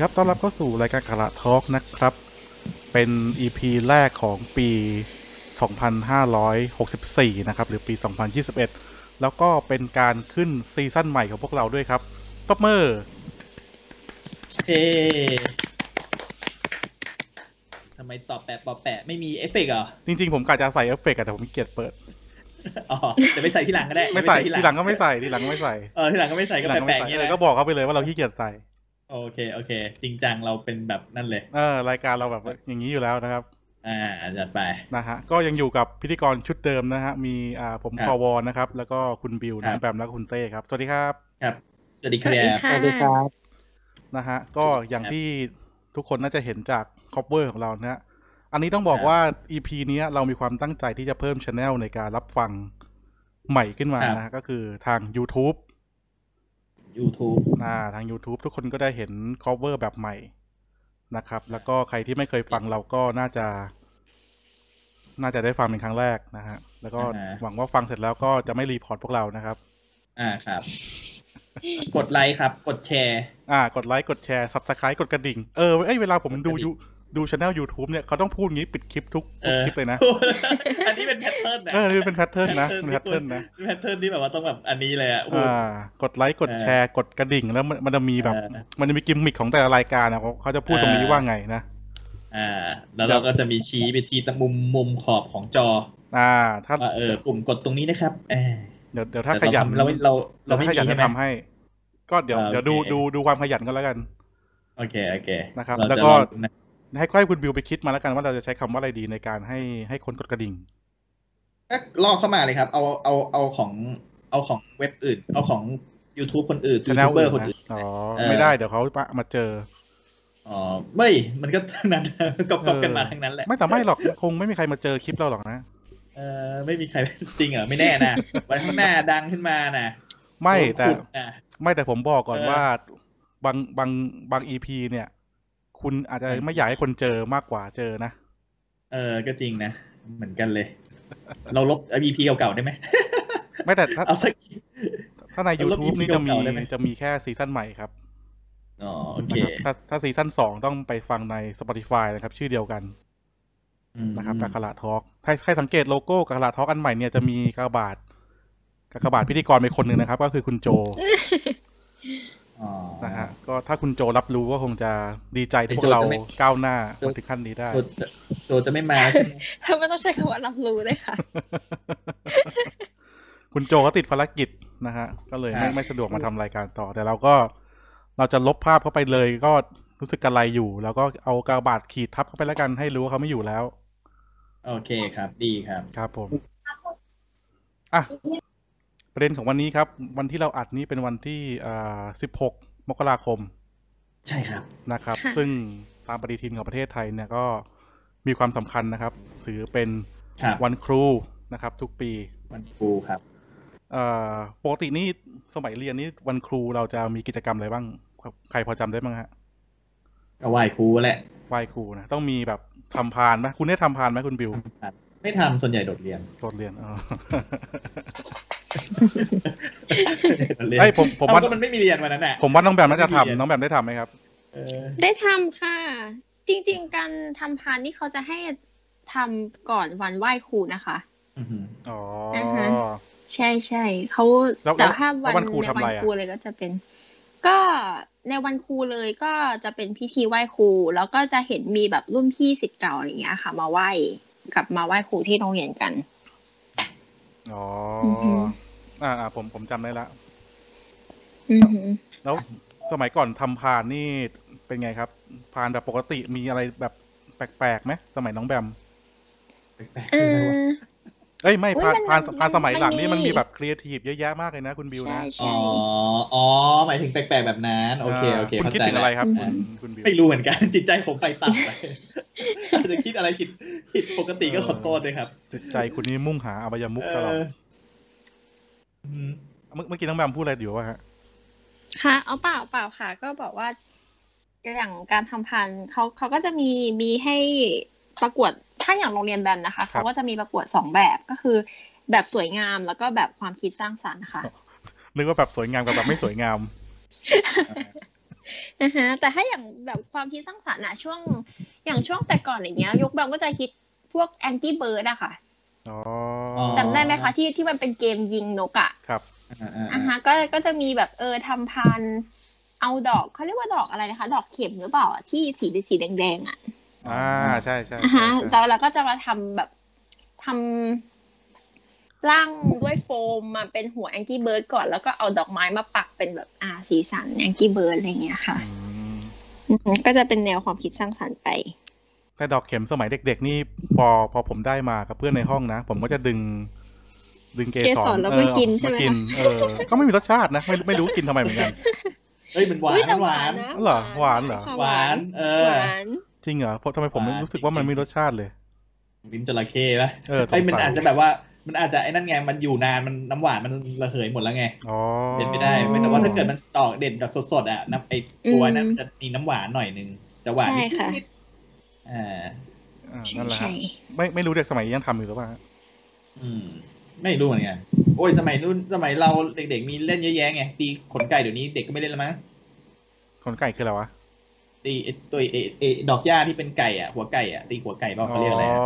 ครับ ต้อนรับเข้าสู่รายการคาราทอล์กนะครับ เป็น EP แรกของปี 2564 นะครับ หรือปี 2021 แล้วก็เป็นการขึ้นซีซั่นใหม่ของพวกเราด้วยครับตบมือ เฮ้ทำไมตอบแปะปอบแปะไม่มีเอฟเฟกต์เหรอ จริง ๆ ผมกะจะใส่เอฟเฟกต์อะแต่ผมขี้เกียจเปิด อ๋อเดี๋ยวไปใส่ที่หลังก็ได้ ไม่ใส่ เดี๋ยวป ทีหลังก็ไม่ใส่ทีหลังก็ไม่ใส่ เออที่หลังก็ไม่ใส่ ที ก็ หลังก็ แปะ ไม่ใส่ๆอย่างเงี้ย เออ นะ ก็บอกเขาไปเลยว่าเราขี้เกียจใส่ โอเคโอเค จริงจังเราเป็นแบบนั่นเลย เออรายการเราแบบอย่างนี้อยู่แล้วนะครับ อ่าจัดไป นะฮะก็ยังอยู่กับพิธีกรชุดเดิมนะฮะมีอ่าผม ครั ค บ อวอนนะครับ แล้วก็คุณบิว ครั น้อบ งแปมและคุณเต้ครับ สวัสดีครับ ครับ สวัสดี ส ครั วัสดี บ ค่ะ นะฮะก็อย่างที่ทุกคนน่าจะเห็นจากคอปเวอร์ของเรานะฮะอันนี้ต้องบอก ครับ ว่า EP เนี้ยเรามีความตั้งใจที่จะเพิ่มช anel ในการรับฟังใหม่ขึ้นมา ครับ นะฮะก็คือทาง YouTube YouTube อ่าทาง YouTube ทุกคนก็ได้เห็นคอปเวอร์แบบใหม่นะครับ แล้วก็ใครที่ไม่เคยฟังเราก็น่าจะ น่าจะได้ฟังเป็นครั้งแรกนะฮะแล้วก็ อ่าฮะ หวังว่าฟังเสร็จแล้วก็จะไม่รีพอร์ตพวกเรานะครับ อ่าครับ กดไลค์ครับ กดแชร์ อ่ากดไลค์กดแชร์ subscribe กดกระดิ่ง เออเอ้ยเวลาผมดู กดกระดิ่ง ยูดูช anel YouTube เนี่ยเขาต้องพูดงี้ปิดคลิปทุก เอ ทุก อ คลิปเลยนะ อันนี้เป็นแพทเทิร์นนะ เออนี่เป็นแพทเทิร์นนะเป็นแพทเทิร์นนะ เป็นแพทเทิร์นที่แบบว่าต้องแบบอันนี้เลยอ่ะโอ้โห อ่ากดไลค์กดแชร์กดกระดิ่งแล้วมันมันจะมีแบบ เออ มันจะมีกิมมิคของแต่ละรายการนะเขาเขาจะพูดตรงนี้ เออ ว่าไงนะ อ่า แล้วเราก็จะมีชี้ไปที่ตะมุมมุมขอบของจอ อ่า ถ้า ว่าเออปุ่มกดตรงนี้นะครับแหม เดี๋ยวเดี๋ยวถ้าข แต่ ยั เรา น ทำเราเราเราไม่ ถ้าข มี ยัน ใช่ จะ ไหม ทำให้ ก็เดี๋ยว อ่า เดี๋ยว โอเค ดูดูดูความขยันก็แล้วกัน โอเคโอเค นะครับ เา แล้ว จะ ก็ องนะ ให้ค่อยคุณบิวไปคิดมาแล้วกันว่าเราจะใช้คำว่าอะไรดีในการให้ให้คนกดกระดิ่ง ก็ลอกเข้ามาเลยครับ เอาเอาเอาของเอาของเว็บอื่น เอาของ YouTube คนอื่นยู ช anel ทูบเบอ อื่ ร์ น คนอื่ นะ น อ๋อ เออ ไม่ได้เดี๋ยวเขามาเจอ อ๋อไม่มันก็ทั้งนั้น ก็ก๊อปกันมาทั้งนั้นแหละ ไม่แต่ไม่หรอกคงไม่มีใครมาเจอคลิปเราหรอกนะ เออไม่มีใคร จริงเหรอไม่แน่นะวันข้างหน้าดังขึ้นมานะ ไม่ โดน แต่ ขุดนะ ไม่แต่ผมบอกก่อน เออ ว่าบางบางบางอีพีเนี่ย คุณอาจจะ บาง ไม่อยากให้คนเจอมากกว่าเจอนะ เออก็จริงนะ เหมือนกันเลย เราลบ EP เก่าๆได้ไหม ไม่แต่ถ้า เอาสัก ถ้าใน เอาลบ YouTube นี่จะมี เก่าๆได้ไหม จะมีแค่ซีซั่นใหม่ครับ อ๋อโอเค นะครับถ้าถ้าซีซั่นสองต้องไปฟังใน Spotify นะครับ ชื่อเดียวกัน อืม นะครับกากระทอล์กใครใครสังเกตโลโก้กากระทอล์กอันใหม่เนี่ยจะมีกากบาทกากบาทพิธีกรเป็นคนหนึ่งนะครับ ก็คือคุณโจ อ๋อ นะฮะก็ถ้าคุณโจรับรู้ก็คงจะดีใจที่พว โจ กเรา จะไม่ ก้าวหน้ามาถึงขั้นนี้ได้ โจจะโจจะไม่มาใช่ไหม เธอไม่ต้องใช้คำว่ารับรู้เลยค่ะ คุณโจก็ติดภารกิจนะฮะ ก็เลยไม่ไม่สะดวกมาทำรายการต่อ แต่เราก็เราจะลบภาพเข้าไปเลยก็รู้สึกกระไรอยู่ แล้วก็เอากระบาดขีดทับเข้าไปแล้วกันให้รู้ว่าเขาไม่อยู่แล้ว โอเคครับ ดีครับ ครับผมอ่ะประเด็นของวันนี้ครับ วันที่เราอัดนี้เป็นวันที่อ่า16 มกราคม ใช่ครับ นะครับ ค่ะ ซึ่งตามปฏิทินของประเทศไทยเนี่ยก็มีความสำคัญนะครับ ถือเป็น ครับ วันครูนะครับ ทุกปี วันครูครับ เอ่อปกตินี่สมัยเรียนนี่วันครูเราจะมีกิจกรรมอะไรบ้างครับใครพอจำได้บ้างฮะ ก็ไหว้ครูแหละ ไหว้ครูนะต้องมีแบบทำพานไหมคุณได้ทำพานไหมคุณบิว ไม่ทำส่วนใหญ่โดดเรีย น โดดเรียนอ๋อ โดดเรียน ไอ้ยผมผม เอ้า ว่า ก็มันไม่มีเรียนวันนั้นน่ะ ผมว่าน้องแบมน่าจะทำ ไม่มีเรียน น้องแบมได้ทำไหมครับ เออ ได้ทำค่ะ จริงๆ การทำพานนี่เขาจะให้ทำก่อนวันไหว้ครูนะคะ อือหือ อ๋อ าฮะ ใช่ใช่เขา แล้ว แต่ถ้า แล้ว วัน วันครู ใน ทำอะไร วั อะ ครูเลยก็จะเป็น ก็ในวันครูเลยก็จะเป็นพิธีไหว้ครูแล้วก็จะเห็นมีแบบรุ่นพี่สิทธิ์เก่าอะไรอย่างเงี้ยค่ะ มาไหว้กลับมาไหว้ครูที่โรงเรียนกัน อ๋อ อฮึ อ่าอ่าผมผมจำได้ละ อือหือ แล้วสมัยก่อนทำพานนี่เป็นไงครับ พานแบบปกติมีอะไรแบบแปลกๆไหมสมัยน้องแบม แปลกๆ เอ เลย อ วะ เอ้ยไม่ อุ๊ย พาน มัน พานพามันนสมัยหลังนี่ มั มัน นมี มีแบบครีเอทีฟเยอะแยะมากเลยนะคุณบิวนะ ใช่ อ๋อใช่อ๋อ หมายถึงแปลกๆแบบนั้น โอเค โอเค าคุณ เข้า คิด ใจ ถึงอะไรครับ อืม คุณคุณบิว ไม่รู้เหมือนกัน จิตใจผมไปต่ำไป อาจจะคิดอะไรผิดผิดปกติก็ขอโทษด้วยครับ จิตใจคุณนี่มุ่งหาอบายมุกตลอด เอออืม เมื่อเมื่อกี้น้องแบมพูดอะไรอยู่วะฮะ ค่ะเอาเปล่าเปล่าค่ะ ก็บอกว่าอย่างการทำพันธุ์เขาเขาก็จะมีมีให้ประกวดถ้าอย่างโรงเรียนแบมนะคะเขาก็จะมีประกวดสองแบบก็คือ แบบสวยงามแล้วก็แบบความคิดสร้างสรรค์ค่ะ นึกว่าแบบสวยงามกับแบบไม่สวยงาม นะฮะแต่ถ้าอย่างแบบความคิดสร้างสรรค์อะช่วงอย่างช่วงแต่ก่อนอย่างเงี้ย ยกแบบก็จะคิดพวกแองกี้เบิร์ดอะค่ะ อ๋อ อ จำได้ไหมคะที่ที่มันเป็นเกมยิงนกอะ ครับ อ่าอ่า อ่ะ อ่า ฮะก็ก็จะมีแบบเออทำพันธุ์เอาดอกเขาเรียกว่าดอกอะไรนะคะ ดอกเข็มหรือเปล่าอะที่สีเป็นสีแดงๆอะ อ่าใช่ใช่ อ่า ใช่ ฮะ ใช่ แล้วเราก็จะมาทำแบบทำร่างด้วยโฟมมาเป็นหัวแองกี้เบิร์ดก่อน แล้วก็เอาดอกไม้มาปักเป็นแบบอ่าสีสันแองกี้เบิร์ดอะไรอย่างเงี้ยค่ะ อืม อือฮึก็จะเป็นแนวความคิดสร้างสรรค์ไป แต่ดอกเข็มสมัยเด็ก ๆ นี่พอพอผมได้มากับเพื่อนในห้องนะ ผมก็จะดึง ดึงเก เก ส ส ร รแล้ว เอ ก็ อ กิน ออก ใช่ไหม มากิน เออ ก็ไม่มีรสชาตินะไม่ไม่รู้กินทำไมเหมือนกัน เฮ้ยมันหวาน อุ๊ยแต่ มันหวาน นะ เหรอหวานเหรอ ค่ะ หวานเอ ห อ วาน จริงเหรอเพราะทำไมผมไม่ หวาน รู้สึกว่ามันไม่มีรสชาติเลย ลิ้นจระเข้ปะ เออสงสัย ไอ้ยมันอาจจะแบบว่ามันอาจจะไอ้นั่นไงมันอยู่นานมันน้ำหวานมันระเหยหมดแล้วไง อ๋อ เป็นไปได้แต่ว่าถ้าเกิดมันดอกเด่นดอกสดๆอ่ะน้ำไอ้ตัวนั้นมันจะมีน้ำหวานหน่อยนึงจะหวาน ใช่ นิด ค่ะ ๆอ่า อ่านั่นแหละฮะ ใช่ ไม่ไม่รู้เด็กสมัยนี้ยังทำอยู่หรือเปล่าฮะ อืมไม่รู้เหมือนกันโอ้ยสมัยรุ่นสมัยเราเด็กๆมีเล่นเยอะแยะไงตีขนไก่เดี๋ยวนี้เด็กก็ไม่เล่นแล้วมั้ง ขนไก่คืออะไรวะ ตีไอ้ตัวเอเอดอกหญ้าที่เป็นไก่อ่ะหัวไก่อ่ะตีหัวไก่ อ๋ เปล่า อ เขาเรียกอะไรอะ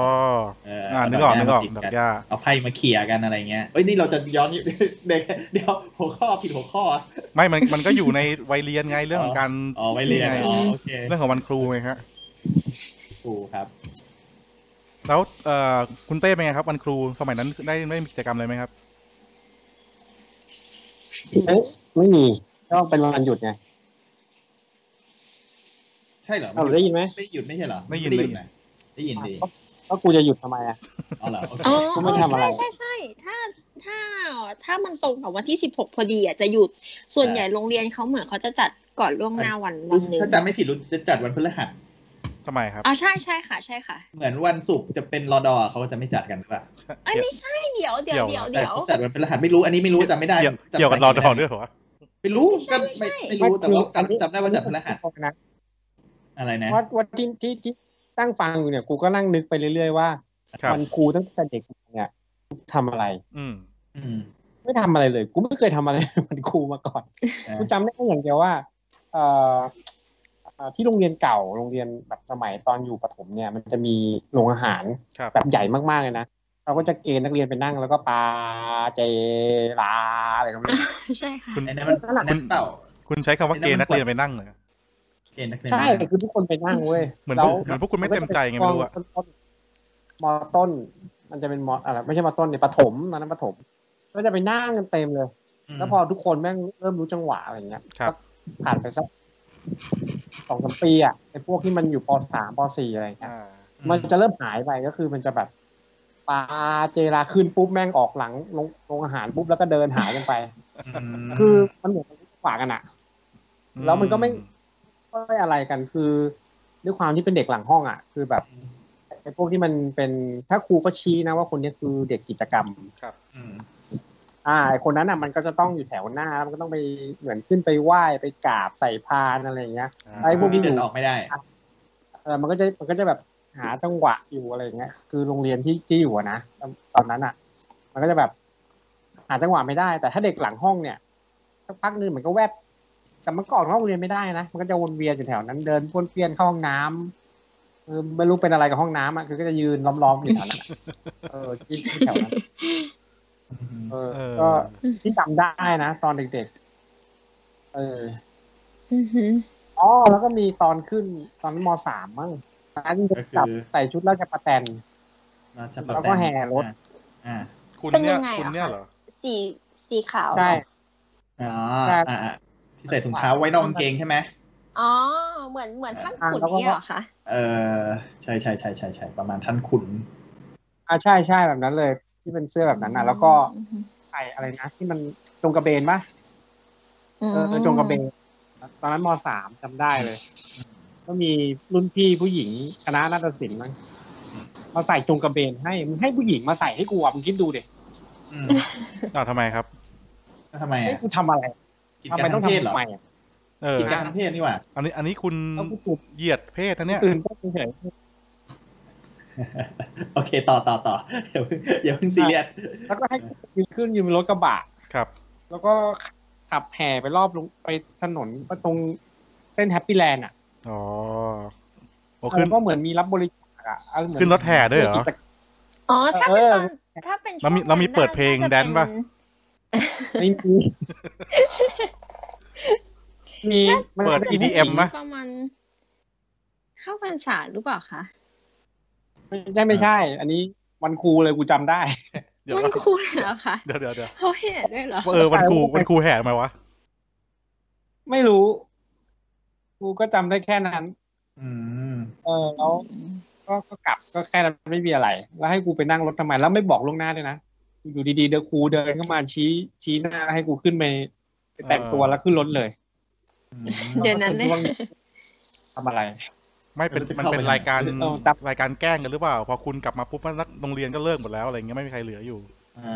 เ อ่านึกออก เา นึกออก มาตี ดอกหญ้า เอาไพ่มาเขี่ยกันอะไรเงี้ยเอ้ยนี่เราจะย้อน เด็กเดี๋ยวหัวข้อผิดหัวข้ออะ ไม่มันมันก็อยู่ในวัยเรียนไงเรื่องของการ อ๋อไว้เรียนอ๋อโอเค เรื่องของวันครูไงฮะ ครูครับ แล้วเอ่อคุณเต้เป็นไงครับวันครูสมัยนั้นได้ได้มีกิจกรรมอะไรไหมครับ ไม่มีก็เป็นวันหยุดไง ใช่เหรอ เอาได้ยินไหม ได้ยินไม่ใช่เหรอ ได้ยิน ได้ยินนะได้ยินดี ก็กูจะหยุดทำไมอ่ะ เอาเหรอโอเค อ๋อ ก็ไม่ อ๋อ ทำอะไร ใช่ใช่ใช่ถ้าถ้าถ้ามันตรงกับวันที่สิบหกพอดีอ่ะจะหยุดส่วนใหญ่โรงเรียนเขาเหมือนเขาจะจัดก่อนล่วงหน้าวันวันหนึ่ง ถ้าจำไม่ผิดรู้จะจัดวันพฤหัส สมัยครับ อ๋อใช่ใช่ค่ะ ใช่ค่ะ เหมือนวันศุกร์จะเป็นรอดอเขาจะไม่จัดกันหรือเปล่า เอ้ยไม่ใช่เดี๋ยวเดี๋ยวเดี๋ยว แต่ เดี๋ยว เขาจัดวันเป็นรหัสไม่รู้อันนี้ไม่รู้จำไม่ได้ เกี่ยว จำ เกี่ยวกับรอ สา ดอด้วยเหรอวะ ไม่รู้ ใช่ ก็ ใช่ ไม่ไม่รู้แต่ว่าจำจำได้ว่าจัดเป็นรหัส นะ อะไรนะ ว่าว่าที่ที่ที่ตั้งฟังอยู่เนี่ย กูก็นั่งนึกไปเรื่อยๆว่า ครับ วันครูตั้งแต่เด็กเนี่ยกูทำอะไร อืม อืม ไม่ทำอะไรเลย กูไม่เคยทำอะไร วันครูมาก่อน อ่ะ กูจำได้แค่อย่างเดียวว่าเอ่อเอ่อที่โรงเรียนเก่าโรงเรียนแบบสมัยตอนอยู่ประถมเนี่ย มันจะมีโรงอาหาร ครับ แบบใหญ่มากๆเลยนะเราก็จะเกณฑ์นักเรียนไปนั่งแล้วก็ปลาเจลาอะไรกัน ใช่ค่ะ คุณ ไอ้นั่นมัน นั่นไอ้แหละ นั่นเต่า คุณใช้คำว่าเกณฑ์นักเรียนไปนั่งเลย เกณฑ์นักเรียน ใช่ นั่น คือทุกคนไปนั่งเว้ย เหมือน แล้ พว ว กเหมือนพวกคุณไม่เต็มใจไงไม่รู้อะ มอต้น มันจะเป็นมออะไรไม่ใช่มอต้นเนี่ยประถมตอนนั้นประถมก็จะไปนั่งกันเต็มเลย ม แล้วพอทุกคนแม่งเริ่มรู้จังหวะอะไรเงี้ย ครับ ผ่านไปสักสองสามปีอ่ะไอ้พวกที่มันอยู่ปสามปสี่อะไรเงี้ย อ่า มันจะเริ่มหายไปก็คือมันจะแบบปลาเจราขึ้นปุ๊บแม่งออกหลังลงลงอาหารปุ๊บแล้วก็เดินหายกันไป ม คือมันเหมือนมันรู้จังหวะกันอ่ะ แล้วมันก็ไม่ไม่อะไรกันคือด้วยความที่เป็นเด็กหลังห้องอ่ะ คือแบบไอ้พวกที่มันเป็นถ้าครูก็ชี้นะว่าคนนี้คือเด็กกิจกรรม อืม อ่าไอ้คนนั้นอ่ะมันก็จะต้องอยู่แถวหน้าแล้วมันก็ต้องไปเหมือนขึ้นไปไหว้ไปกราบใส่พานอะไรอย่างเงี้ย ไอ้พวกที่ เดินออกไม่ได้ เออมันก็จะมันก็จะแบบหาจังหวะอยู่อะไรอย่างเงี้ยคือโรงเรียนที่ที่อยู่อะนะตอนนั้นอ่ะ มันก็จะแบบ หาจังหวะไม่ได้ แต่ถ้าเด็กหลังห้องเนี่ยสักพักหนึงมันก็แวบแต่เมื่อก่อนห้องเรียนไม่ได้นะมันก็จะวนเวียนอยู่แถวนั้นเดินวนเวียนเข้าห้องน้ำเออไม่รู้เป็นอะไรกับห้องน้ำอ่ะคือก็จะยืนล้อมๆอยู่แถวนั้นอะเออที่ที่แถวนั้นเออ เออ ก็ที่จำได้นะตอนเด็กๆเออ อือฮึ อ๋อแล้วก็มีตอนขึ้นตอนมสามมั้งร้าน ก็คื จับ อ ใส่ชุดราชประแตน ราชบัณฑิต แล้วก็แห่รถ อ่า คุณเนี่ยคุณเนี่ยเหรอ สีสีขาว ใช่ อ๋อ ใช่ อ่าอ่าที่ใส่ถุงเท้าไว้นอกกางเกงใช่ไหม อ๋อ เหมือนเหมือนขั้นขุน อ่าแล้วก็ นี้ยเหรอคะ เออใช่ใช่ใช่ใช่ใช่ประมาณท่านขุน อ่าใช่ใช่แบบนั้นเลย ที่เป็นเสื้อแบบนั้นอ่ะ แล้วก็ อือฮึ ใส่อะไรนะที่มันจงกระเบนปะเออจงกระเบนตอนนั้นมสามจำได้เลย ก็มีรุ่นพี่ผู้หญิงคณะนาฏศิลป์มั้งมาใส่จงกระเบนให้มึงให้ผู้หญิงมาใส่ให้กูอ่ะมึงคิดดูดิ อืม อ้าวทำไมครับ แล้วทำไม ให้ อ่ะ กูทำอะไร กิจกรทำไม รม ต้อ ทาง ง ทำ เพศเหรอ ทำไมอ่ะ เออ กิจกรรมทางเพศนี่หว่า อันนี้อันนี้คุณ แล้วกูถูก เหยียดเพศนะเนี่ย ตื่นก็เฉย โอเค ต่อต่อต่ออย่าเพิ่งอย่าเพิ่งซีเรียส ๆแล้วก็ให้กูยืนขึ้นยืนบนรถกระบะ ครับ แล้วก็ขับแห่ไปรอบลงไปถนนตรง เส้นแฮปปี้แลนด์อ่ะ อ๋อโอ้ เอ ขึ้ อน ก็เหมือนมีรับบริจาคอ่ะเออเมือ ขึ้นรถแห่ด้วยเหรอ มีกิจกม อ๋อถ้าเป็นตอน เออ ถ้าเป็น เรามี ช่วง เรามี นั้นน่ะ เปิดเพลง าจ แดนซ์ปะ เป็ ไม่มีมีมัน เปิด มันป็น EDM ผู้หญิง มะ ประมาณเข้าพรรษาหรือเปล่าคะ ไม่ใช่ไม่ใช่ อันนี้วันครูเลยกูจำได้ เดี๋ยว มันครูเหรอคะ เดี๋ยวเดี๋ยวเดี๋ยว เขาเห็นด้วยเหรอ เออวันครูวันครูแห่ทำไมวะ ไม่รู้กูก็จำได้แค่นั้น อืม เออแล้วก็ก็กลับก็แค่นั้นไม่มีอะไร แล้วให้กูไปนั่งรถทำไม แล้วไม่บอกล่วงหน้าด้วยนะอยู่ดีๆเดยวครูเดินเข้ามาชี้ ชี้หน้าให้กูขึ้นไปไปแต่งตัวแล้วขึ้นรถเลย อืม เดี๋ยวนั้นเลย ทำอะไร ไม่เป็น เดี๋ยวจะ มัน เข้า เป็น ไปไหน รายการ เออจับ รายการแกล้งกันหรือเปล่า พอคุณกลับมาปุ๊บนักโรงเรียนก็เลิกหมดแล้วอะไรเงี้ยไม่มีใครเหลืออยู่ อ่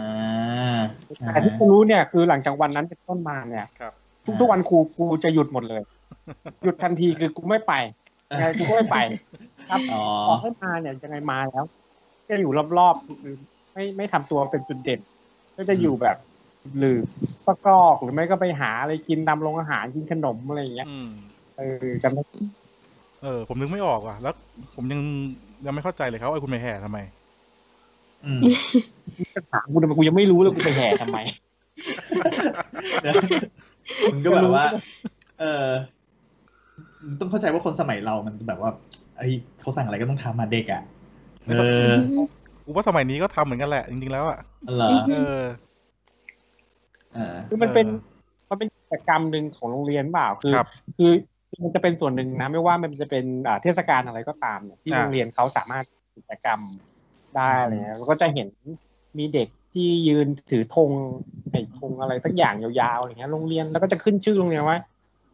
าอ่า แต่ที่กูรู้เนี่ยคือหลังจากวันนั้นเป็นต้นมาเนี่ย ครับ ทุกทุกๆวันครูกูจะหยุดหมดเลย หยุดทันทีคือกูไม่ไปยังไงกูก็ไม่ไป ครับ อ๋อ ขอให้มาเนี่ยยังไงมาแล้วจะอยู่รอบๆคือไม่ไม่ทำตัวเป็นจุดเด่น ก็จะอยู่แบบหรือซอกๆหรือไม่ก็ไปหาอะไรกินตามโรงอาหารกินขนมอะไรอย่างเงี้ย อืม เออจำได้ เออ ผมนึกไม่ออกว่ะ แล้วผมยังยังไม่เข้าใจเลยครับไอ้คุณไปแห่ทำไม อืม จะถามกูทำไมกูยังไม่รู้เลยกูไปแห่ทำไม เดี๋ยวมันก็แบบว่า เออมันต้องเข้าใจว่าคนสมัยเรามันแบบว่าไอ้ยเขาสั่งอะไรก็ต้องทำมาเด็กอ่ะ เออ กูว่าสมัยนี้ก็ทำเหมือนกันแหละ จริงๆแล้วอ่ะ เหรอ เออ เออ คือมันเป็น เออ มันเป็นกิจกรรมหนึ่งของโรงเรียนเปล่าคือ ครับ คือมันจะเป็นส่วนหนึ่งนะไม่ว่ามันจะเป็นอ่าเทศกาลอะไรก็ตามเนี่ยที่ อ่า โรงเรียนเขาสามารถกิจกรรมได้อะไรเงี้ยแล้วก็จะเห็นมีเด็กที่ยืนถือธงไอ้ธงอะไรสักอย่างยาวๆอะไรเงี้ยโรงเรียนแล้วก็จะขึ้นชื่อโรงเรียนว่า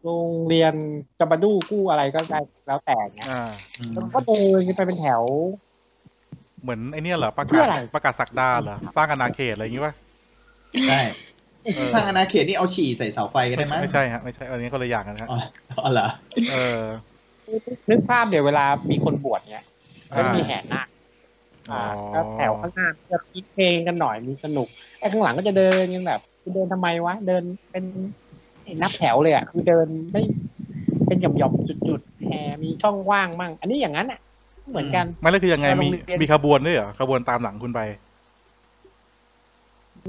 โรงเรียนจับะดูกู้อะไรก็ได้แล้วแต่เงี้ย อ่า แล้วก็เดินกันไปเป็นแถว เหมือนไอเนี้ยเหรอประ เพื่ กา อ ศ อะไร ประกาศสักดาเหรอ สร้างอาณาเขตอะไรอย่างงี้ป่ะ ใช่ เออ สร้างอาณาเขตนี่เอาฉี่ใส่เสาไฟก็ ไม่ ได้ ใช่ มั้ง ไม่ใช่ฮะไม่ใช่อันนี้คนละอย่างกันฮะ อ๋ออ๋อเหรอ เออ นึกภาพเดี๋ยวเวลามีคนบวชเนี้ย อ่า แล้วมีแห่นาค อ๋อ อ่าก็แถวข้างหน้าจะคิดเพลงกันหน่อยมีสนุกไอ้ข้างหลังก็จะเดินกันแบบคือเดินทำไมวะเดินเป็นไอ้นับแถวเลยอ่ะคือเดินไม่เป็นหย่อมๆจุดๆแหมมีช่องว่างมั่ง อันนี้อย่างนั้นอ่ะ เหมือนกัน ไม่แล้วคือยังไงมี โรงเรียน มีขบวนด้วยเหรอขบวนตามหลังคุณไป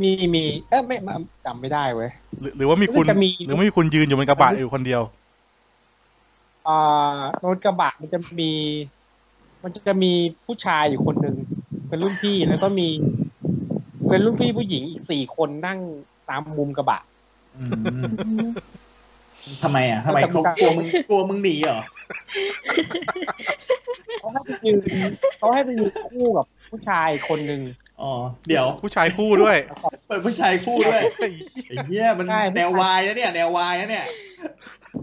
มีมีเอ้ยไม่จำไม่ได้เว้ย หรือหรือว่ามีคุณ มันจะมี หรือว่ามีคุณยืนอยู่บนกระบะอยู่คนเดียว อ่ารถกระบะมันจะมี มันจะมีผู้ชายอยู่คนหนึ่งเป็นรุ่นพี่แล้วก็มี เป็นรุ่นพี่ผู้หญิงอีกสี่คนนั่งตามมุมกระบะ อืมทำไมอ่ะทำไมเขากลัวมึงกลัวมึงหนีเหรอ เขาให้ไปยืนเขาให้ไปยืนคู่กับผู้ชายคนหนึ่ง อ๋อ เดี๋ยว ผู้ชายคู่ด้วย เปิดผู้ชายคู่ด้วย เฮ้ย ไอ้เหี้ยมันแนววายนะเนี่ย แนววายนะเนี่ย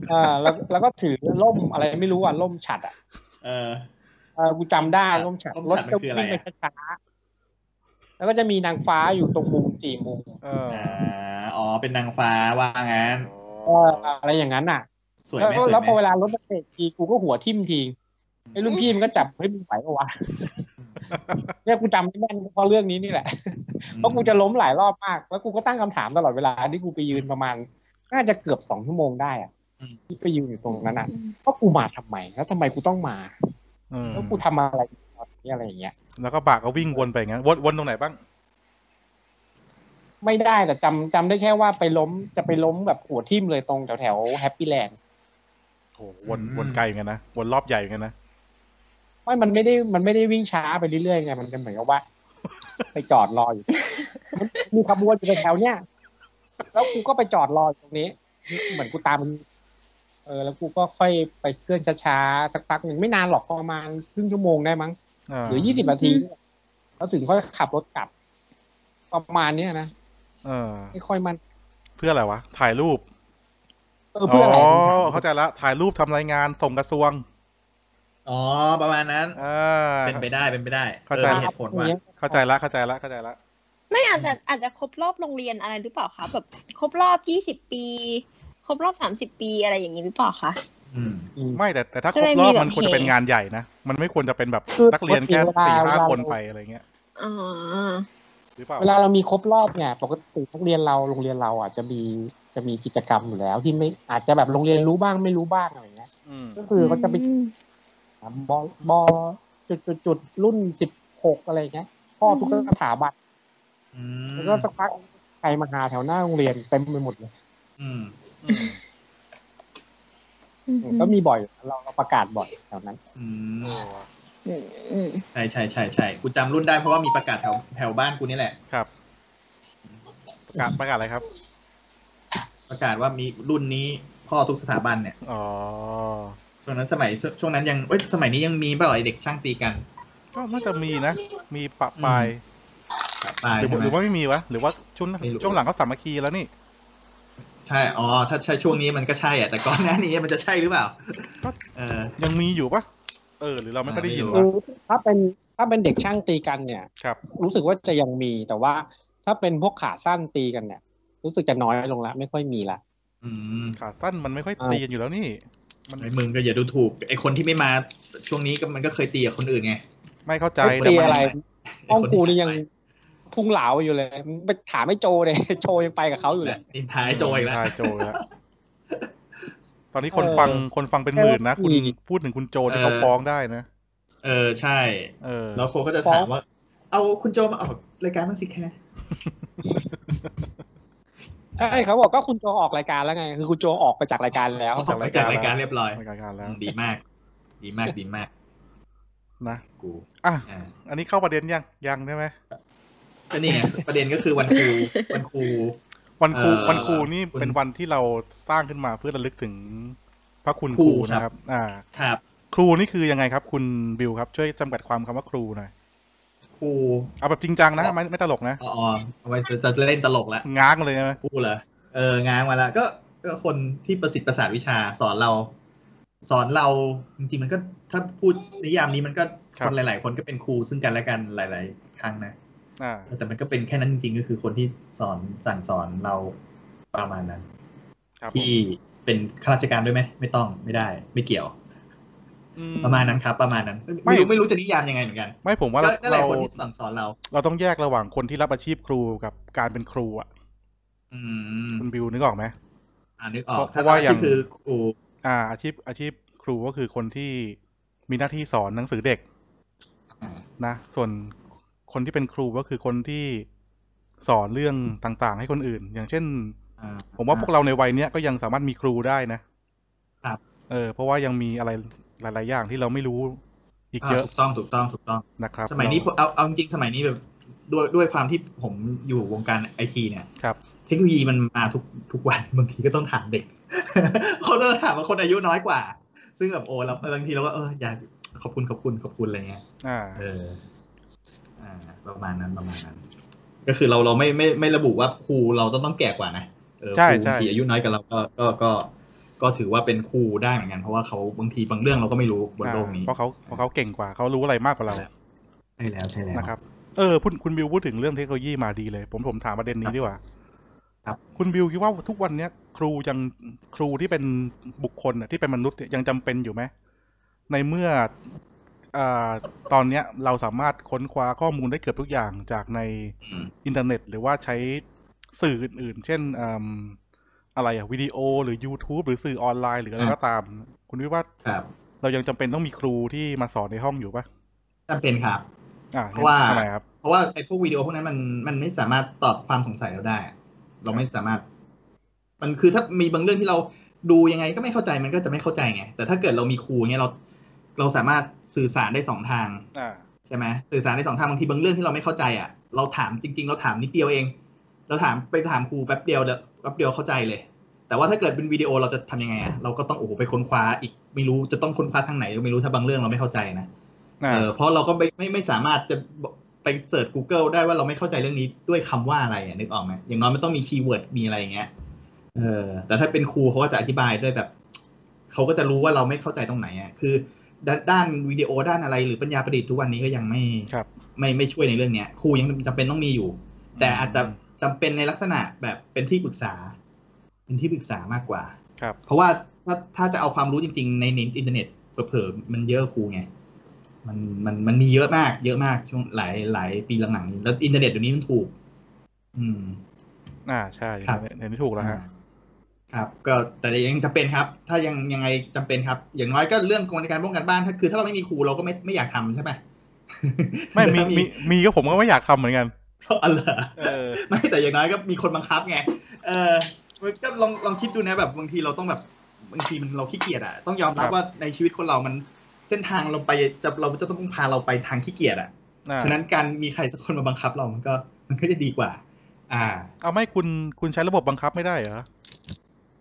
เอ่าแล้วแล้วก็ถือล่มอะไรไม่รู้อ่ะล่มฉัดอ่ะ เออ เออกูจำได้ล่มฉัด ร่ม รถ ฉัดมัน จะ คือ วิ่ง อะไร ไป อะ ช้าๆแล้วก็จะมีนางฟ้าอยู่ตรงมุมสี่มุม เออ อ่าอ๋อ เป็นนางฟ้าว่างั้น เอออะไรอย่างนั้นอ่ะ สวย แล้ว ไหมสวย แล้วพอ ไห เว ม ลารถมันเบรกทีกูก็หัวทิ่มทีไอ้รุ่นพี่มันก็จับเฮ้ยมึงไหวปะวะเนี่ยกูจำไม่แม่นเพราะเรื่องนี้นี่แหละเพราะกูจะล้มหลายรอบมาก แล้วกูก็ตั้งคำถามตลอดเวลาที่กูไปยืนประมาณน่าจะเกือบสองชั่วโมงได้อ่ะที่ไปยืนอยู่ตรงนั้นอ่ะ ว่ากูมาทำไม แล้วทำไมกูต้องมา เออ แล้วกูทำอะไรตอนนี้อะไรอย่างเงี้ย แล้วก็บะก็วิ่งวนไปอย่างงั้นวนวนตรงไหนบ้าง ไม่ได้แต่จำจำได้แค่ว่าไปล้มจะไปล้มแบบหัวทิ่มเลยตรงแถวแถวแฮปปี้แลนด์ โอ้โหวนวนไกลเหมือนกันนะวนรอบใหญ่เหมือนกันนะ ไม่มันไม่ได้มันไม่ได้วิ่งช้าไปเรื่อยๆไงมันจะเหมือนกับ ว่า ไปจอดรออยู่มันมีขบวนอยู่แถวๆเนี้ยแล้วกูก็ไปจอดรออยู่ตรงนี้ เหมือนกูตามมันเออ แล้วกูก็ค่อยไปเคลื่อนช้าๆสักพักหนึ่งไม่นานหรอกประมาณครึ่งชั่วโมงได้มั้ง อ่า หรือยี่สิบนาทีแล้วถึงค่อยขับรถกลับ ประมาณเนี้ยนะ เออ ไม่ค่อยมัน เพื่ออะไรวะ ถ่ายรูป เออเพื่ออะไร อ๋ ผมถาม อเข้าใจละถ่ายรูปทำรายงานส่งกระทรวง อ๋อ ประมาณนั้น อ่า เป็นไปได้ เป็นไปได้ เข้าใจ ออเหตุผลว่า อย่างเงี้ย เข้าใจละเข้าใจละเข้าใจละ ไม่อาจจะอาจจะครบรอบโรงเรียนอะไรหรือเปล่าคะแบบครบรอบยี่สิบปี ครบรอบสามสิบปีอะไรอย่างนี้หรือเปล่าคะ อืม อืม ไม่แต่แต่ถ้าค ก็ รบ เลย รอบ มีแบบ มันควรจะเป็น เพลง งานใหญ่นะ มันไม่ควรจะเป็นแบบ คือ นักเรียนแค่ ปกติเวลา สี่ห้า เวลา คนไปอะไรเงี้ย อ๋อ หรือเปล่า เวลาเรามีครบรอบเนี่ยปกตินักเรียนเราโรงเรียนเราอ่ะจะมีจะมีกิจกรรมอยู่แล้ว ที่ไม่อาจจะแบบโรงเรียนรู้บ้างไม่รู้บ้างอะไรเงี้ย อืม ก็คือเขาจะไปถามบอบอจุดจุดจุดรุ่นสิบหกอะไรเงี้ยพ่อทุกสถาบัน อืม แล้วก็สักพักใครมาหาแถวหน้าโรงเรียนเต็มไปหมดเลย อืม อืม อืม ก็มีบ่อยเราเราประกาศบ่อยแถวนั้น อืม อืมอืม ใช่ใช่ใช่ใช่กูจำรุ่นได้เพราะว่ามีประกาศแถวแถวบ้านกูนี่แหละ ครับ ประกาศประกาศอะไรครับ ประกาศว่ามีรุ่นนี้พ่อทุกสถาบันเนี่ย อ๋อ ช่วงนั้นสมัยช่วงช่วงนั้นยังเอ้ยสมัยนี้ยังมีเปล่าไอเด็กช่างตีกัน ก็น่าจะมีนะ มีปะปลาย ตาย หรือ ใช่ หรือ ไหม ว่าไม่มีวะ หรือว่าช่วง ไม่รู้ ช่วงหลังเขาสามัคคีแล้วนี่ ใช่อ๋อถ้าใช่ช่วงนี้มันก็ใช่อ่ะแต่ก่อนหน้านี้มันจะใช่หรือเปล่า ก็ เออ ยังมีอยู่ปะเออ หรือเราไม่ค่อยได้ยิน ไม่ วะ รู้ ถ้าเป็นถ้าเป็นเด็กช่างตีกันเนี่ย ครับ รู้สึกว่าจะยังมีแต่ว่าถ้าเป็นพวกขาสั้นตีกันเนี่ย รู้สึกจะน้อยลงละไม่ค่อยมีละ อืม ขาสั้นมันไม่ค่อยตีกันอยู่แล้วนี่ มัน ไอ้มึงก็อย่าดูถูกไอคนที่ไม่มาช่วงนี้ก็มันก็เคยตีกับคนอื่นไง ไม่เข้าใจ ไม่ แต่ ตี มัน อะไร ไอ้ ห้อง คนที่ กูนี่ยัง ไป พุ่งเหลาอยู่เลยไปถามไอ้โจเลย โจยังไปกับเขาอยู่เลย นินทาไอโจอีกแล้ว ใช่โจยแล้ว ตอนนี้คนฟังคนฟังเป็นหมื่นนะคุณ มี พูดถึงคุณโจนี่ เออ เขาฟ้องได้นะ เออใช่ เออ แล้วโคก็จะถามว่า เอาคุณโจมาออกรายการบ้างสิแค่ ใช่เขาบอกก็คุณโจออกรายการแล้วไง คือคุณโจออกไปจากรายการแล้ว ออกมาจากรายการเรียบร้อย รายการแล้ว อืมดีมาก ดีมากดีมาก นะ กู อ่ะ อ่า อันนี้เข้าประเด็นยังยังใช่ไหม ก็นี่ไงประเด็นก็คือวันครูวันครู วันครู เอ่อ วันครูนี่ คุณ เป็นวันที่เราสร้างขึ้นมาเพื่อระลึกถึงพระคุณ ค ค รู รู คนะครับรับ อ่า ครับ ครูนี่คือยังไงครับคุณบิวครับช่วยจำกัดความคำว่าครูหน่อย ครู เอาแบบจริงจังนะ อ๋อ ไม่ไม่ตลกนะ อ๋ออ๋อเอาไว้จะจะเล่นตลกละ ง้างเลยใช่ไหม ครูเหรอเอองางมาแล้วก็ก็คนที่ประสิทธิ์ประสาทวิชาสอนเรา สอนเราจริงๆมันก็ถ้าพูดนิยามนี้มันก็คนหลาย ๆ คนก็เป็นครูซึ่งกันและกันหลาย ๆ ครั้งนะ อ่า แต่มันก็เป็นแค่นั้นจริงๆ ก็คือคนที่สอนสั่งสอนเราประมาณนั้น ครับผม ที่เป็นข้าราชการด้วยไหมไม่ต้องไม่ได้ ไม่เกี่ยว อื ประมาณนั้นครับ ประมาณนั้น ไม่รู้ไม่รู้จะนิยามยังไงเหมือนกัน ไม่ผม ก็ ว่าเรา นั่นแห เรา ละคนที่สั่งสอนเรา เราต้องแยกระหว่างคนที่รับอาชีพครูกับการเป็นครูอ่ะ อืม คุณบิวนึกออกไหม อ่านึกออก เพ ถ้า ราะว่าอย่าง ที่คือครู อ่า อาชีพอาชีพครูก็คือคนที่มีหน้าที่สอนหนังสือเด็ก อ่า นะ ส่วนคนที่เป็นครูก็คือคนที่สอนเรื่องต่างๆ ให้คนอื่น อย่างเช่น อ่ ผมว่าพวกเราในวัยเนี้ยก็ยังสามารถมีครูได้นะครับ เออ เพราะว่ายังมีอะไรหลาย ๆ อย่างที่เราไม่รู้อีกเยอะ ถูกต้องถูกต้องถูกต้อง นะครับ สมัยนี้ผม เรา เอาเอาจริงๆสมัยนี้แบบด้วยด้วยความที่ผมอยู่วงการไอทีเนี่ย ครับ เทคโนโลยีมันมาทุกทุกวัน บางทีก็ต้องถามเด็ก คนต้องถามว่าคนอายุน้อยกว่า ซึ่งแบบโอ้เราบางทีเราก็เอออยากขอบคุณขอบคุณขอบคุณอะไรเงี้ย อ่า เอออ่า ประมาณนั้นประมาณนั้น ก็คือเราเราไม่ไม่ไม่ระบุว่าครูเราต้องต้องแก่กว่านะเออ ใช่ ครู ใช่ บางทีอายุน้อยกว่าเราก็ก็ก็ก็ถือว่าเป็นครูได้เหมือนกัน เพราะว่าเขาบางทีบางเรื่องเราก็ไม่รู้บนโลกนี้ เพราะเขาเพราะเขาเก่งกว่าเขารู้อะไรมากกว่าเรา ใช่แล้วใช่แล้ว นะครับ เออคุณคุณบิวพูดถึงเรื่องเทคโนโลยีมาดีเลย ผมผมถามประเด็นนี้ดีกว่า ครับ คุณบิวคิดว่าทุกวันเนี้ย ครูยังครูที่เป็นบุคคลน่ะที่เป็นมนุษย์เนี่ยยังจำเป็นอยู่ไหมในเมื่ออ่าตอนเนี้ยเราสามารถค้นคว้าข้อมูลได้เกือบทุกอย่างจากใน อืม อินเทอร์เน็ตหรือว่าใช้สื่ออื่นๆ เช่นอืมอะไรอะวิดีโอหรือ YouTube หรือสื่อออนไลน์หรืออะไร อ่ะ ก็ตาม คุณวิว่า ครับ เรายังจำเป็นต้องมีครูที่มาสอนในห้องอยู่ปะ จำเป็นครับ อ่า เพราะว่า ทำไมครับ เพราะว่าไอ้พวกวิดีโอพวกนั้นมันมันไม่สามารถตอบความสงสัยเราได้ เราไม่สามารถ มันคือถ้ามีบางเรื่องที่เราดูยังไงก็ไม่เข้าใจมันก็จะไม่เข้าใจไง แต่ถ้าเกิดเรามีครูเนี่ยเรา เราสามารถสื่อสารได้สองทาง อ่า ใช่ไหมสื่อสารได้สองทางบางทีบางเรื่องที่เราไม่เข้าใจอ่ะ เราถามจริง ๆ เราถามนิดเดียวเอง เราถามไปถามครูแป๊บเดียวเดี๋ยวแป๊บเดียวเข้าใจเลย แต่ว่าถ้าเกิดเป็นวิดีโอเราจะทำยังไงอ่ะเราก็ต้องโอ้โหไปค้นคว้าอีกไม่รู้จะต้องค้นคว้าทางไหนก็ไม่รู้ถ้าบางเรื่องเราไม่เข้าใจนะ อ่า เออเพราะเราก็ไม่ไม่ไม่สามารถจะไปเสิร์ช Google ได้ว่าเราไม่เข้าใจเรื่องนี้ด้วยคำว่าอะไรอ่ะนึกออกไหมอย่างน้อยมันต้องมีคีย์เวิร์ดมีอะไรอย่างเงี้ยเออแต่ถ้าเป็นครูเขาก็จะอธิบายด้วยแบบเขาก็จะรู้ว่าเราไม่เข้าใจตรงไหนอ่ะคือด้านด้านวิดีโอด้านอะไร หรือปัญญาประดิษฐ์ทุกวันนี้ก็ยังไม่ ครับ ไม่ไม่ช่วยในเรื่องเนี้ยครูยังจำเป็นต้องมีอยู่ แต่อาจจะจำเป็นในลักษณะแบบเป็นที่ปรึกษา เป็นที่ปรึกษามากกว่า ครับ เพราะว่าถ้าถ้าจะเอาความรู้จริงๆ ในเน็ตอินเทอร์เน็ตเผลอๆมันเยอะกว่าครูไง มันมันมันมีเยอะมาก เยอะมากช่วงหลายหลายปีหลังๆนี้แล้วอินเทอร์เน็ตเดี๋ยวนี้มันถูก อืม อ่าใช่ ครับ เห็นเห็นไม่ถูกแล้วฮะ ครับ ก็แต่ยังจำเป็นครับ ถ้ายังยังไงจำเป็นครับ อย่างน้อยก็เรื่องของการป้องกันบ้านถ้าคือ ถ้าเราไม่มีครูเราก็ไม่ไม่อยากทำใช่ไหม ไม่มีมีมีก็ผมก็ไม่อยากทำเหมือนกัน อ๋อ เหรอ เออ ไม่แต่อย่างน้อยก็มีคนบังคับไง เออมันก็ลองลองคิดดูนะแบบบางทีเราต้องแบบบางทีมันเราขี้เกียจอะต้องยอมรัคบรับ ว่าในชีวิตคนเรามันเส้นทางเราไปจะเราจะต้องพาเราไปทางขี้เกียจอะ อ่า ฉะนั้นการมีใครสักคนมาบังคับเรามันก็มันก็จะดีกว่า อ่า เอาไม่คุณคุณใช้ระบบบังคับไม่ได้เหรอ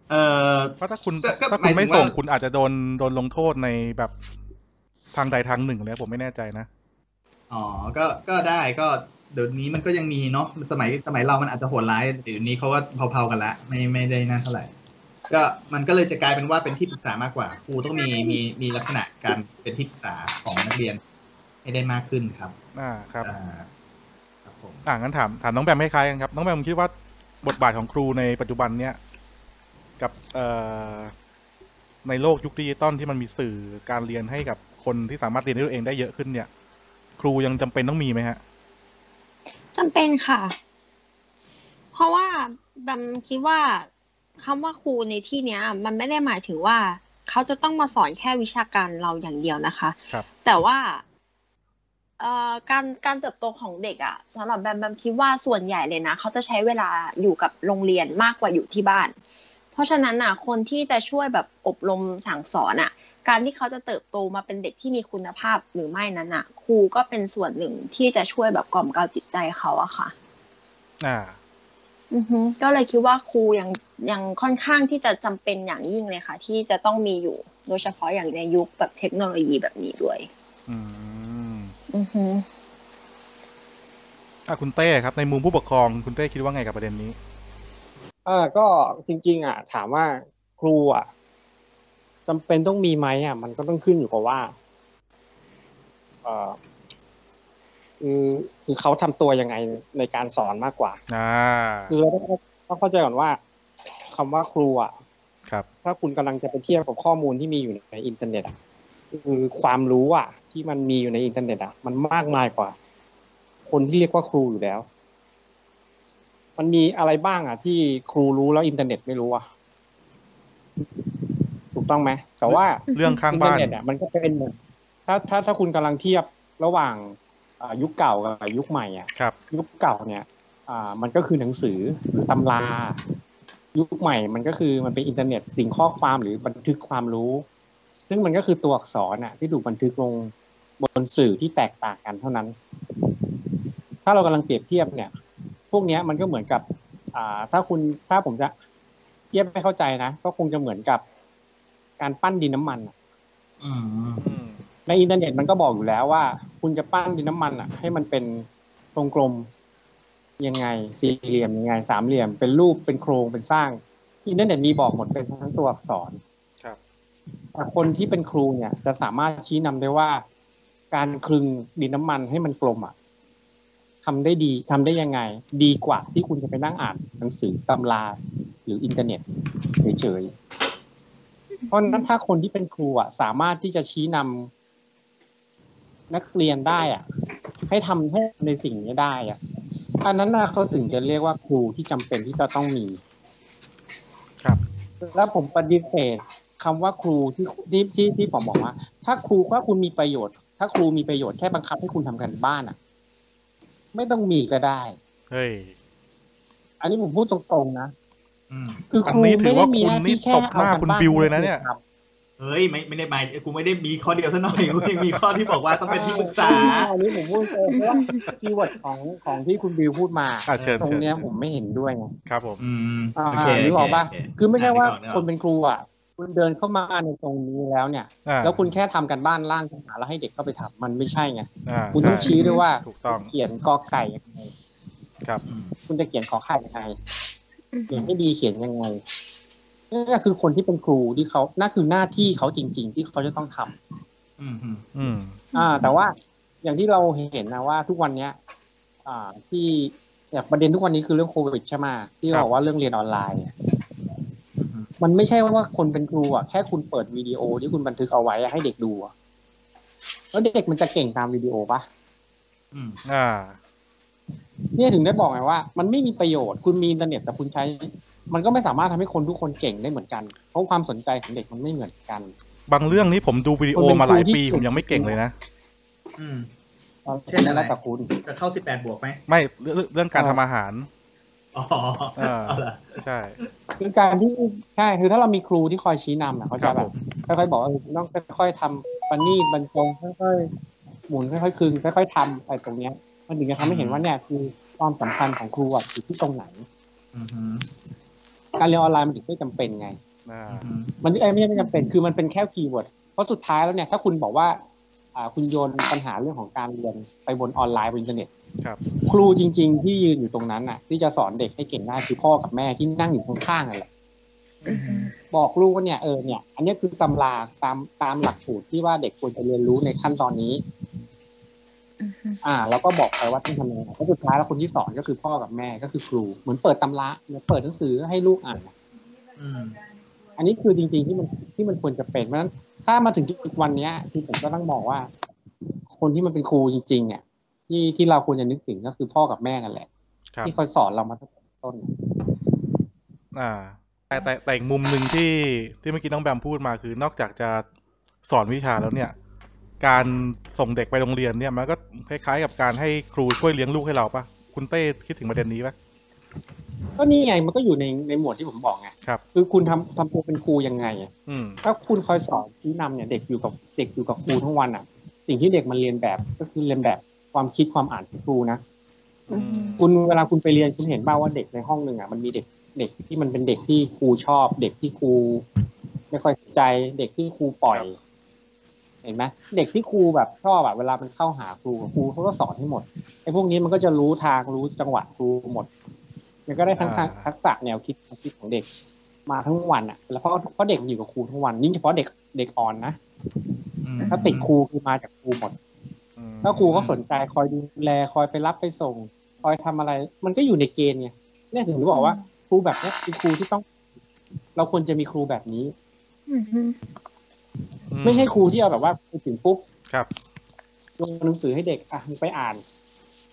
เออ เพราะถ้าคุณ ก็ก็ ถ้าคุณไม่ หมายถึง ส่ง ว่า คุณอาจจะโดนโดนลงโทษในแบบทางใดทางหนึ่งเลยผมไม่แน่ใจนะ อ๋อ ก็ก็ได้ก็เดี๋ยวนี้มันก็ยังมีเนาะสมัยสมัยเรามันอาจจะโหดร้ายเดี๋ยวนี้เขาก็เผาๆกันละไม่ไม่ได้น่าเท่าไหร่ ก็มันก็เลยจะกลายเป็นว่าเป็นที่ปรึกษามากกว่าครูต้องมีมีมีลักษณะการเป็นที่ปรึกษาของนักเรียนให้ได้มากขึ้นครับ อ่าครับ อ่าครับผม อ่างั้นถามถามน้องแบมคล้ายๆกันครับ น้องแบมคิดว่าบทบาทของครูในปัจจุบันเนี้ยกับเอ่อในโลกยุคดิจิตอลที่มันมีสื่อการเรียนให้กับคนที่สามารถเรียนด้วยตัวเองได้เยอะขึ้นเนี่ย ครูยังจำเป็นต้องมีไหมฮะ จำเป็นค่ะ เพราะว่าแบมคิดว่าคำว่าครูในที่เนี้ย มันไม่ได้หมายถึงว่า เขาจะต้องมาสอนแค่วิชาการเราอย่างเดียวนะคะ ครับ แต่ว่าเอ่อการการเติบโตของเด็กอะสำหรับแบมแบมคิดว่าส่วนใหญ่เลยนะ เขาจะใช้เวลาอยู่กับโรงเรียนมากกว่าอยู่ที่บ้าน เพราะฉะนั้นน่ะ คนที่จะช่วยแบบอบรมสั่งสอนอะ การที่เขาจะเติบโตมาเป็นเด็กที่มีคุณภาพหรือไม่นั้นน่ะ ครูก็เป็นส่วนหนึ่งที่จะช่วยแบบกล่อมเกลาจิตใจเขาอะค่ะ อ่า อือฮึก็เลยคิดว่าครูยังยังค่อนข้างที่จะจำเป็นอย่างยิ่งเลยค่ะ ที่จะต้องมีอยู่ โดยเฉพาะอย่างในยุคแบบเทคโนโลยีแบบนี้ด้วย อืม อือฮึ อ่ะคุณเต้ครับในมุมผู้ปกครองคุณเต้คิดว่าไงกับประเด็นนี้ เออก็จริง ๆ อ่ะ ถามว่าครูอ่ะจำเป็นต้องมีไหมอ่ะ มันก็ต้องขึ้นอยู่กับว่า เออคือคือเขาทำตัวยังไงในการสอนมากกว่า อ่า คือเราต้องต้องเข้าใจก่อนว่าคำว่าครูอ่ะ ครับ ถ้าคุณกำลังจะไปเทียบกับข้อมูลที่มีอยู่ในอินเทอร์เน็ตอ่ะคือความรู้อ่ะ ที่มันมีอยู่ในอินเทอร์เน็ตอ่ะมันมากมายกว่า คนที่เรียกว่าครูอยู่แล้ว มันมีอะไรบ้างอ่ะ ที่ครูรู้แล้วอินเทอร์เน็ตไม่รู้อ่ะถูกต้องไหมแต่ว่า เรื่องข้าง อินเทอ บ้าน ร์เน็ตเนี่ยมันก็เป็นเหมือนถ้าถ้าถ้าคุณกำลังเทียบระหว่างอ่ายุคเก่ากับยุคใหม่อ่ะ ครับ ยุคเก่าเนี่ย อ่า มันก็คือหนังสือหรือตำรา ยุคใหม่ มันก็คือมันเป็นอินเทอร์เน็ตสิ่งข้อความหรือบันทึกความรู้ ซึ่งมันก็คือตัวอักษรน่ะ ที่ถูกบันทึกลงบนสื่อที่แตกต่างกันเท่านั้น ถ้าเรากำลังเปรียบเทียบเนี่ย พวกเนี้ยมันก็เหมือนกับ อ่า ถ้าคุณถ้าผมจะเทียบให้เข้าใจนะ ก็คงจะเหมือนกับการปั้นดินน้ำมันน่ะ อืม อืม ในอินเทอร์เน็ตมันก็บอกอยู่แล้วว่า คุณจะปั้นดินน้ำมันอ่ะ ให้มันเป็นวงกลมยังไง สี่เหลี่ยมยังไง สามเหลี่ยม เป็นรูปเป็นโครงเป็นสร้าง อินเทอร์เน็ตมีบอกหมดเป็นทั้งตัวอักษร ครับ แต่คนที่เป็นครูเนี่ย จะสามารถชี้นำได้ว่า การคลึงดินน้ำมันให้มันกลมอ่ะทำได้ดีทำได้ยังไง ดีกว่าที่คุณจะไปนั่งอ่านหนังสือตำราหรืออินเทอร์เน็ตเฉยๆ เพราะฉะนั้นถ้าคนที่เป็นครูอ่ะสามารถที่จะชี้นำนักเรียนได้อ่ะ ให้ทำให้ในสิ่งนี้ได้อ่ะอันนั้นน่ะเขาถึงจะเรียกว่าครูที่จำเป็นที่จะต้องมี ครับ แล้วผมปฏิเสธคำว่าครูที่ที่ที่ที่ผมบอกว่า ถ้าครูถ้าคุณมีประโยชน์ ถ้าครูมีประโยชน์แค่บังคับให้คุณทำกันบ้านอ่ะ ไม่ต้องมีก็ได้ เฮ้ย อันนี้ผมพูดตรงๆนะ อืม คือครูไม่ได้มีหน้าที่แค่เอา อันนี้ถือว่าคุณนี่ตบหน้าคุณบิวเลยนะเนี่ย อากับ้าให้ครูทำ เฮ้ยไม่ไม่ได้หมายกูไม่ได้มีข้อเดียวซะหน่อยกูยังมีข้อที่บอกว่าต้องเป็นที่ปรึกษา อันนี้ผมพูดตรงเพราะว่าคีย์เวิร์ดของของที่คุณบิวพูดมา อ่ะเชิญ ตรง เชิญ เนี้ยผมไม่เห็นด้วยไง ครับผม อืม อ่า โอเคโอเค นึกออกปะ โเ คือไม่ใช่ว่า อ่ก คกอนอก เป็นครูอ่ะ คุณเดินเข้ามาในตรงนี้แล้วเนี่ย อ่า แล้วคุณแค่ทำกันบ้านล่างขึ้นมาแล้วให้เด็กเข้าไปทำมันไม่ใช่ไง อ่า คุณต้อง ใ ชี้ด้วยว่า ถูกต้อง คุณเขียนกอไก่ยังไง ครับ อืม คุณจะเขียนขอไข่ยังไง อือ เขี ฮึ ยนให้ดีเขียนยังไงนั่นก็คือคนที่เป็นครูที่เขานั่นคือหน้าที่เขาจริง ๆ ที่เขาจะต้องทำ อืมอืม อืม อ่าแต่ว่าอย่างที่เราเห็นนะว่าทุกวันเนี้ย อ่าที่อย่างประเด็นทุกวันนี้คือเรื่องโควิดใช่ไหมที่ ครับ บ อกว่าเรื่องเรียนออนไลน์อะ อืม มันไม่ใช่ว่าคนเป็นครูอ่ะแค่คุณเปิดวิดีโอที่คุณบันทึกเอาไว้อะให้เด็กดูอะ แล้วเด็กมันจะเก่งตามวิดีโอปะ อืม อ่า เนี่ยถึงได้บอกไงว่า มันไม่มีประโยชน์คุณมีอินเทอร์เน็ตแต่คุณใช้ มันก็ไม่สามารถทำให้คนทุกคนเก่งได้เหมือนกัน เพราะความสนใจของเด็กมันไม่เหมือนกัน บางเรื่องนี้ผมดูวิดีโอ มันเป็น มาหลาย ครูที่ ปีผมยังไม่เก่งเลยนะ อืม เช่นนั้นแล้วแต่คุณ จะเข้าสิบแปดบวกไหม ไม่เรื่องเรื่องการ อ๋อ ทำอาหาร อ๋อ เออ เอาล่ะ ใช่ คือการที่ใช่คือถ้าเรามีครูที่คอยชี้นำนะเขา ค จะ รับ แบ ผมบค่อยๆบอกว่าเออต้องค่อยๆทำประณีตบรรจงค่อยๆหมุนค่อยๆคืนค่อยๆทำอะไรตรงเนี้ย มันถึงจะทำให้เห็นว่าเนี่ยคือความสำคัญของครูอะอยู่ที่ตรงไหน อือหือ การเรียนออนไลน์มันถึงไม่จำเป็นไง อ่า อือหือ มันไอ้ไม่ใช่ไม่จำเป็นคือมันเป็นแค่คีย์เวิร์ดเพราะสุดท้ายแล้วเนี่ยถ้าคุณบอกว่าอ่าคุณโยนปัญหาเรื่องของการเรียนไปบนออนไลน์บนอินเทอร์เน็ต ครับ ครูจริง ๆ ที่ยืนอยู่ตรงนั้นน่ะ ที่จะสอนเด็กให้เก่งได้คือพ่อกับแม่ที่นั่งอยู่ข้างๆนั่นแหละ อือหือ บอกลูกว่าเนี่ยเออเนี่ยอันเนี้ยคือตำราตามตามหลักสูตรที่ว่าเด็กควรจะเรียนรู้ในขั้นตอนนี้ อือฮึ อ่า แล้วก็บอกไปว่าต้องทำยังไงเพราะสุดท้ายแล้วคนที่สอนก็คือพ่อกับแม่ก็คือครูเหมือนเปิดตำราเหมือนเปิดหนังสือให้ลูกอ่าน อืม อันนี้คือจริงๆที่มันที่มันควรจะเป็นเพราะฉะนั้นถ้ามาถึงจุดวันเนี้ยคือผมก็ต้องบอกว่า คนที่มันเป็นครูจริง ๆ เนี่ย ที่ที่เราควรจะนึกถึงก็คือพ่อกับแม่นั่นแหละ ครับ ที่คอยสอนเรามาตั้งแต่ต้น อ่า แต่แต่แต่อีกมุมหนึ่งที่ที่เมื่อกี้น้องแบมพูดมาคือนอกจากจะสอนวิชาแล้วเนี่ย การส่งเด็กไปโรงเรียนเนี่ยมันก็คล้ายๆกับการให้ครูช่วยเลี้ยงลูกให้เราปะคุณเต้คิดถึงประเด็นนี้ปะ ก็นี่ไงมันก็อยู่ในในหมวดที่ผมบอกไง ครับ คือคุณทำทำตัวเป็นครูยังไงอะ อืม ถ้าคุณคอยสอนชี้นำเนี่ยเด็กอยู่กับเด็กอยู่กับครูทั้งวันอ่ะ สิ่งที่เด็กมันเรียนแบบก็คือเรียนแบบความคิดความอ่านของครูนะ อือฮึ คุณเวลาคุณไปเรียนคุณเห็นบ้างว่าเด็กในห้องหนึ่งอ่ะมันมีเด็กเด็กที่มันเป็นเด็กที่ครูชอบ เด็กที่ครูไม่ค่อยใจเด็กที่ครูปล่อย เห็นไหมเด็กที่ครูแบบชอบอะเวลามันเข้าหาครูครูเขาก็สอนให้หมดไอ้พวกนี้มันก็จะรู้ทางรู้จังหวะครูหมด มันก็ได้ทั้งทาง อ่า ทักษะแนวคิดความคิดของเด็ก มาทั้งวันอ่ะ แล้วเพราะเพราะเด็กมันอยู่กับครูทั้งวันยิ่งเฉพาะเด็กเด็กอ่อนนะ อืม ถ้าติดครูคือมาจากครูหมด อืม ถ้าครูเขาสนใจคอยดูแลคอยไปรับไปส่ง คอยทำอะไร มันก็อยู่ในเกณฑ์ไงเนี่ยถึงบอกว่าครูแบบเนี้ยคือครูที่ต้อง เราควรจะมีครูแบบนี้ อือฮึ อื ไม่ใช่ครูที่เอาแบบว่าไปถึงปุ๊บ ครับ โยนหนังสือให้เด็กอ่ะมึงไปอ่าน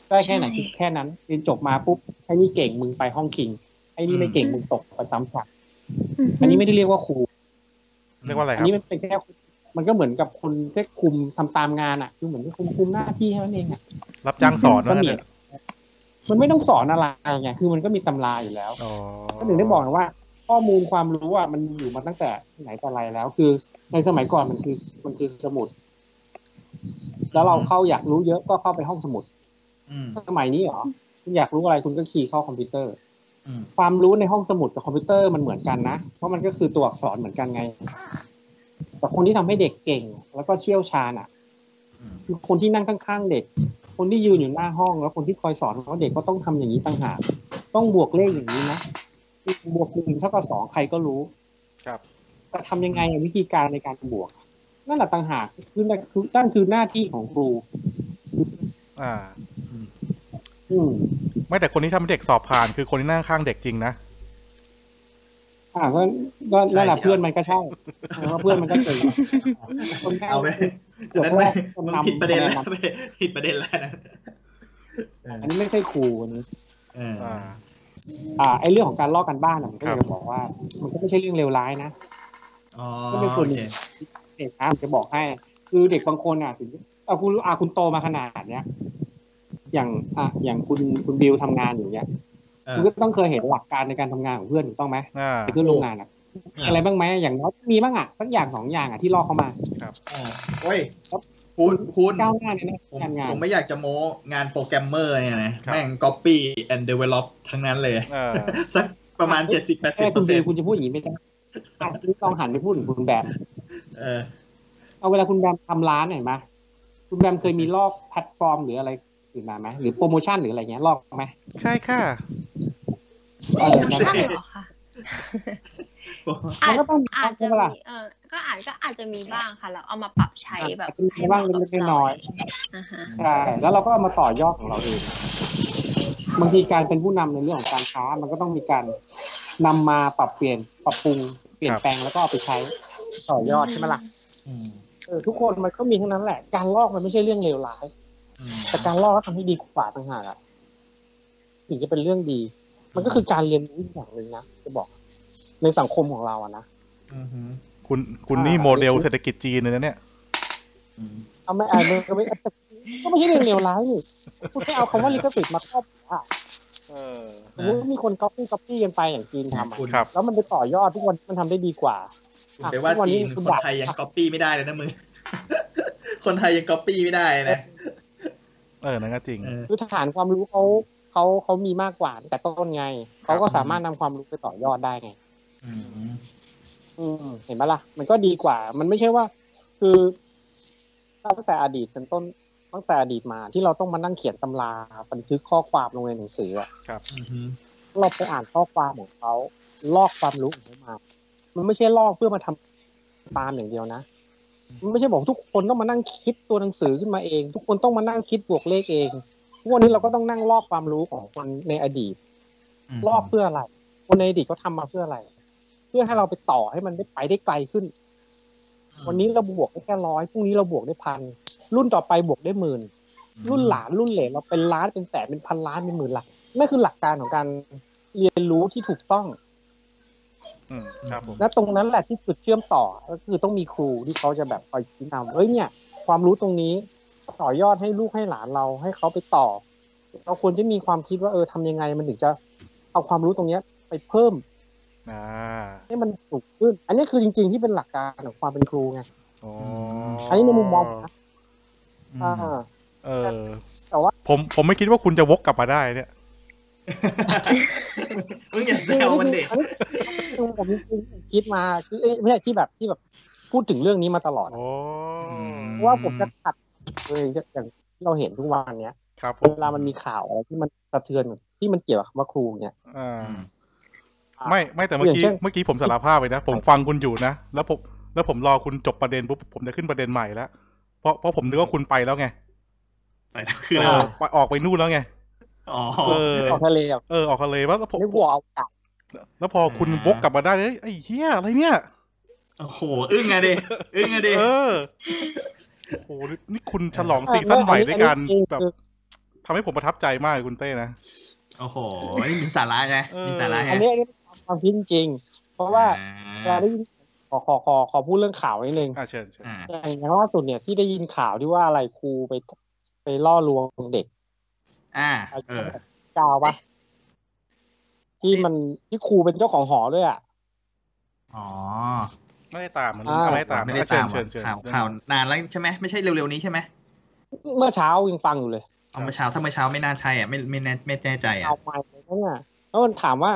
ได้แค่ไหนคือแค่นั้นเรียนจบมาปุ๊บไอ้นี่เก่งมึงไปห้องคิงไอ้นี่ไม่เก่งมึงตกประจำฝักอันนี้ไม่ได้เรียกว่าครู เรียกว่าอะไร อั คน รับ นี้มันเป็นแค่มันก็เหมือนกับคนแค่คุมทำตามงานอ่ะคือเหมือนคุมคุมหน้าที่แค่นั้นเองอะ รับจ้างสอนว่างั้นเถอะ มันไม่ต้องสอนอะไรไง คือมันก็มีตำราอยู่แล้ว อ๋อ ก็ถึงได้บอกไงว่า ข้อมูลความรู้อ่ะมันมีอยู่มาตั้งแต่ไหนแต่ไรแล้ว คือในสมัยก่อนมันคือมันคือสมุด แล้วเราเข้าอยากรู้เยอะก็เข้าไปห้องสมุด อืม สมัยนี้เหรอคุณอยากรู้อะไรคุณก็คีย์เข้าคอมพิวเตอร์ อืม ความรู้ในห้องสมุดกับคอมพิวเตอร์มันเหมือนกันนะ เพราะมันก็คือตัวอักษรเหมือนกันไง แต่คนที่ทำให้เด็กเก่ง แล้วก็เชี่ยวชาญอ่ะ อืม คือคนที่นั่งข้างๆเด็ก คนที่ยืนอยู่หน้าห้อง แล้วคนที่คอยสอนว่าเด็กก็ต้องทำอย่างนี้ต่างหาก ต้องบวกเลขอย่างนี้นะ บวกหนึ่งเท่ากับสองใครก็รู้ ครับ แต่ทำยังไงอะวิธีการในการบวก นั่นแหละต่างหากคือนั่นคือนั่นคือหน้าที่ของครู อ่า อืม ไม่แต่คนที่ทำให้เด็กสอบผ่าน คือคนที่นั่งข้างเด็กจริงนะ อ่าก็ก็นั่นแหละเพื่อนมันก็ใช่แล้วาเพื่อนมันก็เก่งคนแร กเอาไป เกือบ นั้น แร ไม่ กคน มึง นำ ผิดประเด็นแล้ว คะแนน ผิดประเด็นแล้วนะเออน ำอันนี้ไม่ใช่ครูอันนี้ เออ อ่า อ่าไอเรื่องของการลอกกันบ้านอะผมก็ ค อ รับ ยากจะบอกว่า มันก็ไม่ใช่เรื่องเลวร้ายนะ อ๋อ ก็เป็นส่วนหนึ่งเด็กนะผมจะบอกให้ คือเด็กบางคนอ่ะถึงเอาคุณอาคุณโตมาขนาดเนี้ยอย่างอ่ะอย่างคุณคุณบิวทำงานอย่างเงี้ย โอ คุณ เค ก็ต้องเคยเห็นหลักการในการทำงานของเพื่อนถูกต้องไหม อ่า ในเพื่อนร่วมงานอ่ะ เออ อะไรบ้างไหมอย่างน้อยมีบ้างอ่ะสักอย่างสองอย่างอ่ะที่ลอกเข้ามา เออโอ้ยคุณคุณ ก้าวหน้าในหน้า ผม ที่การงาน ผมไม่อยากจะโม้งานโปรแกรมเมอร์เนี่ยนะครับ แม่ง copy and develop ทั้งนั้นเลย เออ สักประมาณ 70 80เ แค่ ป คุ อ ณ ร์ บิ เซ็น ว ต์ คุณจะพูดอย่างนี้ไม่ได้อ่ะลองหันไปพูดถึงคุณแบม เออ เอาเวลาคุณแบมทำร้านเห็นไหมคุณแบมเคยมีลอกแพลตฟอร์มหรืออะไรอื่นมาไหมหรือโปรโมชั่นหรืออะไรเงี้ยลอกไหม ใช่ค่ะ เออนั่นแหละ ใช่เหรอคะ มันก็ต้องมีบ้าง อาจจะ ใช่มีปะล่ะ เออก็อาจก็อาจจะมีบ้างค่ะ เราเอามาปรับใช้แบบ อาจจะมีบ้างเล็กๆน้อยๆ อ่าฮะ ใช่แล้วเราก็เอามาต่อยอดของเราเอง บางทีการเป็นผู้นำในเรื่องของการค้า มันก็ต้องมีการนำมาปรับเปลี่ยนปรับปรุงเปลี่ยนแปลงแล้วก็เอาไปใช้ต่อยอดใช่ไหมล่ะ อืม เออทุกคนมันก็มีทั้งนั้นแหละ การลอกมันไม่ใช่เรื่องเลวร้าย อืม แต่การลอกแล้วทำให้ดีกว่าต่างหากอะถึงจะเป็นเรื่องดี มันก็คือการเรียนรู้อย่างหนึ่งนะจะบอก ในสังคมของเราอะนะ อือฮึ คุณคุณนี่ อ่า โมเดลเศรษฐกิจจีนเลยนะเนี่ย อืม เอาไม่เอาไม่ก็ไม่ก็ไม่ใช่เรื่องเลวร้ายนี่คุณไม่เอาคำว่าลิขสิทธิ์มาครอบอ่ะสมมติว่ามีคนก๊อปปี้ก๊อปปี้กันไปอย่างจีนทำอะ คุณ ครับ แล้วมันไปต่อยอดทุกวันมันทำได้ดีกว่า คุณไปว่า ทุกวันนี้ จีนคคุณ น ด่า ไทยยังก๊อปปี้ไม่ได้เลยนะมึง คนไทยยังก๊อปปี้ไม่ได้นะ เออนั่นก็จริง เออ คือฐานความรู้เขาเขาเขามีมากกว่าตั้งแต่ต้นไงเขาก็สามารถนำความรู้ไปต่อยอดได้ไง อืม อืมเห็นไหมล่ะ มันก็ดีกว่า มันไม่ใช่ว่า คือตั้งแต่อดีตเป็นต้นตั้งแต่อดีตมาที่เราต้องมานั่งเขียนตำราบันทึกข้อความลงในหนังสืออะ อือฮึ เราไปอ่านข้อความของเขาลอกความรู้ของเขามา มันไม่ใช่ลอกเพื่อมาทำตามอย่างเดียวนะ มันไม่ใช่บอกทุกคนต้องมานั่งคิดตัวหนังสือขึ้นมาเอง ทุกคนต้องมานั่งคิดบวกเลขเองทุกวันนี้เราก็ต้องนั่งลอกความรู้ของคนในอดีต รอบเพื่ออะไร คนในอดีตเขาทำมาเพื่ออะไร เพื่อให้เราไปต่อให้มันได้ไปได้ไกลขึ้น วันนี้เราบวกได้แค่ร้อยพรุ่งนี้เราบวกได้พัน รุ่นต่อไปบวกได้หมื่น รุ่นหลานรุ่นเหลนเราเป็นล้านเป็นแสนเป็นพันล้านเป็นหมื่นหลักนั่นคือหลักการของการเรียนรู้ที่ถูกต้อง อืมครับผม และตรงนั้นแหละที่จุดเชื่อมต่อ ก็คือต้องมีครูที่เขาจะแบบคอยชี้นำเอ้ยเนี่ย ความรู้ตรงนี้ ต่อยอดให้ลูกให้หลานเราให้เขาไปต่อ เราควรจะมีความคิดว่าเออทำยังไง มันถึงจะเอาความรู้ตรงเนี้ยไปเพิ่ม อ่า ให้มันสูงขึ้น อันนี้คือจริง ๆ ที่เป็นหลักการของความเป็นครูไง อ๋อ อันนี้ในมุมมองผมนะ อืม อ่า เออ แต่ว่า ผมผมไม่คิดว่าคุณจะวกกลับมาได้เนี่ย มึงอย่าแซวมันเด็ก อัคือผมคิดมาคือเอ้ยไม่ใช่ที่แบบที่แบบพูดถึงเรื่องนี้มาตลอด โอ้ ม ว่าผมจะขัดเลยอย่างที่เราเห็นทุกวันเนี้ย ครับผ เวลามันมีข่าวอะไรที่มันสะเทือนที่มันเกี่ยวกับคำว่าครูเนี่ย อ่า อ่า ไม่ไม่แต่เมื่อ อย่าง กี้ เช่น เมื่อกี้ผมสารภาพไปนะ ผมฟังคุณอยู่นะ แล้วผมแล้วผมรอคุณจบประเด็นปุ๊บผมจะขึ้นประเด็นใหม่แล้วเพราะเพราะผมนึกว่าคุณไปแล้วไง ไปแล้วคือ เอ อะไร อไปออกไปนู่นแล้วไง อ๋อ เออ ออกทะเลอ่ะ เออออกทะเลวะแล้วผม นึกว่าเอากลับ แล้วพอคุณวอ่ากกลับมาได้เอ้ยไอ้เหี้ยอะไรเนี่ย โอ้โห อึ้งอะดิอึ้งอะดิ เออโอ้โหนี่คุณฉลองซีซั่นใหม่ด้วยการแบบทำให้ผมประทับใจมากคุณเต้นะ โอ้โหนี่มีสาระไง เออ มีสาระไง อันนี้อันนี้ความคิดจริงๆเพราะว่าเว อ่า ลาได้ยินขอขอขอขอพูดเรื่องข่าวนิดนึง อ่าเชิญเชิญ อ่า อย่างล่าสุดเนี่ยที่ได้ยินข่าวที่ว่าอะไรครูไปไปล่อลวงเด็ก อ่า อา เอ ยุ อ เก้าปะที่มันที่ครูเป็นเจ้าของหอด้วยอ่ะ อ๋อ ไม่ได้ตามมัน อ่า ไม่ได้ตาม ไม่ได้ อ่ะเชิ ตา ญ ม เชิญเชิญ ข่าวข่าวนานแล้วใช่ไหมไม่ใช่เร็วๆนี้ใช่ไหม เมื่อเช้ายังฟังอยู่เลย เอาเมื่อเช้าถ้าเมื่อเช้าไม่น่าใช่อ่ะไม่ไม่แน่ไม่แน่ใจอ่ะ เอาใหม่เลยนะเนี่ยแล้วมันถามว่า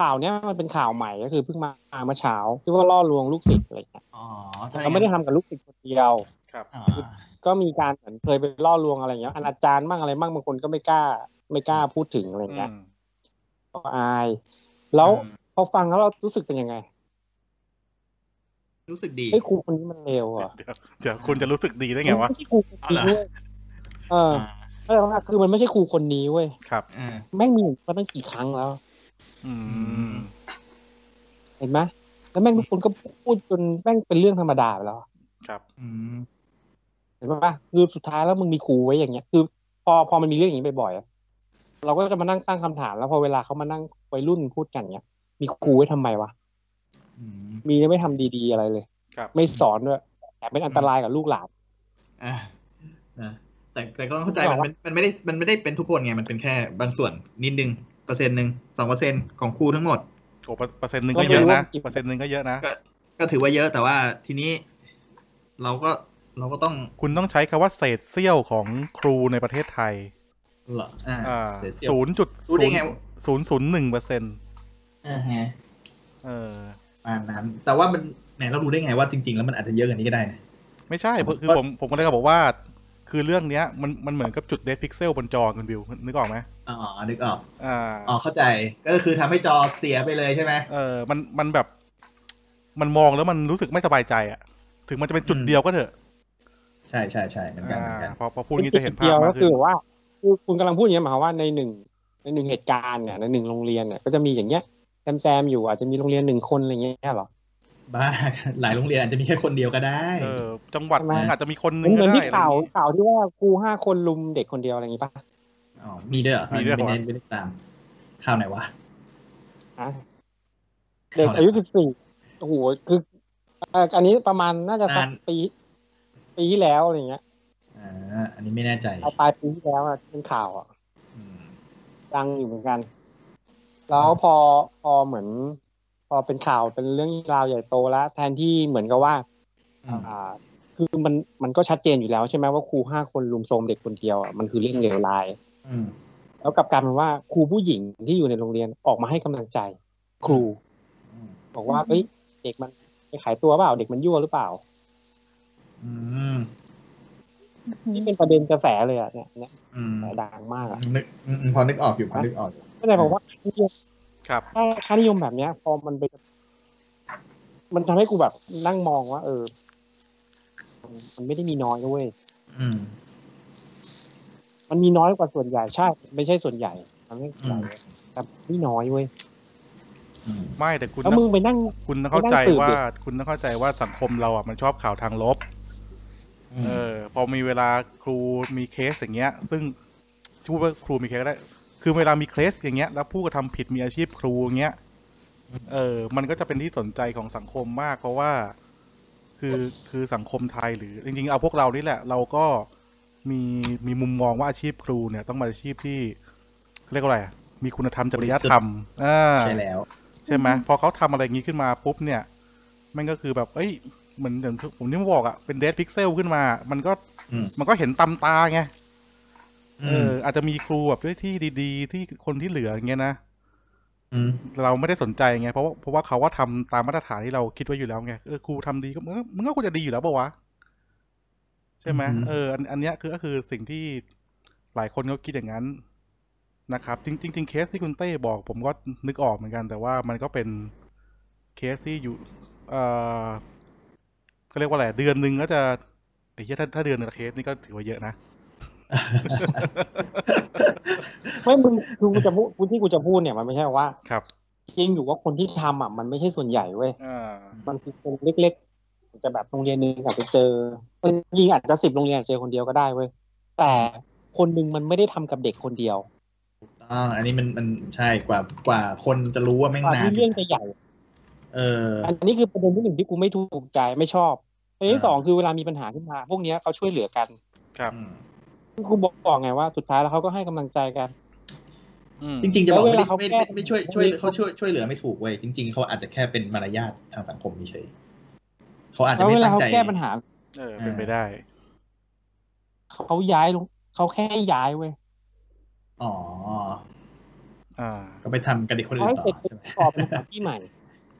ข่าวเนี้ยมันเป็นข่าวใหม่ก็คือเพิ่งมาเมื่อเช้าที่ว่าล่อลวงลูกศิษย์อะไรเงี้ย อ๋อถ้าอย่า เรา ง ไม่ได้ทำกับลูกศิษย์คนเดียว ครับ อ๋อ ก็มีการเหมือนเคยไปล่อลวงอะไรเงี้ยอนาจารบ้างอะไรบ้างบางคนก็ไม่กล้า ไม่กล้าพูดถึงอะไร อื เงี้ย ม ก็อาย แล้วพอฟังแล้วเรารู้สึกเป็นยังไง รู้สึกดี ไอ้ยครูคนนี้มันเลวเหรอ่ะ เดี๋ยวเดี๋ยวคุณจะรู้สึกดีได้ไงวะ ม่ใช่ครูคน เอาเหรอ นี้เว้ยเออ อ่า เออคือมันไม่ใช่ครูคนนี้เว้ย ครับ อ่า แม่งมีอยู่มาตั้งกี่ครั้งแล้ว อืม เห็นไหมแล้วแม่งทุกคนก็พูดจนแม่งเป็นเรื่องธรรมดาไปแล้ว ครับ อืม เห็นปะคือสุดท้ายแล้วมึงมีครูไว้อย่างเงี้ย คือ พอพอมันมีเรื่องอย่างนี้บ่อยๆอะเราก็จะมานั่งตั้งคำถาม แล้วพอเวลาเขามานั่งวัยรุ่นพูดกันเนี้ย มีครูไว้ทำไมวะ อืม มีแล้วไม่ทำดีๆอะไรเลย ครับ ไม่สอนด้วยแต่เป็นอันตรายกับลูกหลาน อ่านะแต่แต่ก็ต้องเข้าใจมันมันมันไม่ได้มันไม่ได้เป็นทุกคนไง มันเป็นแค่บางส่วนนิดนึงเปอร์เซ็นต์หนึ่งสองเปอร์เซ็นต์ของครูทั้งหมด โอ้เปอร์เปอร์เซ็นต์หนึ่งก็ก็ไม่ เย รู้ อะนะ ว่ากี่ เปอร์เซ็นต์หนึ่งก็เยอะนะ ก็ ก็ถือว่าเยอะแต่ว่าทีนี้ เราก็เราก็ต้อง คุณต้องใช้คำว่าเศษเสี้ยวของครูในประเทศไทย เหรออ่า อ่า เสียเสีย ศูนย์จุด รู้ได้ไง ศูนย์ศูนย์หนึ่งเปอร์เซ็นต์ อ่าฮะ เออ ประมาณนั้นแต่ว่ามันไหนเรารู้ได้ไงว่าจริง ๆ แล้วมันอาจจะเยอะกว่านี้ก็ได้นะ ไม่ใช่เพราะคือผมผมก็เลยบอกว่า คือเรื่องเนี้ย มันมันเหมือนกับจุดเด d พิกเซลบนจอคุณบิวนึกออกไหม อ๋อนึกออก อ่า อ๋อเข้าใจก็คือทำให้จอเสียไปเลยใช่ไหม เออ มัน มันแบบ มันมองแล้วมันรู้สึกไม่สบายใจอะถึงมันจะเป็นจุด อืม เดียวก็เถอะ ใช่ใช่ใช่เหมือนกัน อ่า เหมือนกัน พอพอพูดงี้จะเห็นภา ดี พ ยว มา ก็ ก คื ขึ้ อน ว่าคือคุณกำลังพูดอย่างนี้ยหมายความว่าในหนึ่งในหนึ่งเหตุการณ์เนี่ยในหนึ่งโรงเรียนเนี่ยก็จะมีอย่างเงี้ยแซมแซมๆอยู่อาจจะมีโรงเรียนหนึ่งคนอะไรเงี้ยเหรอ บ้า หลายโรงเรียนอาจจะมีแค่คนเดียวก็ได้ เออ จังหวัด ใช่ไหม อาจจะมีคนหนึง เหมื ก็ อน ได้ ที่ข่าว อะไรอย่างงี้ ข่าวที่ว่าครูห้าคนลุมเด็กคนเดียวอะไรอย่างงี้ป่ะ อ๋อ มีด้วยเหรอ มีด้วยเหรอ ไม่ได้ไม่ได้ตามข่าวไหนวะ อ่ะเด็กอายุสิบสี่โอ้โหคือเอ่ออันนี้ประมาณน่าจะสัก นาน ปี ปีที่แล้วอะไรอย่างเงี้ย อ่าอันนี้ไม่แน่ใจ ปลายปลายปีที่แล้วอะที่เป็นข่าวอ่ะ อืม ดังอยู่เหมือนกัน แล้วพอพอเหมือน พอเป็นข่าวเป็นเรื่องราวใหญ่โตแล้วแทนที่เหมือนกับว่า อืม อ่า คือมันมันก็ชัดเจนอยู่แล้วใช่ไหมว่าครูห้าคนลุมโทรมเด็กคนเดียวอ่ะมันคือเรื่องเลวร้าย อืม แล้วกลับกลารเป็นว่าครูผู้หญิงที่อยู่ในโรงเรียนออกมาให้กำลังใจ ครู อืม บอกว่าเอ้ยเด็กมันไปขายตัวเปล่าเด็กมันยั่วหรือเปล่า อืม นี่เป็นประเด็นกระแสเลยอ่ะเนี่ยเนี่ย อืม กระแสดังมากอ่ะ นึกอืมอืมพอนึกออกอยู่พอนึกออกอยู่ ก็เลยบอกว่านิยม ครับ ถ้าค่านิยมแบบเนี้ย พอมันไปมันทำให้กูแบบนั่งมองว่า เออ มันมันไม่ได้มีน้อยนะเว้ย อืม มันมีน้อยกว่าส่วนใหญ่ใช่ ไม่ใช่ส่วนใหญ่มันไม่ใช่ส่วนใหญ่แต่ไม่น้อยเว้ย อืม ไม่แต่คุณ แล้วมึงไปนั่ง คุณต้องเข้าใจ ไปนั่งสืบดิ ว่าคุณต้องเข้าใจว่าสังคมเราอ่ะมันชอบข่าวทางลบ อืม เออพอมีเวลาครูมีเคสอย่างเงี้ย ซึ่งพูดว่าครูมีเคสก็ได้ คือเวลามีเคสอย่างเงี้ย แล้วผู้กระทำผิดมีอาชีพครูอย่างเงี้ยเออ มันก็จะเป็นที่สนใจของสังคมมาก เพราะว่า คือคือสังคมไทยหรือ จริงๆเอาพวกเรานี่แหละ เราก็มีมีมุมมองว่าอาชีพครูเนี่ยต้องเป็นอาชีพที่เรียกว่าอะไรอะมีคุณธรรมจริยธรรมอ่า ใช่แล้ว ใช่ไหมพอเขาทำอะไรอย่างนี้ขึ้นมาปุ๊บเนี่ย มันก็คือแบบ เอ้ยเหมือนอย่างที่ผมที่บอกอะเป็นเดสพิกเซลขึ้นมา มันก็ อืม มันก็เห็นตามตาไงเอ อื อ ม อาจจะมีครูแบบที่ดีๆ ที่คนที่เหลืออย่างเงี้ยนะ อืม เราไม่ได้สนใจไงเพราะว่าเพราะว่าเขาว่าทำตามมาตรฐานที่เราคิดไว้อยู่แล้วไงเออครูทำดีก็มึงมึงก็ควรจะดีอยู่แล้วปะวะใช่ไหมเอออันอันเนี้ยคือก็คือสิ่งที่หลายคนเขาคิดอย่างนั้นนะครับ จริงจริงๆเคสที่คุณเต้บอก ผมก็นึกออกเหมือนกัน แต่ว่ามันก็เป็นเคสที่อยู่ เอ่อเขาเรียกว่าอะไรเดือนหนึ่งก็จะไอ้เหี้ยถ้าถ้าเดือนหนึ่งละเคสนี่ก็ถือว่าเยอะ นะ ไม่มึงคือกูจะพูดกูที่กูจะพูดเนี่ยมันไม่ใช่ว่า ครับ จริงอยู่ว่าคนที่ทำอ่ะมันไม่ใช่ส่วนใหญ่เว้ย อ่า มันคือคนเล็กๆอาจจะแบบโรงเรียนหนึ่งอาจจะเจอมันยิงอาจจะสิบโรงเรียนอาจจะเจอคนเดียวก็ได้เว้ย แต่คนหนึ่งมันไม่ได้ทำกับเด็กคนเดียว อ่าอันนี้มันมันใช่กว่ากว่าคนจะรู้ว่าแม่กว่านงาน ที่เรื่องจะใหญ่ เออ อันนี้คือประเด็นที่หนึ่งที่กูไม่ถูกใจไม่ชอบประเด็นที่ อ่า สองคือเวลามีปัญหาขึ้นมา พวกเนี้ยเขาช่วยเหลือกัน ครับ อืม กูบอกบอกไงว่าสุดท้ายแล้วเขาก็ให้กำลังใจกัน อืม จริง ๆ จะบอก แล้วเว ไม่ได้ไม่ลาเขาแก้ ไม่ไม่ช่วยช่วย ไม่ได้ เขาช่วยช่วยเหลือไม่ถูกเว้ยจริง ๆเขาอาจจะแค่เป็นมารยาททางสังคมเฉยๆเขาอาจจะแล้ว ไม่ เวลา ตั้ง เขา ใจ แก้ปัญหา เออเป็นไปได้ เขาย้ายลงเขาแค่ย้ายเว้ย อ๋อ อ่า ก็ไปทำกับเด็กคนอื่นต่อใช่ไหม ตอบปัญหาที่ใหม่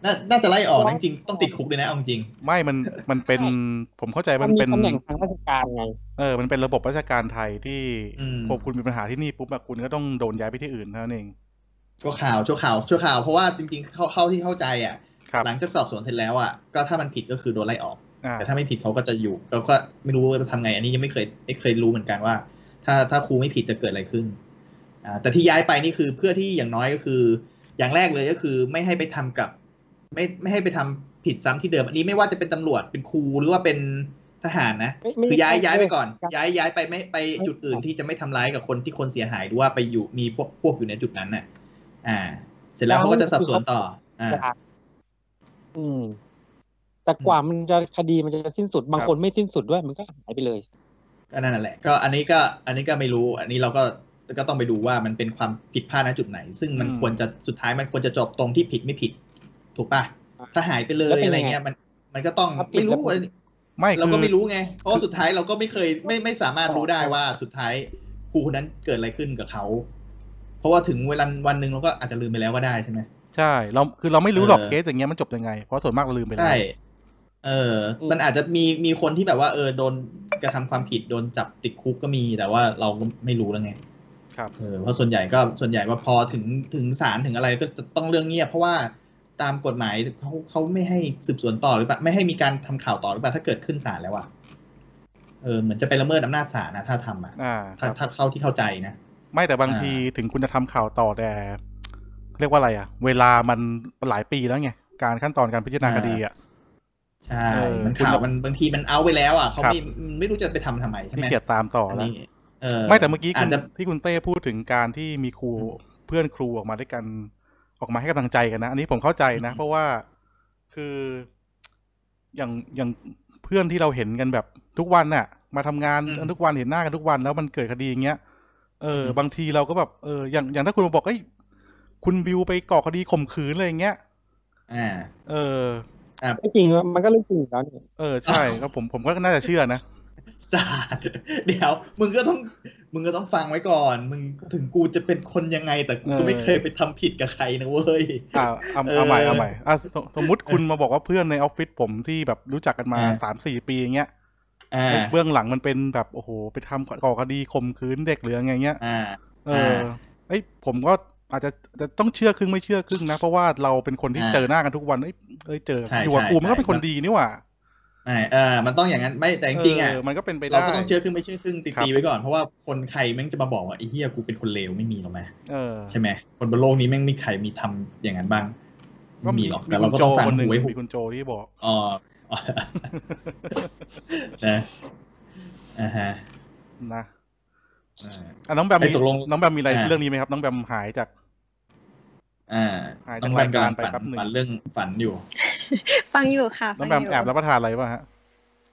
น่าน่าจะไล่ออกนะจริงๆต้องติดคุกเลยนะเอาจริง ไม่มันมันเป็น ใช่ ผมเข้าใจ มั มัน น มี เป็น ตำแหน่งทางราชการไง เออ มันเป็นระบบราชการไทยที่ อืม พอคุณมีปัญหาที่นี่ปุ๊บอะคุณก็ต้องโดนย้ายไปที่อื่นเท่านั้นเอง ชั่วข่าวชั่วข่าวชั่วข่าวเพราะว่าจริงๆเขาเข้าที่เข้าใจอ่ะ ครับ หลังจากสอบสวนเสร็จแล้วอ่ะก็ถ้ามันผิดก็คือโดนไล่ออก อ่า แต่ถ้าไม่ผิดเขาก็จะอยู่เราก็ไม่รู้ว่าจะทำไง อันนี้ยังไม่เคยไม่เคยรู้เหมือนกันว่า ถ้าถ้าครูไม่ผิดจะเกิดอะไรขึ้นอ่าแต่ที่ย้ายไปนี่คือเพื่อที่อย่างน้อยก็คือ อย่างแรกเลยก็คือไม่ให้ไปทำกับ ไม่ไม่ให้ไปทำผิดซ้ำที่เดิม อันนี้ไม่ว่าจะเป็นตำรวจเป็นครูหรือว่าเป็นทหารนะ ไม่ไม่ คือย้าย ไม่ ย้ายไปก่อน ครับ ย้ายย้ายไปไม่ไป ไม่ จุดอื่น ครับ ที่จะไม่ทำร้ายกับคนที่คนเสียหายหรือว่าไปอยู่มีพวกพวกอยู่ในจุดนั้นน่ะ อ่า เสร็จแล้วเขาก็จะสับสวนต่อ อ่า อืม แต่กว่ามันจะคดีมันจะสิ้นสุดบางคนไม่สิ้นสุดด้วย มันก็หายไปเลย ก็นั่นแหละก็อันนี้ก็อันนี้ก็ไม่รู้ อันนี้เราก็ก็ต้องไปดูว่ามันเป็นความผิดพลาดณจุดไหน ซึ่งมันควรจะสุดท้ายมันควรจะจบตรงที่ผิดไม่ผิด ถูกป่ะถ้าหายไปเล แล้ว ย เป็น อะไร ยังไง เงี้ยมันมันก็ต้อง แล้วผิด ไม่รู้ แล้วผิด ไม่ เรา คื ก็ อ ไม่รู้ไง เพราะว่าสุดท้ายเราก็ไม่เคยไม่ไม่สามารถรู้ได้ว่าสุดท้ายครูคนนั้นเกิดอะไรขึ้นกับเขา เพราะว่าถึงเวลาวันหนึ่งเราก็อาจจะลืมไปแล้วก็ได้ใช่ไหม ใช่เราคือเราไม่รู้หรอก เออ เคสอย่างเงี้ยมันจบยังไง เพราะส่วนมากเราลืมไปแล้ว ใช่ เออ มันอาจจะมีมีคนที่แบบว่า เออโดนกระทำความผิดโดนจับติดคุกก็มีแต่ว่าเราก็ไม่รู้แล้วไง ครับ เออเพราะส่วนใหญ่ก็ส่วนใหญ่ว่าพอถึงถึงศาลถึงอะไรก็จะต้องเรื่องเงียบเพราะว่าตามกฎหมายเขาเขาไม่ให้สืบสวนต่อหรือเปล่าไม่ให้มีการทำข่าวต่อหรือเปล่าถ้าเกิดขึ้นศาลแล้วอะเออเหมือนจะไปละเมิดอำนาจศาลนะถ้าทำอ่ะ อ่าค ถ้า รับ ถ้าเท่าที่เข้าใจนะ ไม่แต่บาง อ่า ทีถึงคุณจะทำข่าวต่อแต่เรียกว่าอะไรอะเวลามันหลายปีแล้วไงการขั้นตอนการพิจารณาคดีอะ ใช่ เออ มันข่าว คุณ มันบางทีมันเอาไปแล้วอ่ะเขา ครับ ไม่มันไม่รู้จะไปทำทำไมใช่ ที่ ไหม เกียดตามต่อ อัน แล้ว นี้เออ ไม่แต่เมื่อกี้คุ อาจ ณ จะ ที่คุณเต้พูดถึงการที่มีครูเพื่อนครูออกมาด้วยกันออกมาให้กำลังใจกันนะ อันนี้ผมเข้าใจนะ อืม เพราะว่าคืออย่างอย่างเพื่อนที่เราเห็นกันแบบทุกวันน่ะ มาทำงานกันทุกวันเห็นหน้ากันทุกวันแล้วมันเกิดคดีอย่างเงี้ยเอออบางทีเราก็แบบเอออย่างอย่างถ้าคุณมาบอกเอ้ยคุณบิวไปก่อคดีข่มขืนอะไรอย่างเงี้ย อ่า เออ ไม่จริงหรอกมันก็เรื่องจริงอยู่แล้วนี่ เออใช่ก็ผมผมก็น่าจะเชื่อนะ ศาสตร์ เดี๋ยว มึงก็ต้อง มึงก็ต้องฟังไว้ก่อน มึงถึงกูจะเป็นคนยังไง แต่กู เออ ไม่เคยไปทำผิดกับใครนะเว้ย อ่าเอาเอาใหม่ เออ เอาใหม่อ่ะสมสมมุติคุณมาบอกว่าเพื่อนในออฟฟิศผมที่แบบรู้จักกันมา อ่า สามสี่ปีอย่างเงี้ย อ่า เบื้องหลังมันเป็นแบบโอ้โหไปทำก่อคดีข่มขืนเด็กหรือไงเงี้ย อ่า เออไอยผมก็อาจจะจะต้องเชื่อครึ่งไม่เชื่อครึ่งนะ เพราะว่าเราเป็นคนที่ อ่า เจอหน้ากันทุกวันเอ้ยเอ้ยเจอ ใช่ อยู่กับ ใช่ กูมันก็ ใช่ เป็นคนดีนี่หว่า อ่าเออมันต้องอย่างนั้น ไม่ แต่จริงๆอ่ะ เมันก็เป็นไปได้ เราก็ต้องเชื่อครึ่งไม่เชื่อครึ่งตี ครับ ตีไว้ก่อน เพราะว่าคนใครแม่งจะมาบอกว่าไอ้เหี้ยกูเป็นคนเลวไม่มีหรอกนะ เออ ใช่ไหม คนบนโลกนี้แม่งไม่ใครมีทำอย่างนั้นบ้าง ก็มี ไหรอก มี แต่ คุ เรา ณ ก็ โจ ต้องฟัง คนหนึ่ หู ง ไว้หู มีคุณโจที่บอก อ๋ ออ๋อนะอ่าฮะ นะ อ่า อ่ะน้องแบม ไอ้ มี ตกลง น้องแบมมีอะไร อ่า เรื่องนี้ไหมครับ น้องแบมหายจาก อ่า หายจาก น้องแบมรายกำลังการไป ฝัน แป๊บหนึ่ง ฝันเรื่องฝันอยู่ ฟังอยู่ค่ะ น้อฟัง ง แบม ยู่ แอบรับประทานอะไรป่ะฮะ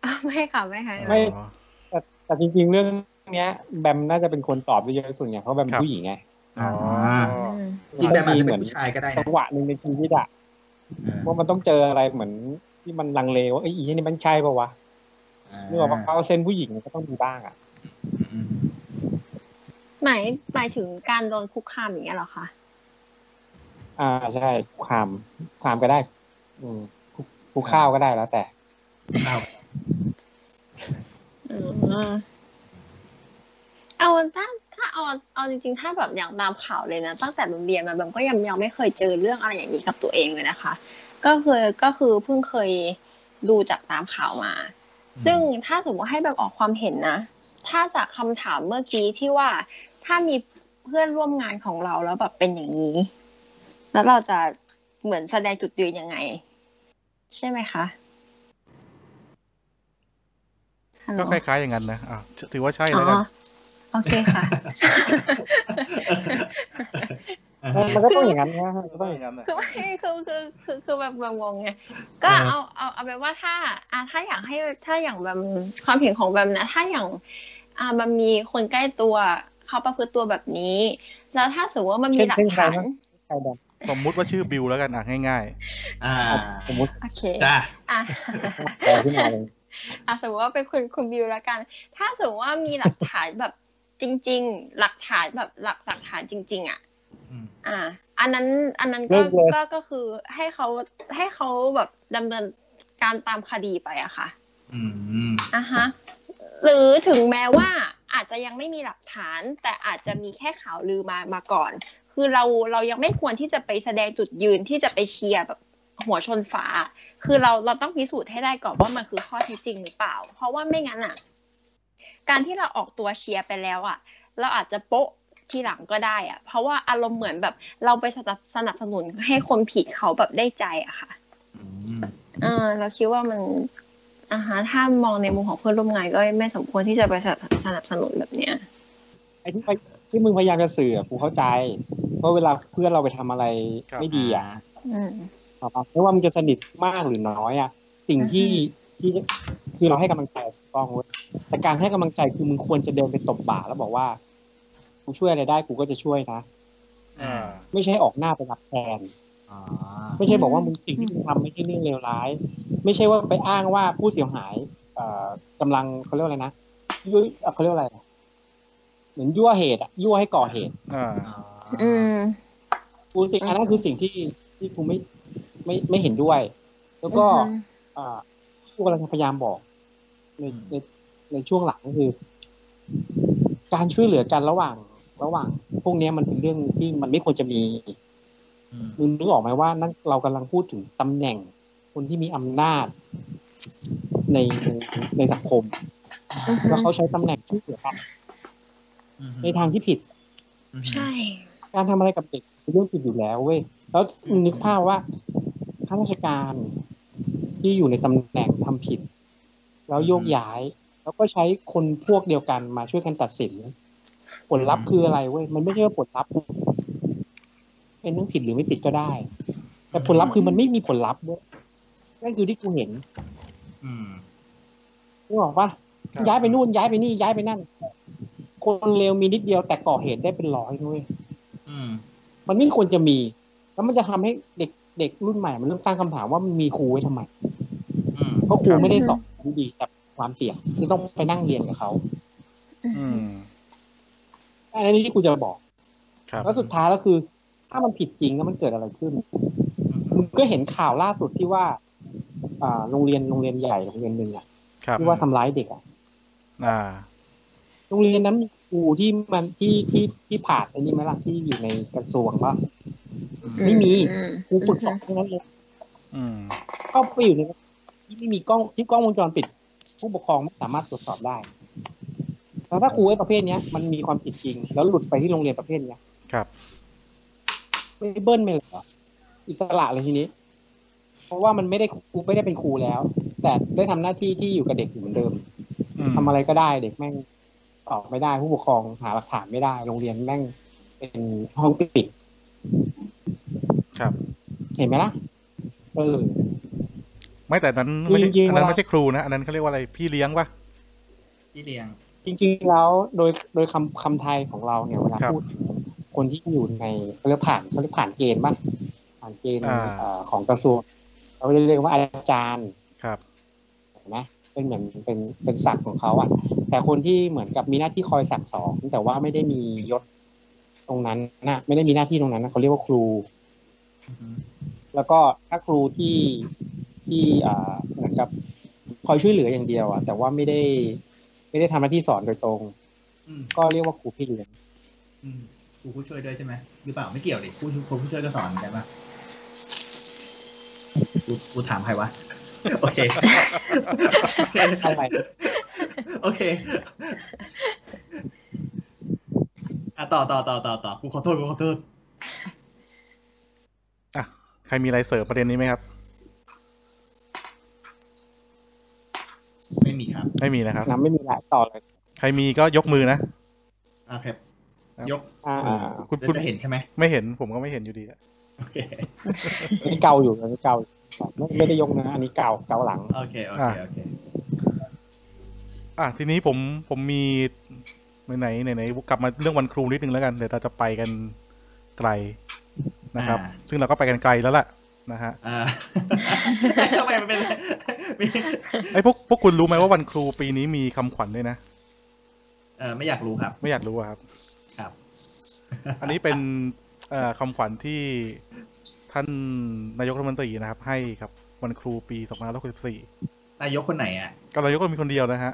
อ๋อไม่ค่ะไม่ค่ะ ไม่ อ๋อ แต่แต่จริงๆเรื่องเนี้ยแบมน่าจะเป็นคนตอบได้เยอะที่สุดไงเพราะแบม ครั เป็น บ ผู้หญิงไง อ๋ออ ม จริงแบบอาจจะ เห เป็นมืน ผู้ชายก็ได้ จั นะ งหวะหนึ่งในชีวิตอะว่ามันต้องเจออะไรเหมือนที่มันลังเลว่าไอ้ยอีนี่มันใช่ปะวะ อ่า เนื่องจากเอาเซนส์ผู้หญิงมันก็ต้องมีบ้างอะ อืม หมายหมายถึงการโดนคุกคามอย่างเงี้ยเหรอคะ อ่าใช่ความความก็ได้ อืมคุกคุกข้าวก็ได้แล้วแต่ เอา อืมเอาถ้าถ้าเอาเอาจริงๆ ถ้าแบบอย่างตามข่าวเลยนะ ตั้งแต่บมเรียนมาบมก็ยังยังไม่เคยเจอเรื่องอะไรอย่างนี้กับตัวเองเลยนะคะ ก็เคยก็คือเพิ่งเคยดูจากตามข่าวมา ซึ่งถ้าสมมติให้แบบออกความเห็นนะ ถ้าจากคำถามเมื่อกี้ที่ว่าถ้ามีเพื่อนร่วมงานของเราแล้วแบบเป็นอย่างนี้ แล้วเราจะเหมือนแสดงจุดยืนยังไง ใช่ไหมคะฮัลโหล ก็คล้ายๆอย่างนั้นนะอ่ะถือว่าใช่ อ๋ แล้วกัน อโอเคค่ะ มันมันก็ต้องอย่างนั้นนะมันก็ต้องอย่างนั้น คือไม่คือคือคือคือแบบแบบงงไงก็ เออ เอาเอาเอาเป็นว่าถ้าอ่ะถ้าอยากให้ถ้าอย่างแบบความเห็นของแบบนะถ้าอย่างอ่ะมันมีคนใกล้ตัวเขาประพฤติตัวแบบนี้ แล้วถ้าสมมติว่ามันมีหลักฐาน เช่นใครบ้าง ใช่แบบ สมมุติว่าชื่อบิวแล้วกันอ่ะง่าย อ่า สมมติ โอเค จ้า อ่ะ แปลขึ้นมาเลย อ่ะสมมติว่าเป็นคุณคุณบิวแล้วกัน ถ้าสมมติว่ามีหลักฐานแบบจริง ๆ หลักฐานแบบหลักหลักฐานจริง ๆ อ่ะ อืม อ่า อันนั้น อันนั้นก็ เลิกเลย ก็ ก็คือให้เขาให้เขาแบบดำเนินการตามคดีไปอะค่ะ อืม อ่ะฮะ หรือถึงแม้ว่าอาจจะยังไม่มีหลักฐาน แต่อาจจะมีแค่ข่าวลือมา มาก่อน คือเรา เรายังไม่ควรที่จะไปแสดงจุดยืนที่จะไปเชียร์แบบหัวชนฝา คือเรา เราต้องพิสูจน์ให้ได้ก่อนว่ามันคือข้อเท็จจริงหรือเปล่า เพราะว่าไม่งั้นอะการที่เราออกตัวเชียร์ไปแล้วอะ เราอาจจะโป๊ะทีหลังก็ได้อะเพราะว่าอารมณ์เหมือนแบบเราไปสนับสนับสนุนให้คนผิดเขาแบบได้ใจอะค่ะ อืม เออเราคิดว่ามันอ่าฮะถ้ามองในมุมของเพื่อนร่วมงานก็ไม่สมควรที่จะไปสนับสนับสนุนแบบเนี้ย ไอ้ที่ไปที่มึงพยายามจะสื่ออะกูเข้าใจเพราะเวลาเพื่อนเราไปทำอะไรไม่ดีอ่ะ อืม ไม่ว่ามันจะสนิทมากหรือน้อยอ่ะสิ่งที่ที่คือเราให้กำลังใจถูกต้องเว้ยแต่การให้กำลังใจคือมึงควรจะเดินไปตบบ่าแล้วบอกว่ากูช่วยอะไรได้กูก็จะช่วยนะ ๆอ่า ไม่ใช่ออกหน้าไปรับแทน อ๋อ ไม่ใช่บอกว่า อืม มึงสิ่งที่มึงทำไม่ใช่เรื่องเลวร้าย ไม่ใช่ว่าไปอ้างว่าผู้เสียหาย เอ่อกำลังเขาเรียกว่าอะไรนะยั่วเอ่อเขาเรียกว่าอะไรนะเหมือนยั่วเหตุอะยั่วให้ก่อเหตุ อ่า อ๋อ อืม กูสิ่ง อืม อันนั้นคือสิ่งที่ที่กูไม่ไม่ไม่เห็นด้วย แล้วก็ อืม เอ่อกูกำลังพยายามบอกในในในช่วงหลังก็คือ การช่วยเหลือกันระหว่าง ระหว่าง พวกเนี้ยมันเป็นเรื่องที่มันไม่ควรจะมี อืม มึงนึกออกไหมว่านั่นเรากำลังพูดถึงตำแหน่ง คนที่มีอำนาจ ในในสังคม อือฮึ แล้วเขาใช้ตำแหน่งช่วยเหลือกัน อืม ในทางที่ผิด อืม ใช่ การทำอะไรกับเด็กเป็นเรื่องผิดอยู่แล้วเว้ยแล้วมึงนึกภาพว่าข้าราชการ ที่อยู่ในตำแหน่งทำผิด แล้วโยก อืม ย้าย แล้วก็ใช้คนพวกเดียวกันมาช่วยกันตัดสิน ผลลัพธ์ อืม คืออะไรเว้ยมันไม่ใช่ว่าผลลัพธ์เป็นเรื่องผิดหรือไม่ผิดก็ได้ แต่ผลลัพธ์คือมันไม่มีผลลัพธ์เว้ยนั่นคือที่กูเห็น อืม นึกออกปะ ครับ ย้ายไปนู่นย้ายไปนี่ย้ายไปนั่น คนเลวมีนิดเดียวแต่ก่อเหตุได้เป็นร้อยด้วย อืม มันไม่ควรจะมี แล้วมันจะทำให้เด็กเด็กรุ่นใหม่มันเริ่มตั้งคำถามว่ามันมีครูไว้ทำไม อืม เพราะครูไม่ได้สอนดีกับความเสี่ยงที่ต้องไปนั่งเรียนกับเขา อืม อันนี้ที่ครูจะบอก ครับ แล้วสุดท้ายก็คือ ถ้ามันผิดจริงแล้วมันเกิดอะไรขึ้น มึงก็เห็นข่าวล่าสุดที่ว่า อ่า โรงเรียนโรงเรียนใหญ่โรงเรียนหนึ่งอ่ะ ครับ ที่ว่าทำร้ายเด็กอ่ะ อ่า โรงเรียนนั้นมีครูที่มันที่ที่ที่ผ่านอันนี้ไหมล่ะที่อยู่ในกระทรวงว่า ไม่มี อื ครูฝึกสอนเท่านั้นเลย อืม เข้าไปอยู่ในที่ไม่มีกล้องที่กล้องวงจรปิด ผู้ปกครองไม่สามารถตรวจสอบได้แล้วถ้าครูไอ้ประเภทเนี้ยมันมีความผิดจริง แล้วหลุดไปที่โรงเรียนประเภทเนี้ย ครับ ไม่เบิ้ลไม่เลยเหรออิสระเลยทีนี้ เพราะว่ามันไม่ได้ครูไม่ได้เป็นครูแล้ว แต่ได้ทำหน้าที่ที่อยู่กับเด็กอยู่เหมือนเดิม ม ทำอะไรก็ได้เด็กแม่งตอบไม่ได้ ผู้ปกครองหาหลักฐานไม่ได้ โรงเรียนแม่งเป็นห้องปิด ครับ เห็นไหมล่ะเออ ไม่แต่นั้นไม่ใช่ จริงๆ อันนั้น เวลา ไม่ใช่ครูนะ อันนั้นเขาเรียกว่าอะไรพี่เลี้ยงปะ ที่เลี้ยง จริงๆแล้วโดยโดยคำคำไทยของเราเนี่ยเวลา ครับ พูดถึงคนที่อยู่ในเขาเรียกผ่านเขาเรียกผ่านเกณฑ์ป่ะผ่านเกณฑ์ อ่า เอ่อของกระทรวงเราเรียกว่าอาจารย์ ครับ เห็นไหมเป็นเหมือนเป็นเป็นศักดิ์ของเขาอะแต่คนที่เหมือนกับมีหน้าที่คอยสั่งสอนแต่ว่าไม่ได้มียศตรงนั้นนะไม่ได้มีหน้าที่ตรงนั้นนะเขาเรียกว่าครู แล้วก็ถ้าครูที่ที่อ่าเหมือนกับคอยช่วยเหลืออย่างเดียวอะแต่ว่าไม่ได้ไม่ได้ทำหน้าที่สอนโดยตรง อืม ก็เรียกว่าครูพี่เลี้ยง อืมครูผู้ช่วยด้วยใช่ไหมหรือเปล่าไม่เกี่ยวดิครูครูผู้ช่วยก็สอนเหมือนกันปะกูกูถามใครวะ โอเค อะไร โอเคอ่ะต่อต่อต่อต่อต่อกูขอโทษกูขอโทษ อ่ะ ใครมีอะไรเสริมประเด็นนี้ไหมครับ ไม่มีครับ ไม่มีนะครับ น้ำไม่มีละต่อเลย ใครมีก็ยกมือนะ โอเค ครับ ยก อ่า มือ คุณ จะ คุณ จะเห็นใช่ไหม ไม่เห็นผมก็ไม่เห็นอยู่ดีอะ โอเค อันนี้เกาอยู่อันนี้เกาอยู่ไม่ไม่ได้ยกนะอันนี้เกาเกาหลัง โอเค โอเค โอเค อ่ะ ทีนี้ผมผมมีไหนไหนไหนกลับมาเรื่องวันครูนิดนึงแล้วกัน เดี๋ยวเราจะไปกันไกลนะครับ อ่า ซึ่งเราก็ไปกันไกลแล้วล่ะนะฮะ อ่า ทำไมมันเป็นไรมี ไอ้ยพวกพวกคุณรู้ไหมว่าวันครูปีนี้มีคำขวัญด้วยนะ เออไม่อยากรู้ครับ ไม่อยากรู้อะครับ ครับ อันนี้เป็นเอ่อคำขวัญที่ท่านนายกรัฐมนตรีนะครับ ให้ครับวันครูปี2564 นายกคนไหนอ่ะ ก็นายกก็มีคนเดียวนะฮะ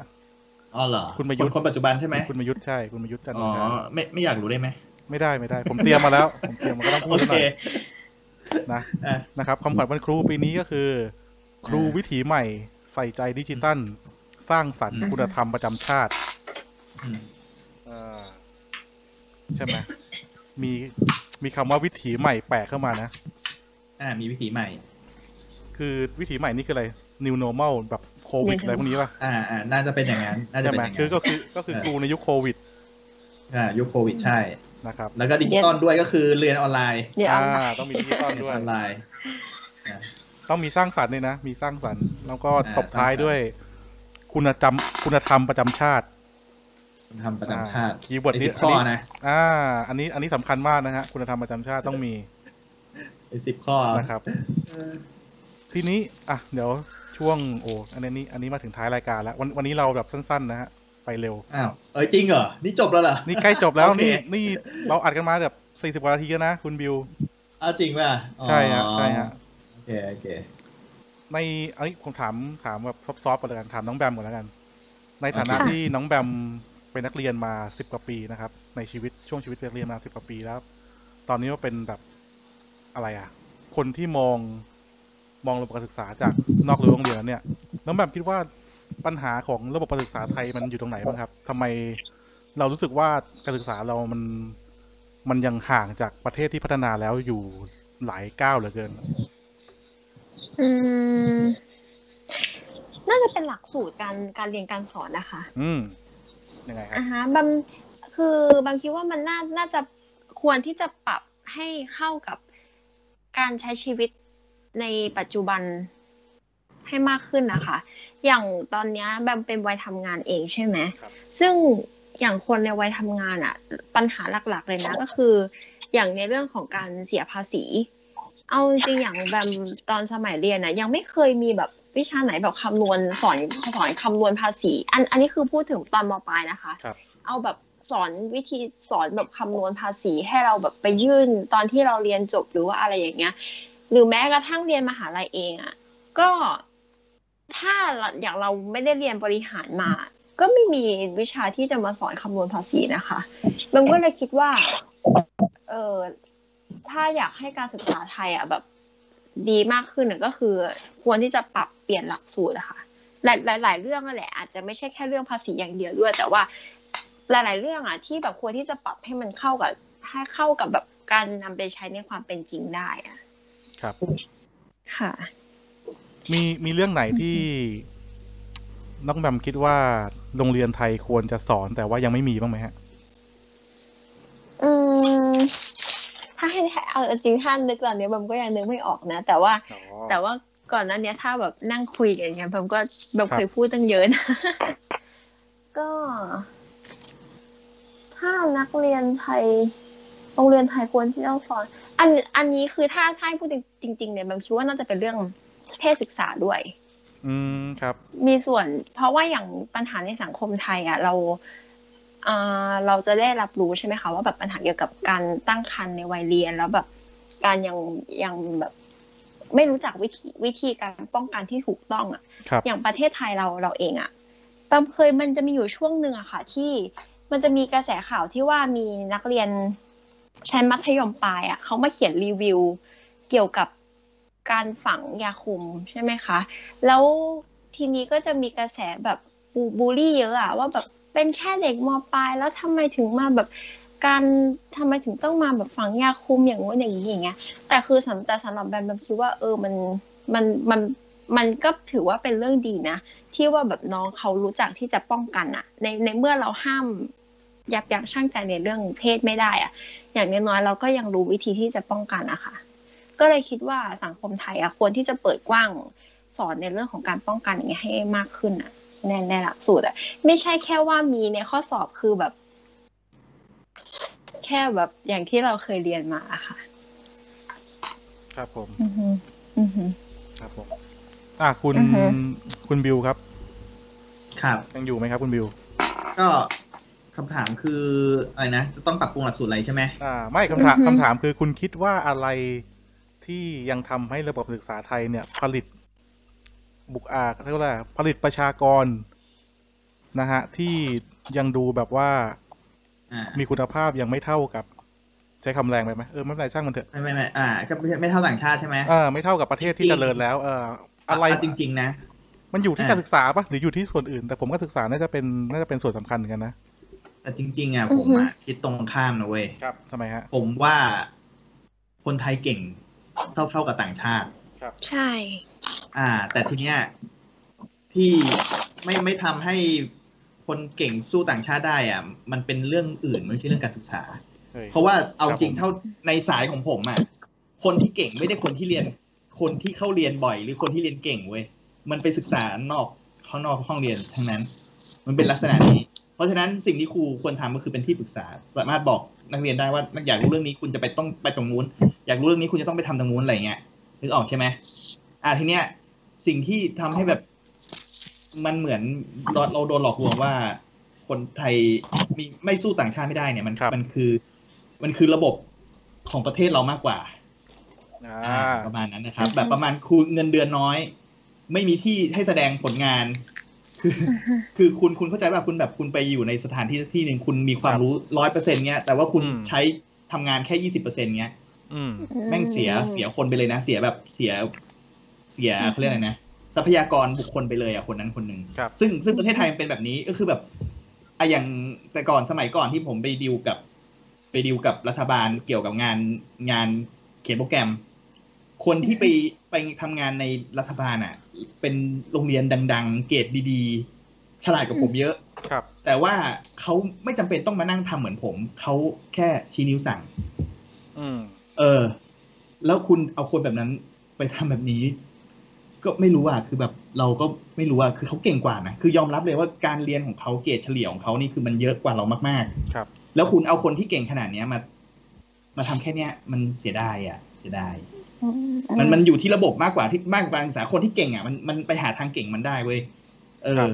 อ๋อเหรอ คุณประยุทธ์ นคนปัจจุบันใช่ไหม คุณมยุทธ์ใช่คุณมยุทธ์จันทร์ อ๋ โอ อ ชา ไม่ไม่อยากรู้ได้ไหม ไม่ได้ไม่ได้ ผมเตรียมมาแล้ว ผมเตรียมมาก็ต้องพู โอ ดห เค น่อยนะ อ่ะ นะครับคำขวัญวันครูปีนี้ก็คือ ครู อ่า วิถีใหม่ใส่ใจดิจิตัลสร้างสรรค์ อืม คุณธรรมประจำชาติ อืม อ่าใช่ไหมมีมีคำว่าวิถีใหม่แปะเข้ามานะ อ่ามีวิธีใหม่ คือวิถีใหม่นี่คืออะไร new normal แบบโควิดอะไรพวกนี้ป่ะ อ่าอ่าน่าจะเป็นอย่างนั้น น่าจะ ใช่ เป็น ไหม อย่างนั้น คือก็คือก็คือครูในยุคโควิด อ่ายุคโควิดใช่ นะครับ แล้วก็ดิจิตอลด้วยก็คือเรียนออนไลน์ เดี๋ยว อ่า เอามา ต้องมีดิจิตอลด้วย ออนไลน์ ต้องมีสร้างสรรค์เลยนะ มีสร้างสรรค์ แล้วก็ อ่า ตบท้าย สร้างสรรค์ ด้วย คุณธรรมคุณธรรมประจำชาติ ทำประจำชาติ คีย์เวิร์ด ไอ้ นี้ สิบข้อ อันนี้ นะ อ่า อันนี้อันนี้สำคัญมากนะฮะคุณธรรมประจำชาติต้องมี ไอ้สิบข้อ นะครับ เออ ทีนี้อ่ะเดี๋ยวช่วงโอ้อันนี้อันนี้มาถึงท้ายรายการแล้ว วันวันนี้เราแบบสั้นๆนะฮะไปเร็ว อ้าวเอ้ยจริงเหรอ นี่จบแล้วเหรอ นี่ใกล้จบแล้ว โอเค นี่นี่เราอัดกันมาแบบสี่สิบกว่านาทีแล้วนะคุณบิว เอาจริงป่ะอ๋อ ใช่ฮะใช่ฮะ โอเคโอเค ในอันนี้ผมถามถามแบบซอฟต์ๆก่อนแล้วกันถามน้องแบมก่อนแล้วกัน ในฐานะ โอเค ที่น้องแบมเป็นนักเรียนมาสิบกว่าปีนะครับ ในชีวิตช่วงชีวิตเป็นนักเรียนมาสิบกว่าปีแล้ว ตอนนี้ก็เป็นแบบอะไรอ่ะ คนที่มองมองระบบการศึกษาจากนอกรั้วโรงเรียนแล้วเนี่ยน้องแบมคิดว่าปัญหาของระบบการศึกษาไทยมันอยู่ตรงไหนบ้างครับทำไมเรารู้สึกว่าการศึกษาเรามันมันยังห่างจากประเทศที่พัฒนาแล้วอยู่หลายก้าวเหลือเกิน อืม น่าจะเป็นหลักสูตรการการเรียนการสอนนะคะ อืมยังไงครับ อ่าฮะบางคือบางคิดว่ามันน่าน่าจะควรที่จะปรับให้เข้ากับการใช้ชีวิตในปัจจุบันให้มากขึ้นนะคะ อย่างตอนเนี้ยแบมเป็นวัยทำงานเองใช่ไหม ซึ่งอย่างคนในวัยทำงานอะปัญหาหลักๆเลยนะก็คือ อย่างในเรื่องของการเสียภาษี เอาจริงๆอย่างแบมตอนสมัยเรียนนะยังไม่เคยมีแบบวิชาไหนแบบคำนวณสอนสอนคำนวณภาษี อันอันนี้คือพูดถึงตอนมปลายนะคะ ครับ เอาแบบสอนวิธีสอนแบบคำนวณภาษีให้เราแบบไปยื่นตอนที่เราเรียนจบหรือว่าอะไรอย่างเงี้ย หรือแม้กระทั่งเรียนมหาลัยเองอะ่ะก็ถ้าอย่างเราไม่ได้เรียนบริหารมา ก็ไม่มีวิชาที่จะมาสอนคำนวณภาษีนะคะมันก็เลยคิดว่า เออถ้าอยากให้การศึกษาไทยอ่ะแบบดีมากขึ้นน่ะก็คือ ควรที่จะปรับเปลี่ยนหลักสูตรอะค่ะ หลายหลายหลายเรื่องนั่นแหละอาจจะไม่ใช่แค่เรื่องภาษีอย่างเดียวด้วย แต่ว่า หลาย ๆ เรื่องอ่ะที่แบบควรที่จะปรับให้มันเข้ากับให้เข้ากับแบบการนำไปใช้ในความเป็นจริงได้อ่ะ ครับ ค่ะ มีมีเรื่องไหนที่ น้องแบมคิดว่าโรงเรียนไทยควรจะสอนแต่ว่ายังไม่มีบ้างไหมฮะ อืมถ้าให้เอาจริงท่านนึกตอนเนี้ยบัมก็ยังนึกไม่ออกนะ แต่ว่า แต่ว่าก่อนหน้าเนี้ยถ้าแบบนั่งคุยกันอย่างเงี้ยบัมก็บัม ครับ เคยพูดตั้งเยอะนะ ก็ ถ้านักเรียนไทยโรงเรียนไทยควรที่ต้องสอน อันอันนี้คือถ้าถ้าให้พูดจริง ๆ เนี่ยบัมคิดว่าน่าจะเป็นเรื่องเพศศึกษาด้วย อืมครับ มีส่วนเพราะว่าอย่างปัญหาในสังคมไทยอ่ะเราอ่าเราจะได้รับรู้ใช่ไหมคะว่าแบบปัญหาเกี่ยวกับการตั้งครรภ์ในวัยเรียนแล้วแบบการยังยังแบบไม่รู้จักวิธีวิธีการป้องกันที่ถูกต้องอ่ะ ครับ อย่างประเทศไทยเราเราเองอะแปมเคยมันจะมีอยู่ช่วงหนึ่งอะค่ะ ที่มันจะมีกระแสข่าวที่ว่ามีนักเรียนชั้นมัธยมปลายอะเขามาเขียนรีวิว เกี่ยวกับการฝังยาคุมใช่ไหมคะ แล้วทีนี้ก็จะมีกระแสแบบบูบูลลี่เยอะอะว่าแบบเป็นแค่เด็กมปลายแล้วทำไมถึงมาแบบการทำไมถึงต้องมาแบบฝังยาคุมอย่างงู้นอย่างนี้อย่างเงี้ย แต่คือสำแต่สำหรับแบมแบมคิดว่าเออมันมันมันมันก็ถือว่าเป็นเรื่องดีนะ ที่ว่าแบบน้องเขารู้จักที่จะป้องกันอะในในเมื่อเราห้ามยับยั้งชั่งใจในเรื่องเพศไม่ได้อะอย่างน้อยๆเราก็ยังรู้วิธีที่จะป้องกันอะค่ะ ก็เลยคิดว่าสังคมไทยอะควรที่จะเปิดกว้างสอนในเรื่องของการป้องกันอย่างเงี้ยให้มากขึ้นอะในในหลักสูตรอะไม่ใช่แค่ว่ามีในข้อสอบคือแบบ แค่แบบอย่างที่เราเคยเรียนมาอะค่ะ ครับผม อือฮึอือฮึ ครับผม อ่ะคุณ อือฮึ คุณบิวครับ ครับ ยังอยู่ไหมครับ คุณบิว ก็คำถามคืออะไรนะจะต้องปรับปรุงหลักสูตรอะไรใช่ไหม อ่า ไม่คำถาม อือฮึ คำถามคือคุณคิดว่าอะไรที่ยังทำให้ระบบศึกษาไทยเนี่ย ผลิต บุกอาเรียกว่าอะไรผลิตประชากรนะฮะ ที่ยังดูแบบว่า อ่า มีคุณภาพยังไม่เท่ากับ ใช้คำแรงไปไหมเออไม่เป็นไรช่างมันเถอะ ไม่ไม่ไม่อ่าก็ไม่ไม่เท่าต่างชาติใช่ไหม เออไม่เท่ากับประเทศที่เจริญแล้ว เอออะไร จริง ๆ นะ มันอยู่ที่ อ่า การศึกษาปะหรืออยู่ที่ส่วนอื่น แต่ผมก็ศึกษาน่าจะเป็นน่าจะเป็นส่วนสำคัญเหมือนกันนะ แต่จริง ๆอ่ะ อื ผ อ ม ฮึ อ่ะคิดตรงข้ามนะเว้ย ครับทำไมฮะ ผมว่าคนไทยเก่งเท่าเท่ากับต่างชาติ ใช่ อ่า แต่ทีเนี้ยที่ไม่ไม่ทำให้คนเก่งสู้ต่างชาติได้อ่ะมันเป็นเรื่องอื่นมันไม่ใช่เรื่องการศึกษา เฮ้ย เพราะว่าเอา ครับ จริง ผม เท่าในสายของผมอ่ะคนที่เก่งไม่ได้คนที่เรียน คนที่เข้าเรียนบ่อย หรือคนที่เรียนเก่งเว้ยมันไปศึกษานอกข้างนอกห้องเรียนทั้งนั้น มันเป็นลักษณะนี้ เพราะฉะนั้นสิ่งที่ครูควรทำก็คือเป็นที่ปรึกษา สามารถบอกนักเรียนได้ว่าอยากรู้เรื่องนี้คุณจะไปต้องไปตรงนู้น อยากรู้เรื่องนี้คุณจะต้องไปทำตรงนู้นอะไรเงี้ยนึกออกใช่ไหมอ่าทีเนี้ยสิ่งที่ทำให้แบบมันเหมือนเราเราโดนหลอกลวงว่า คนไทยมีไม่สู้ต่างชาติไม่ได้เนี่ยมัน ครับ มันคือ มันคือระบบของประเทศเรามากกว่า อ่า ประมาณนั้นนะครับ แบบประมาณคูณเงินเดือนน้อย ไม่มีที่ให้แสดงผลงาน คือคือคุณคุณเข้าใจแบบคุณแบบคุณไปอยู่ในสถานที่ที่หนึ่งคุณมีความรู้ร้อยเปอร์เซ็นเนี้ยแต่ว่าคุณใช้ทำงานแค่ยี่สิบเปอร์เซ็นเนี้ย อืม แม่งเสียเสียคนไปเลยนะ เสียแบบเสียเสีย อืม เขาเรียกอะไรนะทรัพยากรบุคคลไปเลยอ่ะคนนั้นคนหนึ่ง ครับ ซึ่งซึ่งประเทศไทยมันเป็นแบบนี้ก็คือแบบอะอย่างแต่ก่อนสมัยก่อนที่ผมไปดีลกับ ไปดีลกับรัฐบาลเกี่ยวกับงานงานเขียนโปรแกรม คนที่ไปไปทำงานในรัฐบาลอ่ะ เป็นโรงเรียนดัง ๆ เกรดดีๆ ฉลาดกว่าผมเยอะ ครับ แต่ว่าเขาไม่จำเป็นต้องมานั่งทำเหมือนผม เขาแค่ชี้นิ้วสั่ง อืม เออ แล้วคุณเอาคนแบบนั้นไปทำแบบนี้ ก็ไม่รู้อ่ะคือแบบเราก็ไม่รู้อ่ะคือเขาเก่งกว่านะคือยอมรับเลยว่าการเรียนของเขาเกรดเฉลี่ยของเขานี่คือมันเยอะกว่าเรามากๆ ครับ แล้วคุณเอาคนที่เก่งขนาดเนี้ยมา มาทำแค่เนี้ย มันเสียดายอ่ะ เสียดาย อื มันมันอยู่ที่ระบบมากกว่าที่มากกว่าการศึกษาคนที่เก่งอ่ะมันมันไปหาทางเก่งมันได้เว้ยเอ ครั อ บ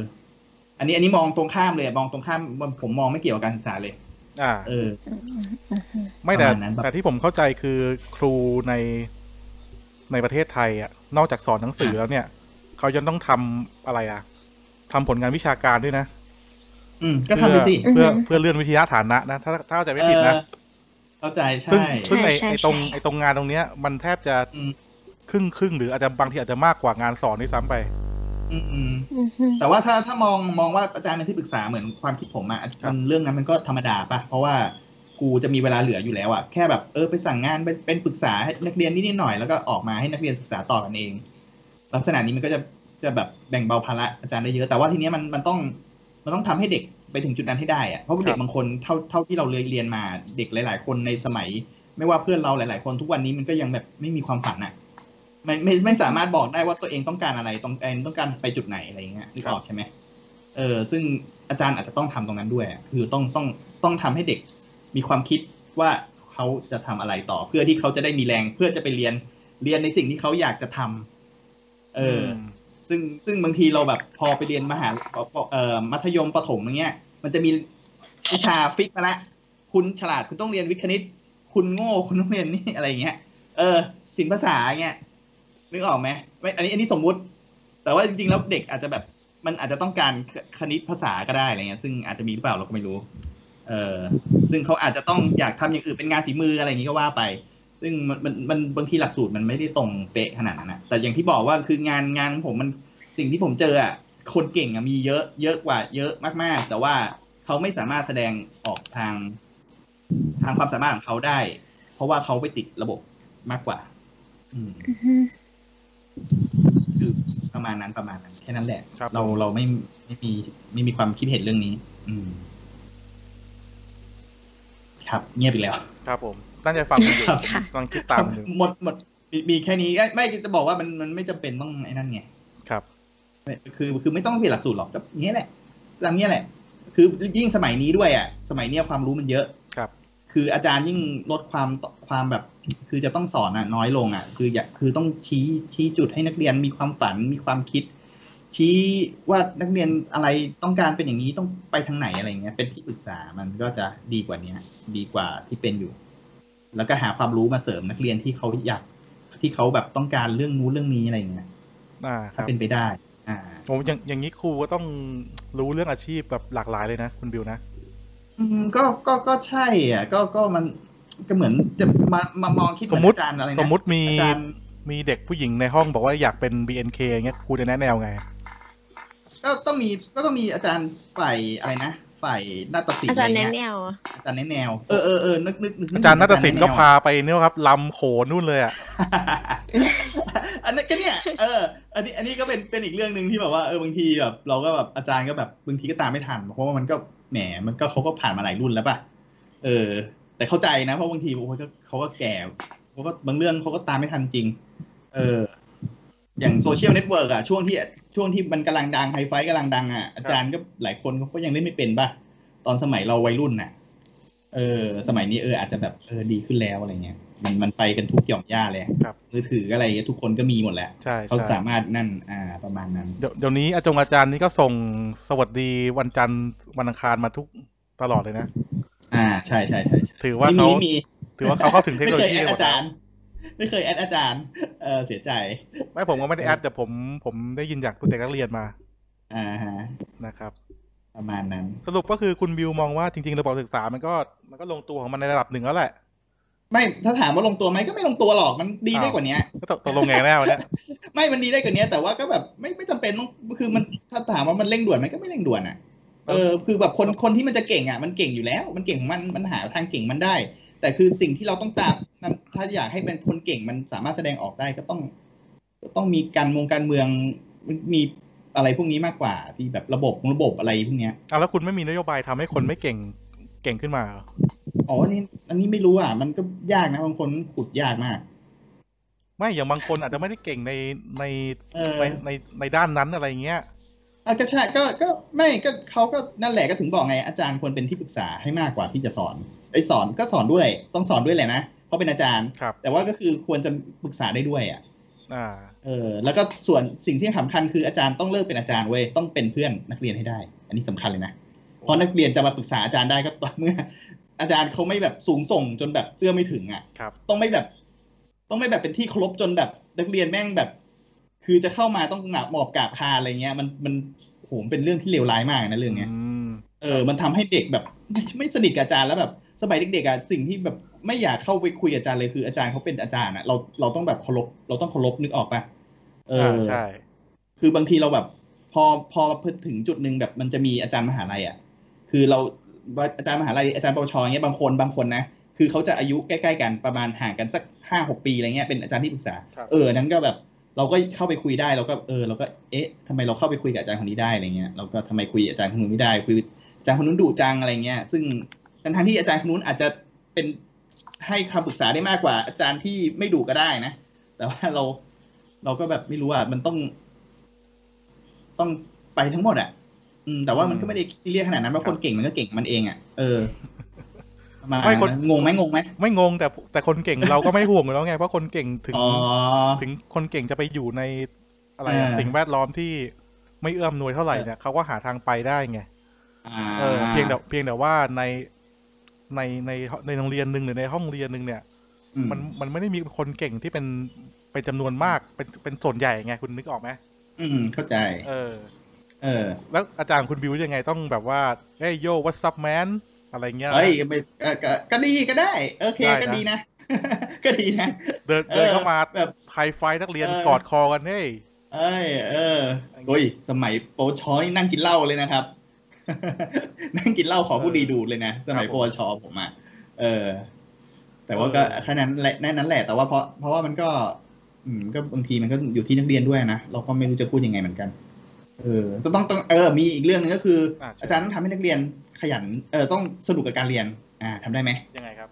อันนี้อันนี้มองตรงข้ามเลยมองตรงข้ามมันผมมองไม่เกี่ยวกับการศึกษาเลย อ่า เออ ไม่แต่ ประมาณนั้นปะ แต่ที่ผมเข้าใจคือครูในในประเทศไทยอ่ะ นอกจากสอนหนังสือ ครับ แล้วเนี่ยเขายังต้องทำอะไรอ่ะทำผลงานวิชาการด้วยนะ อืมก็ทำไปสิ เพื่อเพื่อเลื่อนวิทยาฐานะนะถ้าถ้าเข้าใจไม่ผิดนะ เออเข้าใจใช่ ซึ่งซึ่งไอ ใช่ ไอตรง ใช่ ไอตรงงานตรงเนี้ย มันแทบจะ อืม ครึ่งครึ่งหรืออาจจะบางทีอาจจะมากกว่างานสอนด้วยซ้ำไป อืมอืม อืม แต่ว่าถ้าถ้ามองมองว่าอาจารย์เป็นที่ปรึกษาเหมือนความคิดผมอะ ครับ มันเรื่องนั้นมันก็ธรรมดาปะเพราะว่ากูจะมีเวลาเหลืออยู่แล้วอะแค่แบบเออไปสั่งงานเป็นเป็นปรึกษาให้นักเรียนนิดๆหน่อยแล้วก็ออกมาให้นักเรียนศึกษาต่อกันเอง ลักษณะนี้มันก็จะจะแบบแบ่งเบาภาระอาจารย์ได้เยอะแต่ว่าทีเนี้ยมันมันต้องมันต้องทำให้เด็กไปถึงจุดนั้นให้ได้อะเพราะว่าเด็กบางคนเท่าเท่าที่เราเลยเรียนมาเด็กหลาย ๆ คนในสมัย ไม่ว่าเพื่อนเราหลาย ๆ คนทุกวันนี้มันก็ยังแบบไม่มีความฝันอะไม่ไม่ไม่สามารถบอกได้ว่าตัวเองต้องการอะไรต้องเองต้องการไปจุดไหนอะไรอย่างเงี้ยนึกออกใช่ไหมเออ ซึ่งอาจารย์อาจจะต้องทำตรงนั้นด้วยอะคือต้องต้องต้องทำให้เด็กมีความคิดว่าเขาจะทำอะไรต่อ เพื่อที่เขาจะได้มีแรงเพื่อจะไปเรียนเรียนในสิ่งที่เขาอยากจะทำเอออ ม ซึ่งซึ่งบางทีเราแบบพอไปเรียนมหาเอ่อมัธยมประถมอย่างเงี้ย มันจะมีวิชาฟิกมาละคุณฉลาดคุณต้องเรียนวิทย์คณิต คุณโง่คุณต้องเรียนนี่อะไรอย่างเงี้ย เออศิลปภาษาอย่างเงี้ยนึกออกไหมไม่อันนี้อันนี้สมมุติ แต่ว่าจริงๆแล้วเด็กอาจจะแบบมันอาจจะต้องการคคณิตภาษาก็ได้อะไรเงี้ย ซึ่งอาจจะมีหรือเปล่าเราก็ไม่รู้ เออซึ่งเขาอาจจะต้องอยากทำอย่างอื่นเป็นงานฝีมืออะไรอย่างงี้ก็ว่าไป ซึ่งมันมันมันบางทีหลักสูตรมันไม่ได้ตรงเป๊ะขนาดนั้นนะแต่อย่างที่บอกว่าคืองานงานของผมมันสิ่งที่ผมเจออ่ะคนเก่งอ่ะมีเยอะเยอะกว่าเยอะมากๆ แต่ว่าเขาไม่สามารถแสดงออกทาง ทางความสามารถของเขาได้ เพราะว่าเขาไปติดระบบมากกว่า อืม คือประมาณนั้นประมาณนั้นแค่นั้นแหละ ครับ เราเราไม่ไม่มีไม่มีความคิดเห็นเรื่องนี้ อืม ครับ เงียบอีกแล้ว ครับผมตั้งใจฟังคุณอยู่ ครับ ค่ะ กำลังคิดตามอยู่ หมดหมดมีมีแค่นี้เอ้ยไม่จะบอกว่ามันมันไม่จำเป็นต้องไอ้นั่นไง ครับ ไม่คือคือไม่ต้องเปลี่ยนหลักสูตรหรอกก็อย่างเงี้ยแหละตามเนี้ยแหละ คือยิ่งสมัยนี้ด้วยอ่ะ สมัยเนี้ยความรู้มันเยอะ ครับ คืออาจารย์ยิ่งลดความความแบบ คือจะต้องสอนอะน้อยลงอ่ะ คืออยากคือต้องชี้ชี้จุดให้นักเรียนมีความฝันมีความคิด ชี้ว่านักเรียนอะไรต้องการเป็นอย่างนี้ต้องไปทางไหนอะไรเงี้ย เป็นที่ปรึกษามันก็จะดีกว่าเนี้ย ดีกว่าที่เป็นอยู่ แล้วก็หาความรู้มาเสริมนักเรียนที่เขาอยากที่เขาแบบต้องการเรื่องนู้นเรื่องนี้อะไรเงี้ย อ่าค ถ้า รับ เป็นไปได้ อ่า ผมอย่างอย่างนี้ครูก็ต้องรู้เรื่องอาชีพแบบหลากหลายเลยนะคุณบิวนะ อืมก็ก็ก็ใช่อ่ะก็ก็มันก็เหมือนจะมามามองคิดเห ส มือ ม น มติ อาจารย์อะไรนะ สมมติมี อาจารย์ มีเด็กผู้หญิงในห้องบอกว่าอยากเป็น BNK เงี้ยครูจะแนะแนวไง ก็ต้องมีก็ต้องมีอาจารย์ฝ่ายอะไรนะฝ่ายนาฏศิลป์ อาจาระย์แนะแนไเงี้ยว อะ อาจารย์แนะแนวเออเออเออนึกนึกนึก อาจารย์นาฏศิลป์ก็ อจรย์แะแว พาไปเนี่ยครับลำโขนนู่นเลยอ่ะ อันนั้นก็เนี่ยเอออันนี้อันนี้ก็เป็นเป็นอีกเรื่องหนึ่งที่แบบว่าเออบางทีแบบเราก็แบบอาจารย์ก็แบบบางทีก็ตามไม่ทันเพราะว่ามันก็แหมมันก็เขาก็ผ่านมาหลายรุ่นแล้วป่ะเออ แต่เข้าใจนะเพราะบางทีโอ้ยก็เขาก็แก่เขาก็บางเรื่องเขาก็ตามไม่ทันจริง เออ อย่างโซเชียลเน็ตเวิร์กอะช่วงที่ช่วงที่มันกำลังดังไฮไฟกำลังดังอะอาจารย์ก็หลายคนเขาก็ยังเล่นไม่เป็นป่ะตอนสมัยเราวัยรุ่นน่ะ เออ สมัยนี้เอออาจจะแบบเออดีขึ้นแล้วอะไรเงี้ยมันมันไปกันทุกหย่อมย่าเลย ครับ มือถืออะไรเงี้ยทุกคนก็มีหมดแหละ ใช่ เขา ใช่ สามารถนั่นอ่าประมาณนั้น เดี๋ยวเดี๋ยวนี้อาจงอาจารย์นี่ก็ส่งสวัสดีวันจันทร์วันอังคารมาทุกตลอดเลยนะ อ่าใช่ใช่ใช่ใช่ ถือว่า ไม่มี เขา ไม่มี ถือว่าเขาเข้าถึงเทคโน ไม่ โล เคย ยี แอด หมด อาจารย์ ไม่เคยแอดอาจารย์ เออเสียใจ ไม่ผมก็ไม่ได้แอดแต่ผมผมได้ยินจากเด็กนักเรียนมา อ่าฮะ นะครับ ประมาณนั้น สรุปก็คือคุณบิวมองว่าจริงๆระบบศึกษามันก็มันก็ลงตัวของมันในระดับหนึ่งแล้วแหละ ไม่ถ้าถามว่าลงตัวไหมก็ไม่ลงตัวหรอกมันดีได้กว่าเนี้ย ก็ตกตกลงไงแน่วะเนี่ย ไม่มันดีได้กว่านี้แต่ว่าก็แบบไม่ไม่จำเป็นต้องคือมันถ้าถามว่ามันเร่งด่วนไหมก็ไม่เร่งด่วนอ่ะเออคือแบบคนคนที่มันจะเก่งอ่ะมันเก่งอยู่แล้ว มันเก่งของมันมันหาทางเก่งมันได้ แต่คือสิ่งที่เราต้องตามนั้นถ้าอยากให้เป็นคนเก่งมันสามารถแสดงออกได้ก็ต้องก็ต้องมีการมงการเมือง มีอะไรพวกนี้มากกว่าที่แบบระบบระบบอะไรพวกเนี้ย อ่ะแล้วคุณไม่มีนโยบายทำให้คนไม่เก่งเก่งขึ้นมาเหรอ อ๋ออันนี่อันนี้ไม่รู้อ่ะ มันก็ยากนะบางคนขุดยากมาก ไม่อย่างบางคนอาจจะไม่ได้เก่งในใน เออ ในในในด้านนั้นอะไรเงี้ย อ่ะก็ใช่ก็ก็ไม่ก็เขาก็นั่นแหละก็ถึงบอกไงอาจารย์ควรเป็นที่ปรึกษาให้มากกว่าที่จะสอนไอ้สอนก็สอนด้วย ต้องสอนด้วยแหละนะเพราะเป็นอาจารย์ ครับ แต่ว่าก็คือควรจะปรึกษาได้ด้วยอ่ะ อ่า เออแล้วก็ส่วนสิ่งที่สำคัญคืออาจารย์ต้องเลิกเป็นอาจารย์เว้ยต้องเป็นเพื่อนนักเรียนให้ได้ อันนี้สำคัญเลยนะเพราะนักเรียนจะมาปรึกษาอาจารย์ได้ก็ต่อเมื่อ อาจารย์เขาไม่แบบสูงส่งจนแบบเอื้อไม่ถึงอ่ะ ครับ ต้องไม่แบบ ต้องไม่แบบเป็นที่เคารพจนแบบนักเรียนแม่งแบบ คือจะเข้ามาต้องหนาบหมอบกราบคานอะไรเงี้ย มันมันโหมนเป็นเรื่องที่เลวร้ายมากนะเรื่องเนี้ย อืม เออมันทำให้เด็กแบบ ไม่ไม่สนิทกับอาจารย์แล้วแบบ สมัยเด็กๆอ่ะสิ่งที่แบบไม่อยากเข้าไปคุยกับอาจารย์เลยคืออาจารย์เขาเป็นอาจารย์อ่ะเราเราต้องแบบเคารพเราต้องเคารพนึกออกปะเอ อ่า อ ใช่ คือบางทีเราแบบ พอพอถึงจุดหนึ่งแบบมันจะมีอาจารย์มหาลัยอ่ะ คือเราอาจารย์มหาลัยอาจารย์ปวชเงี้ยบางคนบางคนนะคือเขาจะอายุใกล้ๆกันประมาณห่างกันสักห้าหกปีอะไรเงี้ยเป็นอาจารย์ที่ปรึกษา ครับ เออนั้นก็แบบ เราก็เข้าไปคุยได้เราก็เออเราก็เอ๊ะทำไมเราเข้าไปคุยกับอาจารย์คนนี้ได้อะไรเงี้ยเราก็ทำไมคุยอาจารย์คนนู้นไม่ได้คุยอาจารย์คนนู้นดุจังอะไรเงี้ย ซึ่งทั้งทที่อาจารย์คนนู้นอาจจะเป็นให้คำปรึกษาได้มากกว่า อาจารย์ที่ไม่ดุก็ได้นะ แต่ว่าเราเราก็แบบไม่รู้อ่ะมันต้อง ต้องไปทั้งหมดอ่ะ อืม แต่ว่ามันก็ไม่ได้ซีเรียสขนาดนั้นเพราะคนเก่งมันก็เก่งมันเองอ่ะ เออประมาณ ไม่คน นั้นงงไหมงงไหม ไม่งงแต่แต่คนเก่งเราก็ไม่ห่วงอยู่แล้วไง เพราะคนเก่งถึง อ๋อ ถึงคนเก่งจะไปอยู่ในอะไรอะ เออ สิ่งแวดล้อมที่ไม่เอื้อมหนวยเท่าไหร่เนี่ยเขาก็หาทางไปได้ไง อ่า เออเพียงแต่เพียงแต่ว่าในในในในโรงเรียนหนึ่งหรือในห้องเรียนหนึ่งเนี่ย อืม มันมันไม่ได้มีคนเก่งที่เป็นเป็นจำนวนมากเป็นเป็นส่วนใหญ่ไงคุณนึกออกไหม อืม เข้าใจ เออ เออ แล้วอาจารย์คุณบิวยังไงต้องแบบว่าเฮ้ยโยวัตซับแมนอะไรเงี้ย เฮ้ยก็ไม่เออก็ก็ดีก็ได้ โอเค ได้นะ ก็ดีนะ ก็ดีนะ เดินเดินเข้ามา แบบ ไฮไฟนักเรียน เออ กอดคอกันเฮ้ย เอ้ยเออ อะไรเงี้ย โอ้ย สมัยปวชนี่นั่งกินเหล้าเลยนะครับ นั่งกินเหล้าขอ เออ ผู้ดีดูดเลยนะ สมัย ครับ ป ผม วชผมอ่ะเออ แต่ว่าก็ เออ แค่นั้นแหละแค่นั้นแหละ แต่ว่าเพราะเพราะว่ามันก็ อืม ก็บางทีมันก็อยู่ที่นักเรียนด้วยนะ เราก็ไม่รู้จะพูดยังไงเหมือนกัน เออ ต้องต้องต้องเออ มีอีกเรื่องหนึงก็คือ อ่ะเชิญ อาจารย์ต้องทำให้นักเรียนขยัน เออ ต้องสนุกกับการเรียน อ่าทำได้ไหม ยังไงครับ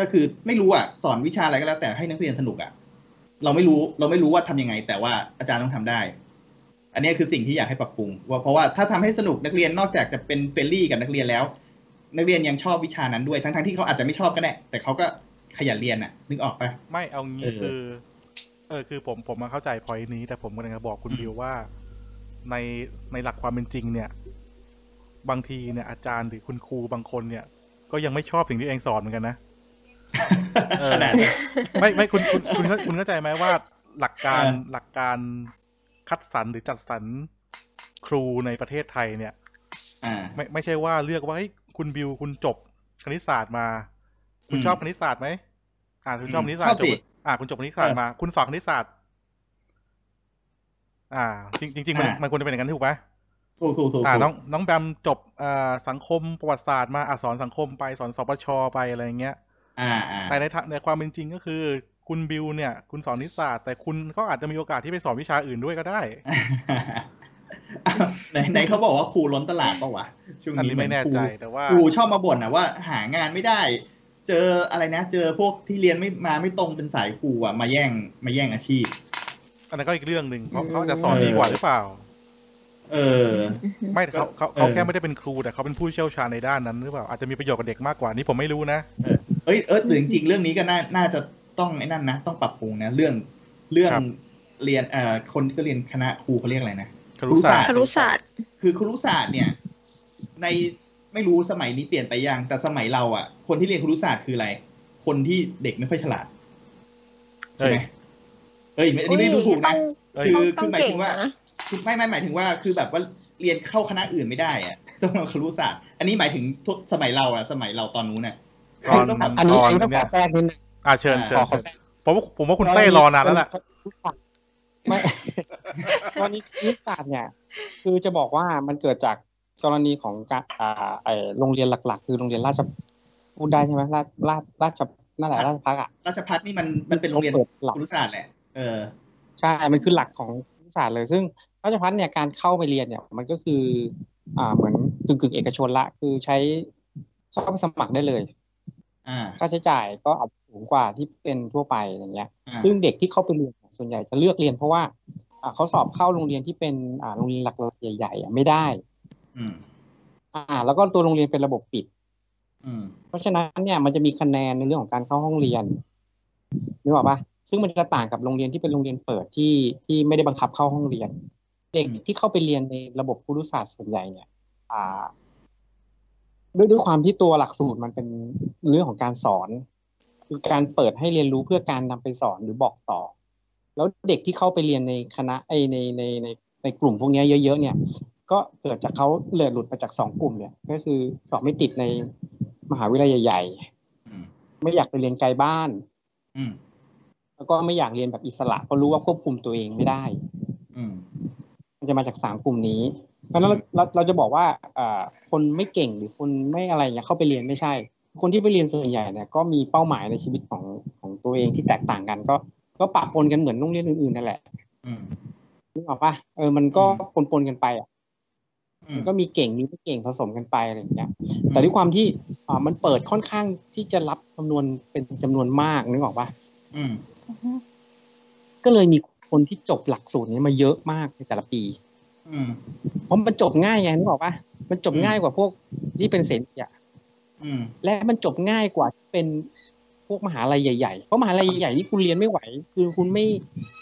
ก็คือไม่รู้อ่ะสอนวิชาอะไรก็แล้วแต่ให้นักเรียนสนุกอ่ะเราไม่รู้เราไม่รู้ว่าทำยังไง แต่ว่าอาจารย์ต้องทำได้ อันนี้คือสิ่งที่อยากให้ปรับปรุงว่าเพราะว่าถ้าทำให้สนุกนักเรียนนอกจากจะเป็นเฟรนลี่กับนักเรียนแล้ว นักเรียนยังชอบวิชานั้นด้วยทั้งๆที่เขาอาจจะไม่ชอบก็ได้ แต่เขาก็ขยันเรียนอ่ะ นึกออกปะ ไม่เอางี้ เออ คือ เออ คือผมผมมาเข้าใจพอยนี้ แต่ผมกำลังจะบอกคุณ อืม บิวว่า ในในหลักความเป็นจริง เนี่ย บางทีเนี่ยอาจารย์หรือคุณครูบางคนเนี่ย ก็ยังไม่ชอบสิ่งที่เองสอนเหมือนกันนะ เออ ขนาดนั้น ไม่ไม่คุณคุณคุณคุณเข้าใจไหมว่า หลักการ เออ หลักการคัดสรรหรือจัดสรรครูในประเทศไทยเนี่ย อ่า ไม่ไม่ใช่ว่าเลือกว่าเฮ้ยคุณบิวคุณจบคณิตศาสตร์มา คุณ อืม ชอบคณิตศาสตร์ไหมอ่าคุณชอบ อืม คณิตศาสต ช ร์ อบสิ จบอ่า คุณจบคณิตศาสตร์ เออ มา คุณสอนคณิตศาสตร์ อ่า จริงจริงๆมัน อ่ามั มันควรจะเป็นอย่างนั้นถูกไหม ถูกถูกถูก อ่าน้องน้องแบมจบอ่าสังคมประวัติศาสตร์มาอ่าสอนสังคมไปสอนสปชไปอะไรอย่างเงี้ย อ่าอ่า แต่ในทางในความเป็นจริงก็คือ คุณบิวเนี่ย คุณสอนคณิตศาสตร์แต่คุณก็อาจจะมีโอกาสที่ไปสอนวิชาอื่นด้วยก็ได้ อ่ะ ไหนไหนเขาบอกว่าครูล้นตลาดปะวะช่วง อัน นี้ นี้ไม่ เห แน่ อครู ใจแต่ว่า ครูชอบมาบ่นนะว่าหางานไม่ได้ เจออะไรนะ เจอพวกที่เรียนไม่มาไม่ตรงเป็นสายครูอ่ะมาแย่งมาแย่งอาชีพ อันนั้นก็อีกเรื่องหนึ่งเพราะเขาอาจจะสอนดีกว่าหรือเปล่า เออ ไม่เขาเขา เออ เขาแค่ไม่ได้เป็นครูแต่เขาเป็นผู้เชี่ยวชาญในด้านนั้นหรือเปล่า อาจจะมีประโยชน์กับเด็กมากกว่านี่ผมไม่รู้นะ เอ้ยเออจริงจริงๆเรื่องนี้ก็น่าน่าจะต้องไอ้นั่นนะ ต้องปรับปรุงนะ เรื่องเรื่อง ครับ เรียนเอ่อคนที่เขาเรียนคณะครูเขาเรียกอะไรนะ ครุศาสตร์ ครุศาสตร์ คือครุศาสตร์เนี่ย ในไม่รู้สมัยนี้เปลี่ยนไปยังแต่สมัยเราอ่ะ คนที่เรียนครุศาสตร์คืออะไร คนที่เด็กไม่ค่อยฉลาดใช่ไหมเอ้ยอันนี้ไม่ได้ดูถูกนะ เอ้ย คือ ต้ คืออง หมายถึงว่า เก่งนะ คือไม่ไม่หมายถึงว่า คือแบบว่าเรียนเข้าคณะอื่นไม่ได้อะ ต้องมาครุศาสตร์อันนี้หมายถึงทุกสมัยเราอะสมัยเราตอนนู้นน่ะ ตอน ต้องแบบ อันนี้ ตอน อันนี้ต้องข เนี่ อยแทรกนิดนึง อ่าเชิญเชิญ ขอขอ เชิญ แทผรกมว่าผมว่าคุณเต้รอนานแล้วล่ะ ไม่ ตอนนี้นิสสัตเนี่ย คือจะบอกว่ามันเกิดจากกรณีของการอ่าไอโรงเรียนหลัก ๆ คือโรงเรียนราชพูดได้ใช่ไหมราชราชราชนั่นแหละราชพักอ่ะ ราชพัฒนี่มันมันเป็นโรงเรียน เปิดหลัก ครุศาสตร์แหละ เออ ใช่ มันคือหลักของ นิสาสตร์เลย ซึ่งราชพัฒเนี่ยการเข้าไปเรียนเนี่ย มันก็คือ อ่าเหมือนกึ่งกึ่งๆเอกชนละ คือใช้เข้าไปสมัครได้เลย อ่า ค่าใช้จ่ายก็อาจสูงกว่าที่เป็นทั่วไปอย่างเงี้ย อ่า ซึ่งเด็กที่เข้าไปเรียนส่วนใหญ่จะเลือกเรียนเพราะว่าอ่าเขาสอบเข้าโรงเรียนที่เป็นอ่าโรงเรียนหลักๆใหญ่ๆอ่ะไม่ได้ อืม อ่า แล้วก็ตัวโรงเรียนเป็นระบบปิด อืม เพราะฉะนั้นเนี่ยมันจะมีคะแนนในเรื่องของการเข้าห้องเรียนนึกออกปะซึ่งมันจะต่างกับโรงเรียนที่เป็นโรงเรียนเปิดที่ที่ไม่ได้บังคับเข้าห้องเรียน เด็กที่เข้าไปเรียนในระบบครุศาสตร์ส่วนใหญ่เนี่ย อ่า ด้วยด้วยความที่ตัวหลักสูตรมันเป็นเรื่องของการสอน คือการเปิดให้เรียนรู้เพื่อการนำไปสอนหรือบอกต่อ แล้วเด็กที่เข้าไปเรียนในคณะไอในในในในกลุ่มพวกเนี้ยเยอะๆเนี่ย ก็เกิดจากเขาเลือดหลุดมาจากสองกลุ่มเนี่ย ก็คือสอบไม่ติดในมหาวิทยาลัยใหญ่ อืม ๆ ไม่อยากไปเรียนไกลบ้าน อืม แล้วก็ไม่อยากเรียนแบบอิสระเพราะรู้ว่าควบคุมตัวเองไม่ได้ อืม มันจะมาจากสามกลุ่มนี้ เพราะฉะนั้นเราเราเราจะบอกว่าเอ่อคนไม่เก่งหรือคนไม่อะไรเงี้ยเข้าไปเรียนไม่ใช่ คนที่ไปเรียนส่วนใหญ่เนี่ยก็มีเป้าหมายในชีวิตของของตัวเองที่แตกต่างกัน ก็ก็ปะปนกันเหมือนโรงเรียนอื่นๆนั่นแหละ อืม นึกออกปะเออมันก็ปนปนๆกันไปอ่ะ อืม มันก็มีเก่งมีไม่เก่งผสมกันไปอะไรอย่างเงี้ย แต่ด้วยความที่อ่ามันเปิดค่อนข้างที่จะรับจำนวนเป็นจำนวนมากนึกออกปะ อืม อือฮึ ก็เลยมีคนที่จบหลักสูตรนี้มาเยอะมากในแต่ละปี อืม เพราะมันจบง่ายไงนึกออกปะมันจบ อืม ง่ายกว่าพวกที่เป็นเสรีอะ อืม และมันจบง่ายกว่าที่เป็นพวกมหาลัยใหญ่ๆ เพราะมหาลัยใหญ่ๆนี่คุณเรียนไม่ไหว คือคุณไม่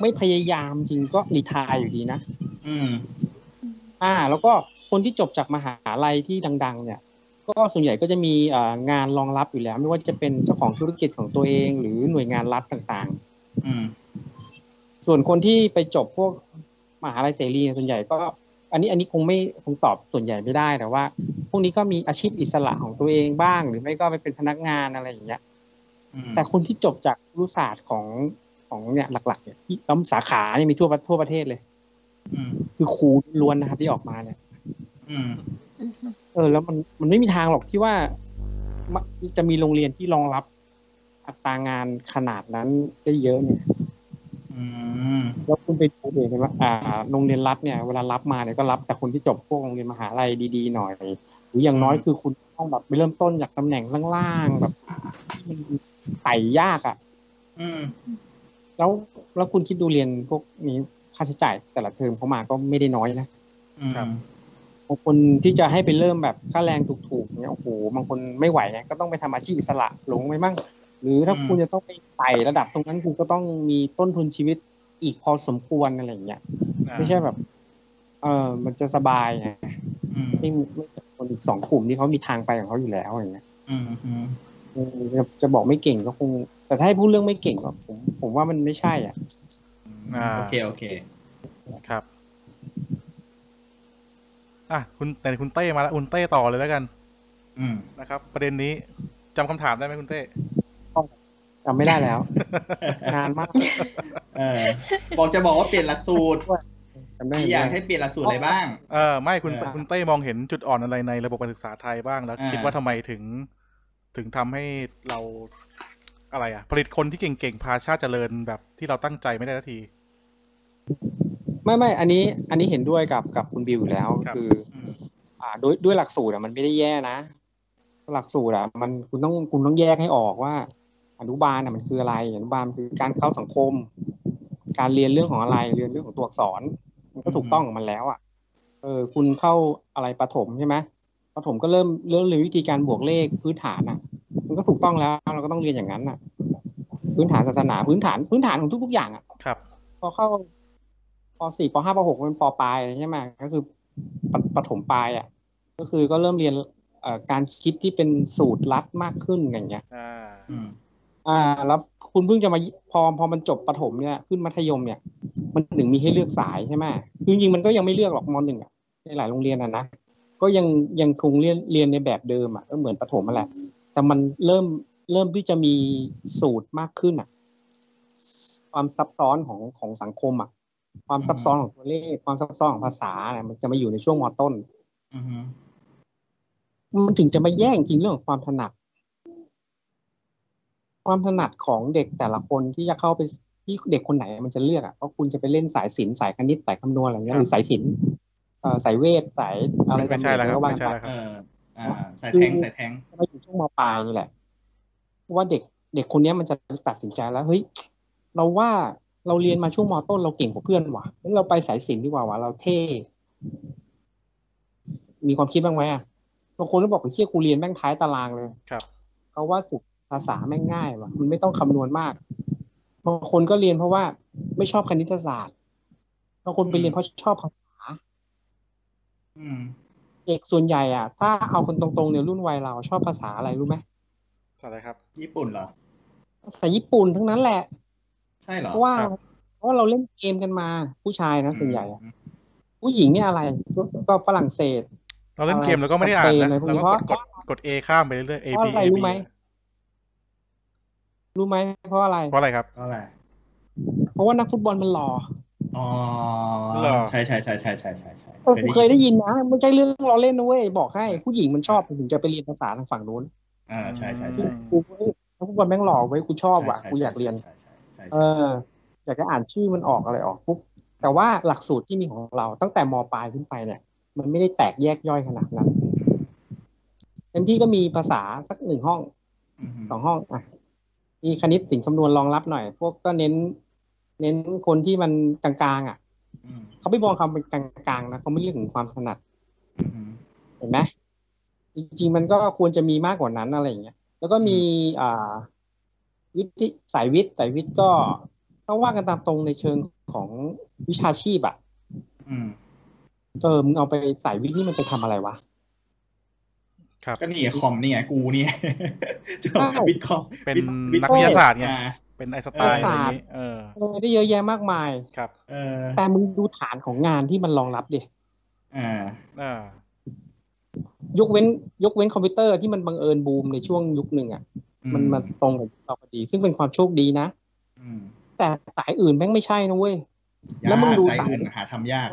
ไม่พยายามจริงก็รีไทายอยู่ดีนะ อืม อ่า แล้วก็คนที่จบจากมหาลัยที่ดัง ๆ เนี่ย ก็ส่วนใหญ่ก็จะมีเอ่องานรองรับอยู่แล้ว ไม่ว่าจะเป็นเจ้าของธุรกิจของตัวเอง หรือหน่วยงานรัฐต่างๆ อืม ส่วนคนที่ไปจบพวกมหาลัยเสรีเนี่ยส่วนใหญ่ก็ อันนี้อันนี้คงไม่คงตอบส่วนใหญ่ไม่ได้แต่ว่า พวกนี้ก็มีอาชีพอิสระของตัวเองบ้าง หรือไม่ก็ไปเป็นพนักงานอะไรอย่างเงี้ย อืม แต่คนที่จบจากครุศาสตร์ของของเนี่ยหลักๆเนี่ยที่แล้วสาขาเนี่ยมีทั่วประทั่วประเทศเลย อืม คือครูล้วนนะครับที่ออกมาเนี่ย อืม อือฮึ เออแล้วมันมันไม่มีทางหรอกที่ว่ามะจะมีโรงเรียนที่รองรับอัตรางานขนาดนั้นได้เยอะเนี่ย อืม แล้วคุณไปดูเองว่าอ่า โรงเรียนรัฐเนี่ย เวลารับมาเนี่ยก็รับแต่คนที่จบพวกโรงเรียนมหาลัยดีๆหน่อย หรืออย่างน้อยคือคุณต้องแบบไปเริ่มต้นจากตำแหน่งล่างๆแบบไต่ยากอะ่ะ อืม แล้วแล้วคุณคิดดูเรียนพวกนี้ค่าใช้จ่ายแต่ละเทอมเขามาก็ไม่ได้น้อยนะ อืม ครับ บางคนที่จะให้ไปเริ่มแบบค่าแรงถูกๆเนี่ยโอ้โหบางคนไม่ไหวไงก็ต้องไปทำอาชีพอิสระหลงไปมั่งหรือถ้าคุณจะต้องไปไต่ระดับตรงนั้นคุณก็ต้องมีต้นทุนชีวิตอีกพอสมควรอะไรอย่างเงี้ย ไม่ใช่แบบ เออมันจะสบายไง อืม ไม่ไม่เหมือนคนอีกสองกลุ่มที่เขามีทางไปของเขาอยู่แล้วอย่างเงี้ย อืมอืม เออจะจะบอกไม่เก่งก็คง แต่ถ้าให้พูดเรื่องไม่เก่งก็ผมผมว่ามันไม่ใช่อ่ะ อ่า โอเค โอเค ครับ อ่ะคุณแต่คุณเต้มาแล้วคุณเต้ต่อเลยแล้วกัน อืม นะครับ ประเด็นนี้จำคำถามได้ไหมคุณเต้ จำไม่ได้แล้ว นานมาก เออ บอกจะบอกว่าเปลี่ยนหลักสูตร จำได้ มี ไม่ อยาก ได้ ให้เปลี่ยนหลักสูตรอะไรบ้าง เออไม่คุณ เออ คุณเต้มองเห็นจุดอ่อนอะไรในระบบการศึกษาไทยบ้างแล้ว อ่า คิดว่าทำไมถึง ถึงทำให้เราอะไรอ่ะ ผลิตคนที่เก่งๆ พาชาติเจริญแบบที่เราตั้งใจไม่ได้ทันที ไม่ไม่อันนี้ อันนี้เห็นด้วยกับกับคุณบิวอยู่แล้ว ครับ คือ อืม อ่าด้วยด้วยหลักสูตรอะมันไม่ได้แย่นะ หลักสูตรอะมันคุณต้องคุณต้องแยกให้ออกว่า อนุบาลอะมันคืออะไร อนุบาลคือการเข้าสังคม การเรียนเรื่องของอะไร เรียนเรื่องของตัวอักษร มันก็ถูกต้องของมันแล้วอะเออ คุณเข้าอะไรประถมใช่ไหมประถมก็เริ่มเริ่มเรียนวิธีการบวกเลขพื้นฐานอะมันก็ถูกต้องแล้วเราก็ต้องเรียนอย่างนั้นอะพื้นฐานศาสนาพื้นฐานพื้นฐานของทุก ๆ อย่างอะ ครับ พอเข้าปสี่ปห้าปหกเป็นปปลายใช่ไหมก็คือปปฐมปลายอ่ะ ก็คือก็เริ่มเรียนเอ่อการคิดที่เป็นสูตรลัดมากขึ้นอย่างเงี้ย อ่า อืม อ่า แล้วคุณเพิ่งจะมาพอพอมันจบปฐมเนี่ยขึ้นมัธยมเนี่ย มันถึงมีให้เลือกสายใช่ไหมคือจริงๆมันก็ยังไม่เลือกหรอกมหนึ่งอ่ะในหลายโรงเรียนอ่ะนะก็ยังยังคงเรียนเรียนในแบบเดิมอ่ะก็เหมือนปฐมมาแหละ แต่มันเริ่มเริ่มที่จะมีสูตรมากขึ้นอ่ะ ความซับซ้อนของของสังคมอ่ะ ความซับซ้อนของตัวเลข ความซับซ้อนของภาษาเนี่ยมันจะมาอยู่ในช่วงมต้น อืม มันถึงจะมาแย่งจริงเรื่องของความถนัด ความถนัดของเด็กแต่ละคนที่จะเข้าไป ที่เด็กคนไหนมันจะเลือกอ่ะเพราะคุณจะไปเล่นสายศิลป์สายคณิตสายคำนวณอะไรเงี้ยหรือสายศิลป์เอ่อสายเวทสายอะไร ไม่ใช่แล้วครับไม่ใช่แล้วค เอ รับ ออ่าใส่แทงใส่แทง มาอยู่ช่วงมปลายนี่แหละเพราะว่าเด็กเด็กคนเนี้ยมันจะตัดสินใจแล้วเฮ้ยเราว่าเราเรียนมาช่วงมต้นเราเก่งกว่าเพื่อนว่ะงั้นเราไปสายศิลป์ดีกว่าว่ะเราเท่ มีความคิดบ้างไหมอ่ะบางคนก็บอกไอ้เชี่ยกูเรียนแม่งท้ายตารางเลย ครับ เพราะว่าสุขภาษาแม่งง่ายว่ะมันไม่ต้องคำนวณมากบางคนก็เรียนเพราะว่าไม่ชอบคณิตศาสตร์บางคนไปเรียนเพราะชอบภาษา อืม เด็กส่วนใหญ่อ่ะ ถ้าเอาคนตรงๆเนี่ยรุ่นวัยเราชอบภาษาอะไรรู้ไหม อะไรครับ ญี่ปุ่นเหรอ ภาษาญี่ปุ่นทั้งนั้นแหละ ใช่เหรอ เพราะว่า ครับ เพราะว่าเราเล่นเกมกันมาผู้ชายนะส่วนใหญ่อะ อืม ผู้หญิงเนี่ยอะไรก็ก็ฝรั่งเศส เราเล่นเกม อะไร เราก็ไม่ได้อ่านนะ สเปนอะไรพวกนี้ เราก็กดกดกดเพราะ A ข้ามไปเรื่อยๆ A เพราะ B อะไร A รู้ B ไหม รู้ไหมเพราะอะไร เพราะอะไรครับ ก็อะไร เพราะว่านักฟุตบอลมันหล่อ อ๋อ เหรอ ใช่ใช่ใช่ใช่ใช่ใช่ใช่ เออกูเคยได้ยินนะไม่ใช่เรื่องล้อเล่นนะเว้ยบอกให้ผู้หญิงมันชอบถึงจะไปเรียนภาษาทางฝั่งนู้น อ่าใช่ใช่ อื ใช่ ม กูเฮ้ยนักฟุตบอลแม่งหล่อเว้ยกูชอบว่ะ ใช่ กูอยากเรียน ใช่ใช่ใช่ เอ ใช่ใช่ ออยากจะอ่านชื่อมันออกอะไรออกปุ๊บแต่ว่าหลักสูตรที่มีของเราตั้งแต่มปลายขึ้นไปเนี่ย มันไม่ได้แตกแยกย่อยขนาดนั้นเต็มที่ก็มีภาษาสักหนึ่งห้อง มม สองห้องอ่ะมีคณิตสินคำนวณรองรับหน่อย พวกก็เน้น เน้นคนที่มันกลางๆ อ่ะ อืม เขาไม่มองคำเป็นกลางๆนะเขาไม่เรียกถึงความถนัด อืม เห็นไหมจริงๆมันก็ควรจะมีมากกว่านั้นอะไรอย่างเงี้ยแล้วก็มีอ่าวิทย์สายวิทย์สายวิทย์ก็ถ้าว่ากันตามตรงในเชิงของวิชาชีพอ่ะ อืม เออมึงเอาไปสายวิทย์นี่มันไปทำอะไรวะ ครับ ก็นี่ไงคอมนี่ไงกูนี่ไงจะ ใช่ บิตคอม เป็น วิทวิท นักวิทยาศาสตร์ไง อ่ เป็นไอน์สไตล์อะไรอย่างนี้เออ เออได้เยอะแยะมากมาย ครับ เออ แต่มึงดูฐานของงานที่มันรองรับดิ อ่า อ่าย กเว้น ยกเว้นคอมพิวเตอร์ที่มันบังเอิญบูมในช่วงยุคหนึ่งอ่ะ มั มันมาตรงกับเราพอดี ซึ่งเป็นความโชคดีนะ แต่สายอื่นแม่งไม่ใช่นะเว้ย แล้ แล้ว วมึมึง งดู ดู สาย สายอื่นหาทำยาก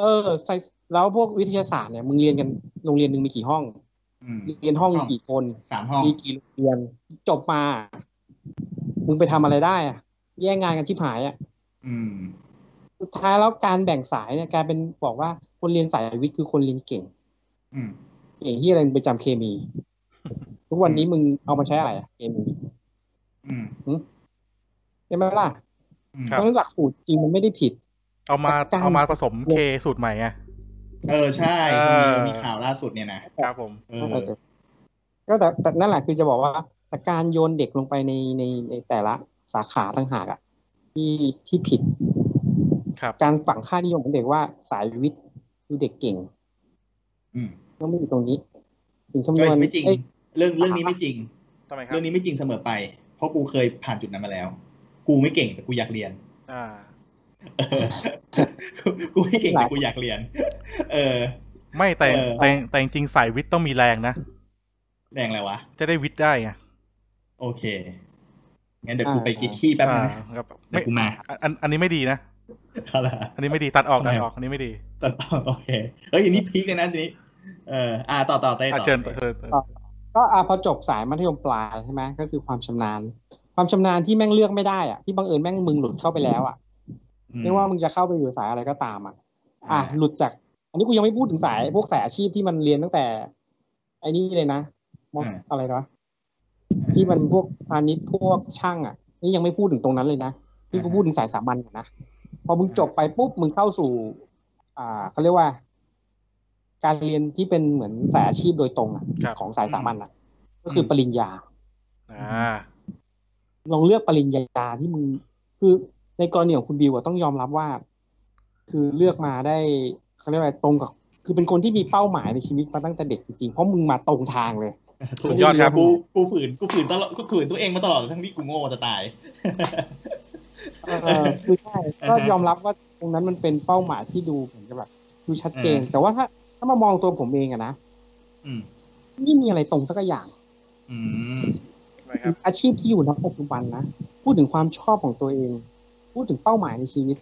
เออสายแล้วพวกวิทยาศาสตร์เนี่ยมึงเรียนกันโรงเรียนหนึ่งมีกี่ห้อง อืม เรียนห้องมีกี่คน สามห้อง มีกี่โรงเรียนจบมา มึงไปทำอะไรได้อ่ะแย่งงานกันชิบหายอ่ะ อืม สุดท้ายแล้วการแบ่งสายเนี่ยกลายเป็นบอกว่าคนเรียนสายวิทย์คือคนเรียนเก่ง อืม เก่งที่อะไรมึงไปจำเคมี ทุกวันนี้มึงเอามาใช้อะไรอะเคมี อืม ใช่ไหมล่ะ อืม เพราะฉะนั้นหลักสูตรจริงมันไม่ได้ผิด เอามา การ เอามาผสมเคสูตรใหม่ไง เออใช่ เออ มีมีข่าวล่าสุดเนี่ยนะครับ ผม เออ ก็แต่แต่นั่นแหละคือจะบอกว่าแต่การโยนเด็กลงไปในในในแต่ละสาขาต่างหากอะที่ที่ผิด ครับ การฝังค่านิยมของเด็กว่าสายวิทย์คือเด็กเก่ง อืม ต้องไม่อยู่ตรงนี้ถึงคำน เอ้ยว ณ ไม่จริง เอ้ย เรื่องเรื่องนี้ไม่จริง ทำไมครับ เรื่องนี้ไม่จริงเสมอไป เพราะกูเคยผ่านจุดนั้นมาแล้ว กูไม่เก่งแต่กูอยากเรียน อ่า เออกูไม่เก่งแต่กูอยากเรียน เออ ไม่แต่ เออ แต่แต่จริงๆสายวิทย์ต้องมีแรงนะ แรงอะไรวะ จะได้วิทย์ได้ไง โอเค งั้นเดี๋ยวกู อ่า ไปกินขี้แป๊บนึง อ่า นะครับ เดี๋ ไม่ ยวกูมา อันอันอันนี้ไม่ดีนะ เอาละ อันนี้ไม่ดีตัดออก ทำไม ตัดออกอันนี้ไม่ดี ตัดต่อโอเค เอ้ยอันนี้พีคเลยนะทีนี้ เออ อ่าต่อต่อเต้ อ่ะ ต่อ เชิญเชิญเชิญ ก็อ่ะพอจบสายมัธยมปลายใช่ไหมก็คือความชำนาญ ความชำนาญที่แม่งเลือกไม่ได้อ่ะที่บังเอิญแม่งมึงหลุดเข้าไปแล้วอ่ะ อื ไม่ว่ามึงจะเข้าไปอยู่สายอะไรก็ตามอ่ะ อ่า อ่ะหลุดจาก อันนี้กูยังไม่พูดถึงสายพวกสายอาชีพที่มันเรียนตั้งแต่ไอ้นี่เลยนะมอสอะไรนะที่มันพวกพาณิชย์พวกช่างอ่ะนี่ยังไม่พูดถึงตรงนั้นเลยนะนี่กูพูดถึงสายสามัญก่อนนะพอมึงจบไปปุ๊บมึงเข้าสู่ อ่าเขาเรียกว่า การเรียนที่เป็นเหมือนสายอาชีพโดยตรงอ่ะ ครับ ของสายสามัญอ่ะ ก็คือปริญญา อ่า ลองเลือกปริญญาที่มึงคือในกรณีของคุณบิวอะต้องยอมรับว่า คือเลือกมาได้เขาเรียกว่าอะไรตรงกับ คือเป็นคนที่มีเป้าหมายในชีวิตมาตั้งแต่เด็กจริงๆเพราะมึงมาตรงทางเลย ถูก สุดยอดครับ กูกูฝืนกูฝืนตลอดกูฝืนตัวเองมาตลอดทั้งที่กูโง่จะตาย เออคือใช่ก็ยอมรับว่าตรงนั้นมันเป็นเป้าหมายที่ดูเหมือนกับแบบดูชัดเจน เออ แต่ว่าถ้าถ้ามามองตัวผมเองอะนะ อืม ไม่มีอะไรตรงสักอย่าง อืม ทำไมครับ อาชีพที่อยู่ณปัจจุบันนะพูดถึงความชอบของตัวเอง พูดถึงเป้าหมายในชีวิต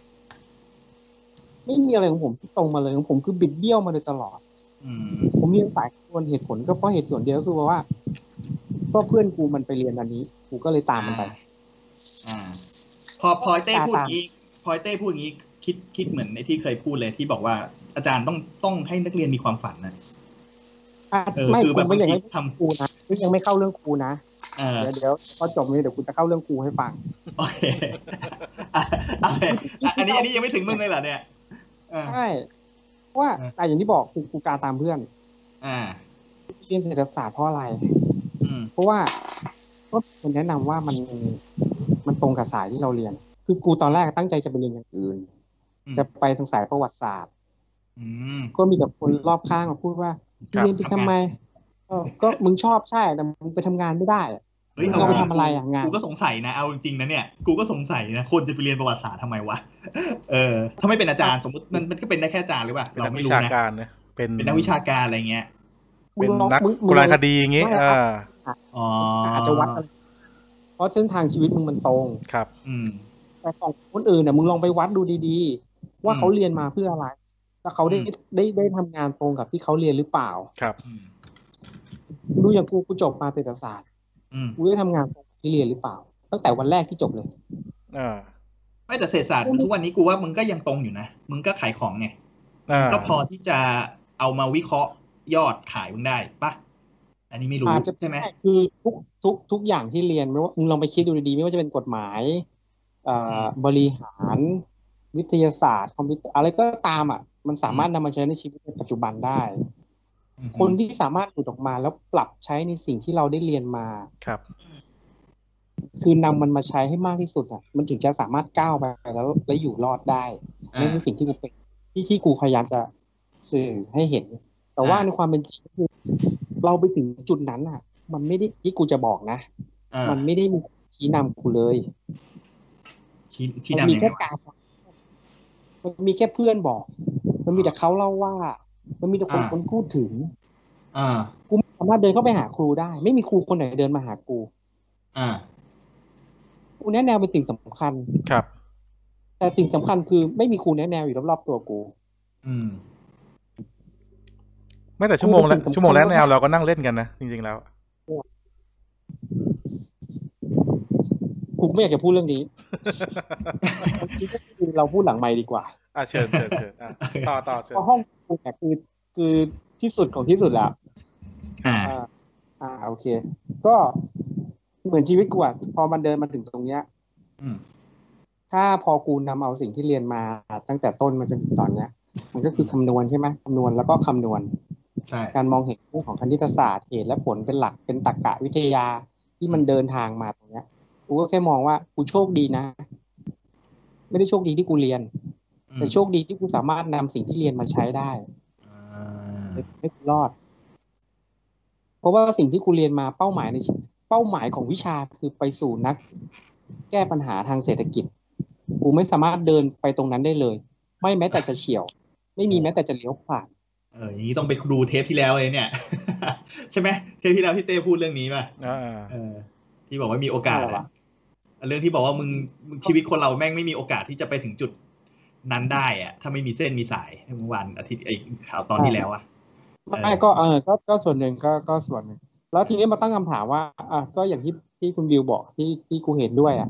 ไม่มีอะไรของผมที่ตรงมาเลยของผมคือบิดเบี้ยวมาโดยตลอด อืม ผมเรียนสายคำนวณเหตุผลก็เพราะเหตุผลเดียวก็คือว่าก็เพื่อนกูมันไปเรียนอันนี้ กูก็เลยตามมันไป อ่า พอพอยเต้พูดงี้พอยเต้พูดงี้คิดคิดเหมือนในที่เคยพูดเลยที่บอกว่าอาจารย์ต้องต้องให้นักเรียนมีความฝันนะ อ่ะ เออ ไม่ คือ คุ แบ ณ บ ไม่อย่าง บางที นี้ ทำ ทำครูนะนี่ยังไม่เข้าเรื่องครูนะ เออ เดี๋ยวเดี๋ยวพอจบนี้เดี๋ยวคุณจะเข้าเรื่องครูให้ฟัง โอเค อ่ะอ่ะอ่ะอันนี้อันนี้ยังไม่ถึงมึงเลยเหรอเนี่ยเออ ใช่เพราะว่า เออ แต่อย่างที่บอกครูครูกาตามเพื่อน อ่า เรียนเศรษฐศาสตร์เพราะอะไร อืม เพราะว่าก็คนแนะนำว่ามันมันตรงกับสายที่เราเรียน คือครูตอนแรกตั้งใจจะไปเรียนอย่างอื่น อืม จะไปทางสายประวัติศาสตร์ อืม ก็มีแต่คนรอบข้างมาพูดว่า ครับ เรียนไปทำไมเออก็มึงชอบใช่แต่มึงไปทำงานไม่ได้อะ เฮ้ย แล้ เอา ว จ เราไปริง ทำอะไรอ่ะงาน กูก็สงสัยนะ เอาจริงๆนะเนี่ย กูก็สงสัยนะ คนจะไปเรียนประวัติศาสตร์ทำไมวะ เออ ถ้าไม่เป็นอาจารย์สมมติมันมันก็เป็นได้แค่อาจารย์หรือเปล่า เป็น เรา นัก ไม่ วิ รู้ ชา นะ การนะเป็น เป็นนักวิชาการอะไรเงี้ย เป็น มึงลอง นัก มึงมึ โบ งล รา อง ณคดีอย่างงี้ ไม่ เอ เอา อ อ๋อ อาจจะวัดอะไรเพราะเส้นทางชีวิตมึงมันตรง ครับ อืม แต่ของคนอื่นเนี่ยมึงลองไปวัดดูดีๆ ว่า อืม เขาเรียนมาเพื่ออะไร แล้วเขาได้ อืม ได้ได้ทำงานตรงกับที่เขาเรียนหรือเปล่า ครับ อืม ดูอย่างกูกูจบมาเศรษฐศาสตร์ อืม กูได้ทำงานตรงกับที่เรียนหรือเปล่า ตั้งแต่วันแรกที่จบเลย เออ ไม่แต่เศรษฐศาสตร์ทุกวันนี้กูว่ามึงก็ยังตรงอยู่นะ มึงก็ขายของไง เออ ก็พอที่จะเอามาวิเคราะห์ยอดขายมึงได้ปะอันนี้ไม่รู้ อาจจะ ใช่ไหม คือทุกทุกทุกอย่างที่เรียนไม่ว่ามึงลองไปคิดดูดีๆ ไม่ว่าจะเป็นกฎหมายเอ่อ ม บริหารวิทยาศาสตร์คอมพิวเตอร์อะไรก็ตามอ่ะ มันสามารถนำมาใช้ในชีวิตในปัจจุบันได้ คนที่สามารถหลุดออกมาแล้วปรับใช้ในสิ่งที่เราได้เรียนมา ครับ คือนำมันมาใช้ให้มากที่สุดอ่ะ มันถึงจะสามารถก้าวไปแล้วและอยู่รอดได้ อ่า นั่นคือสิ่งที่กูเป็นที่ที่กูพยายามจะสื่อให้เห็น แต่ว่า อ่า ในความเป็นจริงคือเราไปถึงจุดนั้นอ่ะ มันไม่ได้ที่กูจะบอกนะ อ่า มันไม่ได้มีชี้นำกูเลย ชี้มันชี้ำ มี ยังไง แค่ วะ การ มันมีแค่เพื่อนบอก มันมีแต่เขาเล่าว่า มันมีแต่คนคนพูดถึง อ่า กูไม่สามารถเดินเข้าไปหาครูได้ ไม่มีครูคนไหนเดินมาหากู อ่า ครูแนะแนวเป็นสิ่งสำคัญ ครับ แต่สิ่งสำคัญคือไม่มีครูแนะแนวอยู่รอบๆตัวกู อืม ไม่แต่ชั่วโมงแล้ว กูเป็นคน ชั่วโมงแล้ว สำคัญ แนวเราก็นั่งเล่นกันนะจริง ๆ แล้ว กูไม่อยากจะพูดเรื่องนี้ วันนี้ก็คือเราพูดหลังไมค์ดีกว่า อ่ะเชิญเชิญเชิญอ่ะต่อต่อเชิ เพ ญ ราะห้องกูเนี่ยคือคือที่สุดของที่สุดแล้ว อ่า อ่าอ่าโอเค ก็เหมือนชีวิตกูอะพอมันเดินมาถึงตรงเนี้ย อืม ถ้าพอกูนำเอาสิ่งที่เรียนมาตั้งแต่ต้นมาจนถึงตอนเนี้ย มันก็คือคำนวณใช่ไหมคำนวณแล้วก็คำนวณ ใช่ การมองเห็นเรื่องของคณิตศาสตร์เหตุและผลเป็นหลักเป็นตรรกะวิทยาที่มันเดินทางมาตรงเนี้ยกูก็แค่มองว่ากูโชคดีนะ ไม่ได้โชคดีที่กูเรียน อืม แต่โชคดีที่กูสามารถนำสิ่งที่เรียนมาใช้ได้ อ่า ให้กูรอด เพราะว่าสิ่งที่กูเรียนมาเป้าหมายในเป้าหมายของวิชาคือไปสู่นัก แก้ปัญหาทางเศรษฐกิจ กูไม่สามารถเดินไปตรงนั้นได้เลย ไม่แม้แต่จะเฉียว ไม่มีแม้แต่จะเลี้ยวขวา เอออย่างนี้ต้องไปดูเทปที่แล้วเลย เนี่ย ใช่ไหมเทปที่แล้วที่เต้พูดเรื่องนี้ป่ะ อ่า เออ ที่บอกว่ามีโอกาส อะไรวะ เรื่องที่บอกว่ามึงมึงชีวิตคนเราแม่งไม่มีโอกาสที่จะไปถึงจุดนั้นได้อะถ้าไม่มีเส้นมีสายเมื่อวันอาทิตย์ไอ้ข่าวตอนที่แล้วอะ ไม่ก็เออก็ก็ส่วนหนึ่งก็ก็ส่วนหนึ่งแล้วทีนี้มาตั้งคำถามว่าอ่ะก็อย่างที่ที่คุณบิวบอกที่ที่กูเห็นด้วยอ่ะ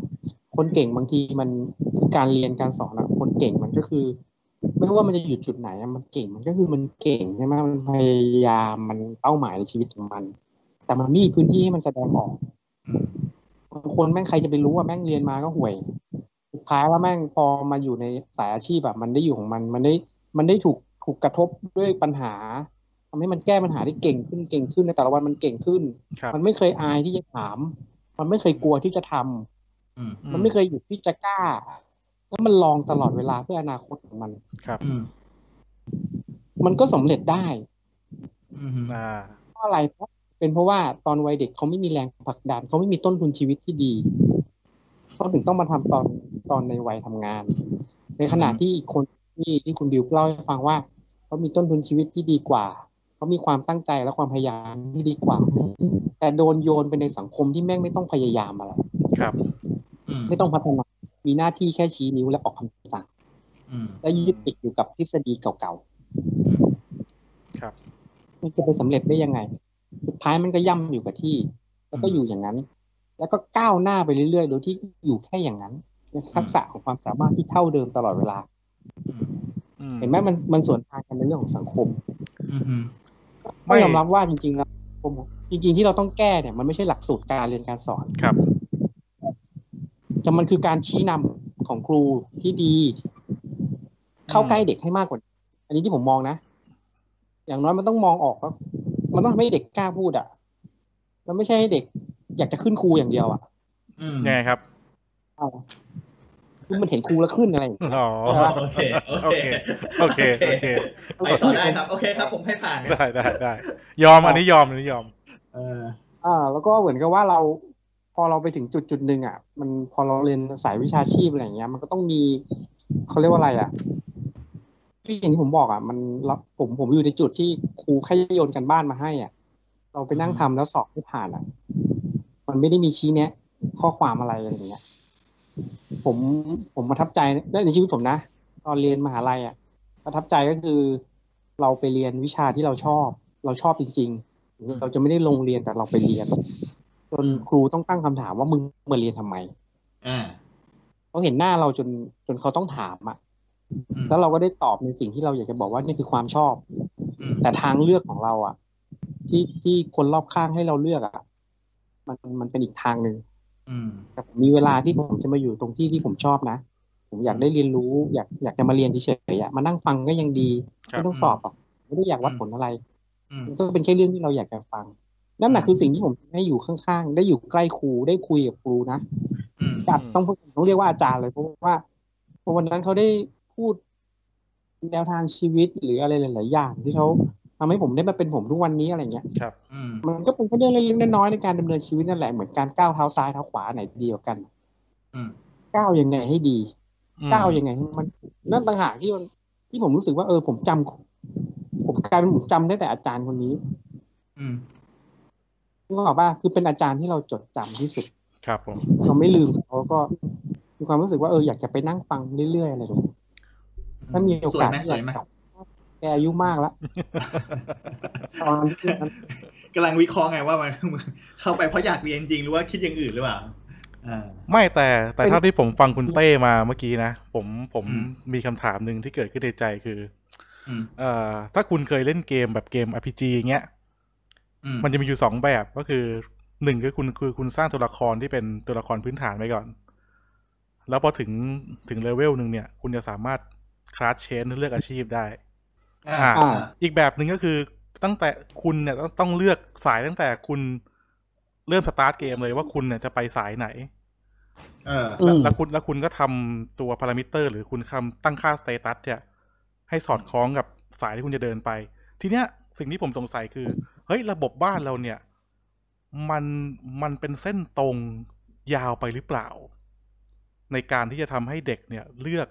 คนเก่งบางทีมันคือการเรียนการสอนอ่ะคนเก่งมันก็คือ ไม่ว่ามันจะอยู่จุดไหนอะมันเก่งมันก็คือมันเก่งใช่ไหมมันพยายามมันเป้าหมายในชีวิตของมัน แต่มันไมมีพื้นที่ให้มันแสดงออก อืม บางคนแม่งใครจะไปรู้ว่าแม่งเรียนมาก็ห่วยสุดท้ายแล้วแม่งพอมาอยู่ในสายอาชีพแบบมันได้อยู่ของมันมันได้มันได้ถูกถูกกระทบด้วยปัญหา ทำให้มันแก้ปัญหาได้เก่งขึ้นเก่งขึ้นในแต่ละวันมันเก่งขึ้น ครับ มันไม่เคยอายที่จะถาม มันไม่เคยกลัวที่จะทำ อืม มันไม่เคยหยุดที่จะกล้า แล้วมันลองตลอดเวลาเพื่ออนาคตของมัน ครับ อืม มันก็สำเร็จได้ อืม อ่า เพราะอะไรเพราะเป็นเพราะว่าตอนวัยเด็กเขาไม่มีแรงผลักดันเขาไม่มีต้นทุนชีวิตที่ดีเขาถึงต้องมาทำตอนตอนในวัยทำงาน ในขณะที่อีกคนที่ที่คุณบิวเล่าให้ฟังว่าเขามีต้นทุนชีวิตที่ดีกว่าเขามีความตั้งใจและความพยายามที่ดีกว่า แต่โดนโยนไปในสังคมที่แม่งไม่ต้องพยายามอะไร ครับ อืม ไม่ต้องพัฒนา มีหน้าที่แค่ชี้นิ้วและออกคำสั่ง อืม และยึดติดอยู่กับทฤษฎีเก่า ครับ ๆ มันจะไปสำเร็จได้ยังไง สุดท้ายมันก็ย่ำอยู่กับที่ แล้วก็ อืม อยู่อย่างนั้น แล้วก็ก้าวหน้าไปเรื่อยๆ โดยที่อยู่แค่อย่างนั้น ในทักษะของความสามารถที่เท่าเดิมตลอดเวลา อื เห็นไหมมันมันสวนทางกันในเรื่องของสังคม อือฮึ ไม่ยอมรับว่าจริงๆแล้วผมจริง ๆ ที่เราต้องแก้เนี่ยมันไม่ใช่หลักสูตรการเรียนการสอน ครับ แต่มันคือการชี้นำของครูที่ดี เข้าใกล้เด็กให้มากกว่านี้อันนี้ที่ผมมองนะ อย่างน้อยมันต้องมองออกว่ามันต้องทำให้เด็กกล้าพูดอ่ะมันไม่ใช่ให้เด็กอยากจะขึ้นครูอย่างเดียวอ่ะ อืม ยังไงครับ คือมันเห็นครูแล้วขึ้นอะไรอย่างเงี้ย อ๋อ โอเค โอเค โอเค โอเค ไปต่อได้ครับ โอเคครับ ผมให้ผ่าน ได้ได้ได้ยอม อันนี้ยอม อันนี้ยอม เออ อ่าแล้วก็เหมือนกับว่าเราพอเราไปถึงจุดจุดหนึ่งอ่ะ มันพอเราเรียนสายวิชาชีพอะไรอย่างเงี้ย มันก็ต้องมีเขาเรียกว่าอะไรอ่ะที่อย่างที่ผมบอกอ่ะมันเราผมผมอยู่ในจุดที่ครูแค่โยนกันบ้านมาให้อ่ะ เราไปนั่งทำแล้วสอบไม่ผ่านอ่ะ มันไม่ได้มีชี้แนะ ข้อความอะไรอะไรอย่างเงี้ย ผมผมประทับใจในชีวิตผมนะตอนเรียนมหาลัยอ่ะประทับใจก็คือ เราไปเรียนวิชาที่เราชอบ เราชอบจริง ๆ เราจะไม่ได้ลงเรียนแต่เราไปเรียน จน อืม ครูต้องตั้งคำถามว่ามึงมาเรียนทำไม อ่า เขาเห็นหน้าเราจนจนเขาต้องถามอะ อืม แล้วเราก็ได้ตอบในสิ่งที่เราอยากจะบอกว่านี่คือความชอบ อืม แต่ทางเลือกของเราอะที่ที่คนรอบข้างให้เราเลือกอะมันมันเป็นอีกทางหนึ่ง อืม แต่ผมมีเวลาที่ผมจะมาอยู่ตรงที่ที่ผมชอบนะผมอยากได้เรียนรู้ อยากอยากจะมาเรียนเฉยๆอะมานั่งฟังก็ยังดี ครับ ไม่ต้องสอบหรอกไม่ได้อยากวัดผลอะไร อืม มันก็เป็นแค่เรื่องที่เราอยากจะฟัง นั่นแหละ อืม คือสิ่งที่ผมให้อยู่ข้างๆ ได้อยู่ใกล้ครูได้คุยกับครูนะ อืม จับต้องต้องเรียกว่าอาจารย์เลยเพราะว่าเพราะวันนั้นเขาได้พูดแนวทางชีวิตหรืออะไรหลายๆอย่างที่เขาทำให้ผมได้มาเป็นผมทุกวันนี้อะไรเงี้ย ครับ อืม มันก็เป็นแค่เรื่องเล็กๆน้อยๆในการดำเนินชีวิตนั่นแหละเหมือนการก้าวเท้าซ้ายเท้าขวาไหนเดียวกัน อืม ก้าวยังไงให้ดี อืม ก้าวยังไงให้มันนั่นต่างหากที่มันที่ผมรู้สึกว่าเออผมจำผมกลายเป็นผมจำได้แต่อาจารย์คนนี้ อืม นึกออกป่ะคือเป็นอาจารย์ที่เราจดจำที่สุด ครับผม เราไม่ลืมเขาก็มีความรู้สึกว่าเอออยากจะไปนั่งฟังเรื่อยๆอะไรอย่างเงี้ยถ้ามีโอกาส สวยไหมสวยไหม แกอายุมากแล้วตอนที่นั้น กำลังวิเคราะห์ไงว่ามัน เข้าไปเพราะอยากเรียนจริงหรือว่าคิดอย่างอื่นหรือเปล่าอ่า ไม่แต่แต่เท่าที่ผมฟังคุณเต้มาเมื่อกี้นะ ผมผม อืม มีคำถามหนึ่งที่เกิดขึ้นในใจคือ อืม เอ่อ ถ้าคุณเคยเล่นเกมแบบเกม RPG อย่างเงี้ย อืม มันจะมีอยู่สองแบบก็คือหนึ่งคือคุณคือคุณสร้างตัวละครที่เป็นตัวละครพื้นฐานไปก่อน แล้วพอถึงถึงเลเวลหนึ่งเนี่ย คุณจะสามารถคลาสเชนเลือกอาชีพได้ อ่า อ่า อ่า อีกแบบหนึ่งก็คือตั้งแต่คุณเนี่ยต้องต้องเลือกสายตั้งแต่คุณเริ่มสตาร์ทเกมเลยว่าคุณเนี่ยจะไปสายไหน เออ อื แล้ว ม แล้วคุณแล้วคุณก็ทำตัวพารามิเตอร์ หรือคุณคำตั้งค่าสเตตัสเนี่ยให้สอดคล้องกับสายที่คุณจะเดินไป ทีเนี้ยสิ่งที่ผมสงสัยคือ เฮ้ย ระบบบ้านเราเนี่ย มันมันเป็นเส้นตรงยาวไปหรือเปล่า ในการที่จะทำให้เด็กเนี่ยเลือก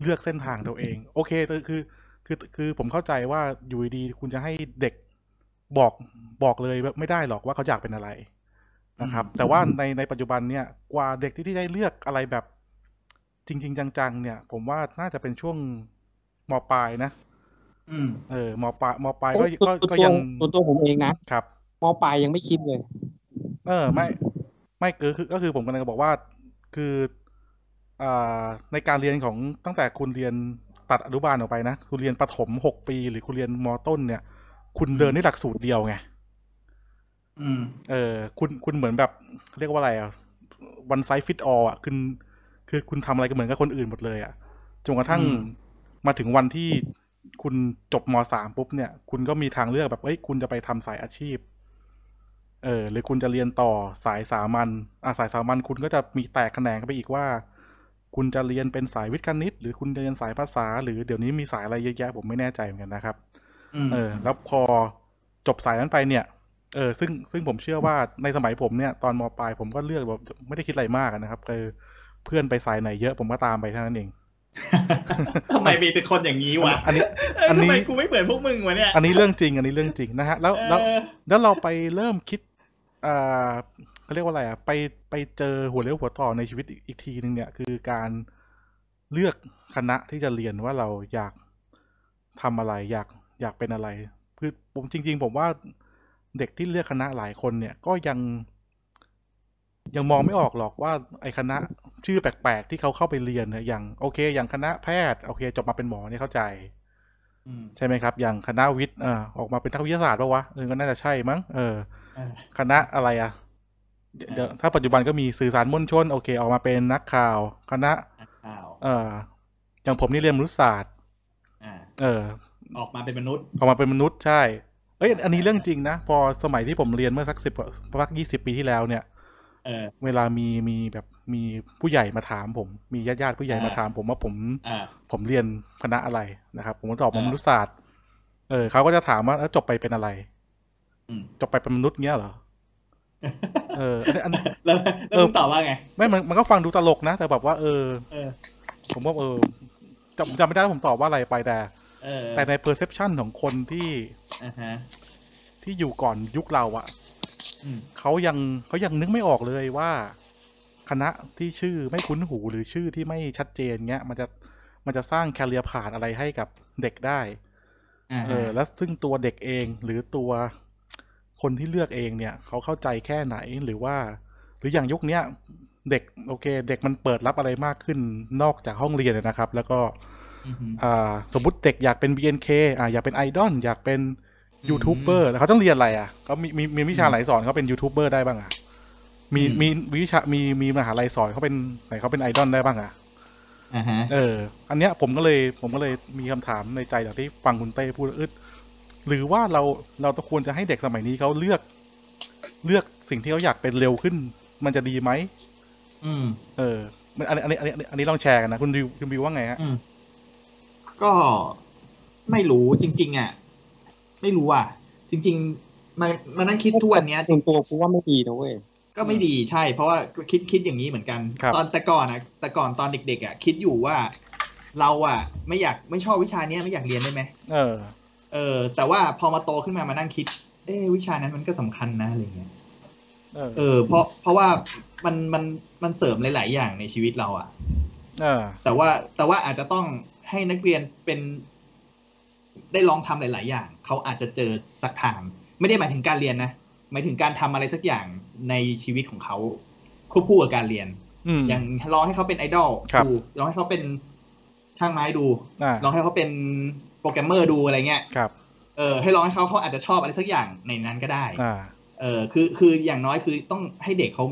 เลือกเส้นทางตัวเอง โอเคคือคือคือคือผมเข้าใจว่าอยู่ดีๆคุณจะให้เด็กบอกบอกเลยไม่ได้หรอกว่าเขาอยากเป็นอะไร นะครับ อืม แต่ว่าในในปัจจุบันเนี่ยกว่าเด็กที่ที่ได้เลือกอะไรแบบ จริง ๆ จังๆ เนี่ย ผมว่าน่าจะเป็นช่วงมปลายนะ อืม เออมปลายมปลายก็ก็ก็ยัง ตัวตัวผมเองนะครับ มปลายยังไม่คิดเลย เออไม่ไม่คือคือก็คือผมกำลังจะบอกว่าคืออ่าในการเรียนของตั้งแต่คุณเรียนตัดอนุบาลออกไปนะ คุณเรียนประถมหกปี หรือคุณเรียนมต้นเนี่ย คุณเดินในหลักสูตรเดียวไง อืม เออคุณคุณเหมือนแบบเรียกว่าอะไรอ่ะวันไซฟิตออ่ะคุณคือคุณทำอะไรก็เหมือนกับคนอื่นหมดเลยอ่ะจนกระทั่ง อืม มาถึงวันที่คุณจบมสามปุ๊บเนี่ย คุณก็มีทางเลือกแบบเอ้ยคุณจะไปทำสายอาชีพ เออ หรือคุณจะเรียนต่อสายสามัญอ่ะสายสามัญคุณก็จะมีแตกแขนงกันไปอีกว่า คุณจะเรียนเป็นสายวิทย์คณิต หรือคุณจะเรียนสายภาษา หรือเดี๋ยวนี้มีสายอะไรเยอะแยะผมไม่แน่ใจเหมือนกันนะครับ อืม เออแล้วพอจบสายนั้นไปเนี่ย เออซึ่งซึ่งผมเชื่อว่าในสมัยผมเนี่ยตอนมปลายผมก็เลือกแบบไม่ได้คิดอะไรมากอะนะครับคือเพื่อนไปสายไหนเยอะผมก็ตามไปเท่านั้นเอง ทำไมมีแต่คนอย่างนี้วะ อันนี้ เอ้ย อัน ทำ นี้ ไมกูไม่เหมือนพวกมึงวะเนี่ย อันนี้เรื่องจริง อันนี้เรื่องจริงนะฮะแล้วแล้ว เออ แล้วเราไปเริ่มคิดเอ่อเขาเรียกว่าอะไรอ่ะไปไปเจอหัวเลี้ยวหัวต่อในชีวิตอีกอีกทีหนึ่งเนี่ย คือการเลือกคณะที่จะเรียนว่าเราอยากทำอะไร อยากอยากเป็นอะไร คือผมจริง ๆ ผมว่าเด็กที่เลือกคณะหลายคนเนี่ย ก็ยัง ยังมองไม่ออกหรอกว่าไอ้คณะ ชื่อแปลกๆที่เขาเข้าไปเรียนเนี่ยอย่างโอเค อย่างคณะแพทย์โอเค จบมาเป็นหมอเนี่ยเข้าใจ อืม ใช่ไหมครับ อย่างคณะวิทย์เอ่อออกมาเป็นนักวิทยาศาสตร์ปะวะเออก็น่าจะใช่มั้งเออ เออ คณะอะไรอะเดี๋ยวเดี๋ยวถ้าปัจจุบันก็มีสื่อสารมวลชน โอเค ออกมาเป็นนักข่าว คณะ นักข่าว เอ่ออย่างผมนี่เรียนมนุษยศาสตร์ อ่า เออ ออกมาเป็นมนุษย์ ออกมาเป็นมนุษย์ใช่ เอ้ย ใช่ อันนี้ ใช่ เรื่องจริงนะ พอสมัยที่ผมเรียนเมื่อสักสิบสักยี่สิบปีที่แล้วเนี่ย เออ เวลามีมีแบบมีผู้ใหญ่มาถามผม มีญาติญาติๆผู้ใหญ่มา อ่า ถามผมว่าผม อ่า ผมเรียนคณะอะไรนะครับ ผมก็ตอบว่า อ่าม มนุษยศาสตร์ เออเขาก็จะถามว่าแล้วจบไปเป็นอะไร อืม จบไปเป็นมนุษย์เงี้ยเหรอ เอออันนี้อัน แล้วแล้ว เออ มึงตอบว่าไง ไม่มันมันก็ฟังดูตลกนะ แต่แบบว่าเออ เออ ผมว่าเออจำจำไม่ได้ว่าผมตอบว่าอะไรไปแต่ เออ แต่ใน perception ของคนที่ อ่าฮะ ที่อยู่ก่อนยุคเราอะ อืม เขายังเขายังนึกไม่ออกเลยว่า คณะที่ชื่อไม่คุ้นหูหรือชื่อที่ไม่ชัดเจนเงี้ย มันจะมันจะสร้างแคเรียผ่านอะไรให้กับเด็กได้ อ่า เอ ฮะ อ แล้วซึ่งตัวเด็กเองหรือตัวคนที่เลือกเองเนี่ย เขาเข้าใจแค่ไหนหรือว่า หรืออย่างยุคเนี้ยเด็กโอเค เด็กมันเปิดรับอะไรมากขึ้นนอกจากห้องเรียนนะครับ แล้วก็ อฮึ อ่าสมมติเด็กอยากเป็น BNK อ่าอยากเป็นไอดอลอยากเป็นยูทูบเบอร์แล้วเขาต้องเรียนอะไรอ่ะเขามีมีมีวิชาไหนสอนเขาเป็นยูทูบเบอร์ได้บ้างอ่ะมีมีมีวิชามีมีมหาลัยสอนเขาเป็นไหนเขาเป็นไอดอลได้บ้างอ่ะ อ่าฮะ เออ อันเนี้ยผมก็เลยผมก็เลยมีคำถามในใจจากที่ฟังคุณเต้พูดอึดหรือว่าเราเราต้องควรจะให้เด็กสมัยนี้เขาเลือก เลือกสิ่งที่เขาอยากเป็นเร็วขึ้น มันจะดีไหม อืม เออมันอันนี้อันนี้อันนี้อันนี้ลองแชร์กันนะคุณดิวคุณบิวว่าไงฮะ อืม ก็ไม่รู้จริง ๆ อ่ะ ไม่รู้อ่ะ จริง ๆ มามานั่งคิดทุกวันเนี้ย ส่วนตัวกูว่าไม่ดีนะเว้ย ก็ไม่ดีใช่ เพราะว่าคิดคิดอย่างนี้เหมือนกัน ตอนแต่ก่อนนะแต่ก่อนตอนเด็ก ๆ อ่ะ คิดอยู่ว่าเราอ่ะ ไม่อยากไม่ชอบวิชาเนี้ยไม่อยากเรียนได้ไหม เออ เออแต่ว่าพอมาโตขึ้นมามานั่งคิด เอ้วิชานั้นมันก็สำคัญนะอะไรเงี้ย เออ เออเพราะเพราะว่ามันมันมันเสริมหลาย ๆ อย่างในชีวิตเราอะ เออ แต่ว่าแต่ว่าอาจจะต้องให้นักเรียนเป็น ได้ลองทำหลาย ๆ อย่างเขาอาจจะเจอสักทางไม่ได้หมายถึงการเรียนนะหมายถึงการทำอะไรสักอย่างในชีวิตของเขาควบคู่กับการเรียน อืม อย่างลองให้เขาเป็นไอดอล ครับ ดูลองให้เขาเป็นช่างไม้ดู อ่า ลองให้เขาเป็นโปรแกรมเมอร์ดูอะไรเงี้ย ครับ เออให้ลองให้เขาเขาอาจจะชอบอะไรสักอย่างในนั้นก็ได้ อ่า เออคือคืออย่างน้อยคือต้องให้เด็กเขา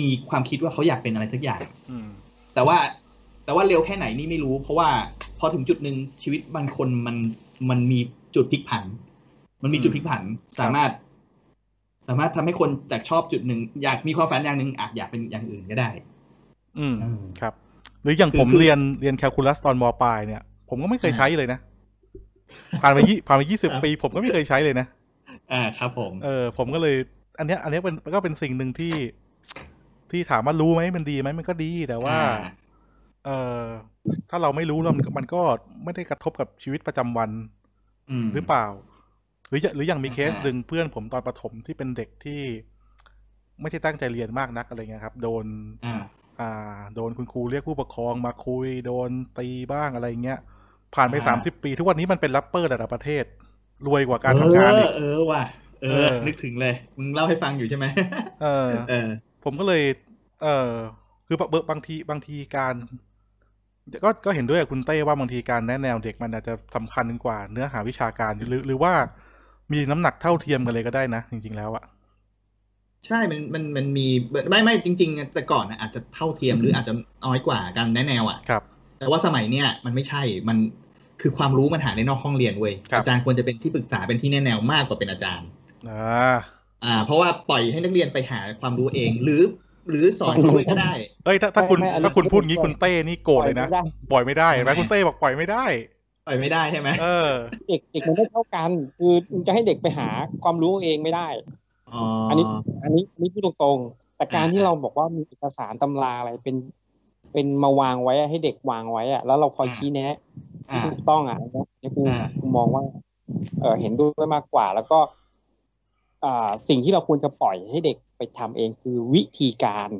มีความคิดว่าเขาอยากเป็นอะไรสักอย่าง อืม แต่ว่าแต่ว่าเร็วแค่ไหนนี่ไม่รู้ เพราะว่าพอถึงจุดหนึ่งชีวิตบางคนมันมันมีจุดพลิกผัน มันมีจุดพลิกผัน สามารถ สามารถทำให้คนจากชอบจุดหนึ่งอยากมีความฝันอย่างหนึ่งอาจอยากเป็นอย่างอื่นก็ได้ อืม เออ ครับ หรืออย่าง คือ ผม คือ เรียนเรียนแคลคูลัสตอนมปลายเนี่ย ผมก็ไม่เคย อ่า ใช้เลยนะผ่านไปยี่ผ่านไปยี่สิบ ครับ ปี ผมก็ไม่เคยใช้เลยนะ อ่าครับผม เออผมก็เลย อันเนี้ย อันเนี้ยเป็นก็เป็นสิ่งหนึ่งที่ ที่ถามว่ารู้ไหมมันดีไหมมันก็ดีแต่ว่า อ่า เออถ้าเราไม่รู้แล้วมันมันก็ไม่ได้กระทบกับชีวิตประจำวัน ม หรือเปล่า หรืออย่างหรืออย่างมี อ่า เคสหนึ่งเพื่อนผมตอนประถมที่เป็นเด็กที่ ไม่ใช่ตั้งใจเรียนมากนักอะไรเงี้ยครับ โดน อ่า อ่า โดนคุณครูเรียกผู้ปกครองมาคุย โดนตีบ้างอะไรเงี้ย ผ่านไป อ่า สามสิบปี ทุกวันนี้มันเป็นแรปเปอร์ระดับประเทศ รวยกว่าการทำงานอีก เออเออว่ะเอ เอ อ อ นึกถึงเลยมึงเล่าให้ฟัง อยู่ใช่ไหม เออ เออ ผมก็เลย เออคือบางบางทีบางทีการ ก็ก็เห็นด้วยกับคุณเต้ว่าบางทีการแนะแนวเด็กมันอาจจะสำคัญกว่าเนื้อหาวิชาการหรือหรือว่ามีน้ำหนักเท่าเทียมกันเลยก็ได้นะ จริง ๆ แล้วอะ ใช่ มันมันมันมีไม่ไม่จริง ๆ แต่ก่อนนะอาจจะเท่าเทียมหรืออาจจะน้อยกว่าการแนะแนวอ่ะ ครับ แต่ว่าสมัยเนี้ยมันไม่ใช่มันคือความรู้มันหาในนอกห้องเรียนเว้ย ครับ อาจารย์ควรจะเป็นที่ปรึกษาเป็นที่แนะแนวมากกว่าเป็นอาจารย์ อ่า อ่า เพราะว่าปล่อยให้นักเรียนไปหาความรู้เอง หรือ หรือสอนด้วยก็ได้ เอ้ยถ้าถ้าคุณ ไม่ไม่อันนี้ ถ้าคุณพูดงี้คุณเต้นี่โกรธเลยนะ ปอไม่ได้ ปล่อยไม่ได้ ทำไม แม้คุณเต้บอกปล่อยไม่ได้ ปล่อยไม่ได้ใช่ไหม เออ เด็กเด็กมันไม่เท่ากัน คือมึงจะให้เด็กไปหาความรู้เองไม่ได้ อ๋อ อั อั นนี้อันนี้อันนี้พูดตรงๆ แต่การที่เราบอกว่ามีเอกสารตำราอะไรเป็น เป็นมาวางไว้อะให้เด็กวางไว้อะแล้วเราคอยชี้แนะ อ่า ถูกต้องอ่ะเนี่ยกู อ่า กูมองว่า เออเห็นด้วยมากกว่า แล้วก็ อ่า สิ่งที่เราควรจะปล่อยให้เด็กไปทำเองคือวิธีการ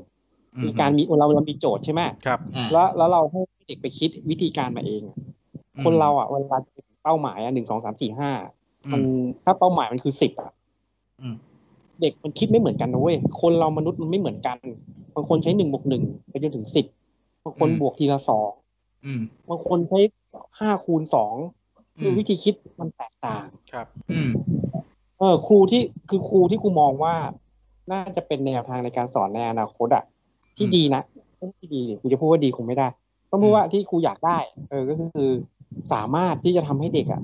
มีการมีเราเรามีโจทย์ใช่ไหม ครับ อ่า แล้วแล้วเราให้เด็กไปคิดวิธีการมาเองอะคนเราอ่ะเวลาจะไปถึงเป้าหมายอ่ะหนึ่งสองสามสี่ห้า อื มัน ม ถ้าเป้าหมายมันคือสิบอ่ะ อืม เด็กมันคิดไม่เหมือนกันนะเว้ยคนเรามนุษย์มันไม่เหมือนกันบางคนใช้หนึ่งบวกหนึ่งไปจนถึงสิบบางคน อืม บวกทีละสอง อืม บางคนใช้ห้าคูณสอง อืม คือวิธีคิดมันแตกต่าง ครับ อืม เออครูที่คือครูที่ครูมองว่า น่าจะเป็นแนวทางในการสอนในอนาคตอะที่ อืม ดีนะไม่ใช่ที่ดีดิกูจะพูดว่าดีคงไม่ได้ ต้องพู อื ด ม ว่าที่ครูอยากได้ เออก็คือสามารถที่จะทำให้เด็กอะ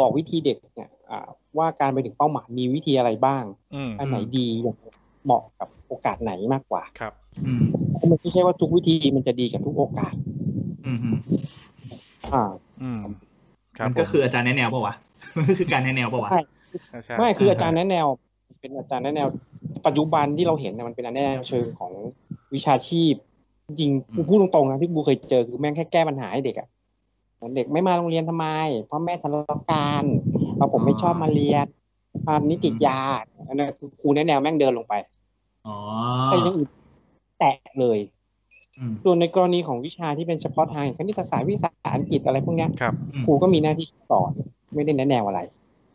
บอกวิธีเด็กเนี่ยอ่าว่าการไปถึงเป้าหมายมีวิธีอะไรบ้าง อืม อันไหนดีเหมาะกับโอกาสไหนมากกว่า ครับ อืม เพราะมันไม่ใช่ว่าทุกวิธีมันจะดีกับทุกโอกาส อืมอืม อ่า อืมครับ มัน ผ ก็ ม คืออาจารย์แนะแนวปะว ะ มันก็คือการแนะแนวปะวะ ใช่ ใช่ใช่ ไม่คืออาจารย์แนะแนว เป็นอาจารย์แนะแนว ปัจจุบันที่เราเห็นเนี่ยมันเป็นอาจารย์แนะแนวเชิงของวิชาชีพ จริง อื กู ม พูดตรงๆนะที่กูเคยเจอคือแม่งแค่แก้ปัญหาให้เด็กอะเหมือนเด็กไม่มาโรงเรียนทำไมเพราะแม่ทะเลาะกันเพราะผมไม่ชอบมาเรียนความนิติยาอันนั้นคือครูแนะแนวแม่งเดินลงไป อ๋อ แต่ยังอื่นแตะเลย อืม ส่วนในกรณีของวิชาที่เป็นเฉพาะทางอย่างคณิตศาสตร์วิชาอังกฤษอะไรพวกเนี้ย ครับ อืม ครูก็มีหน้าที่สอนไม่ได้แนะแนวอะไร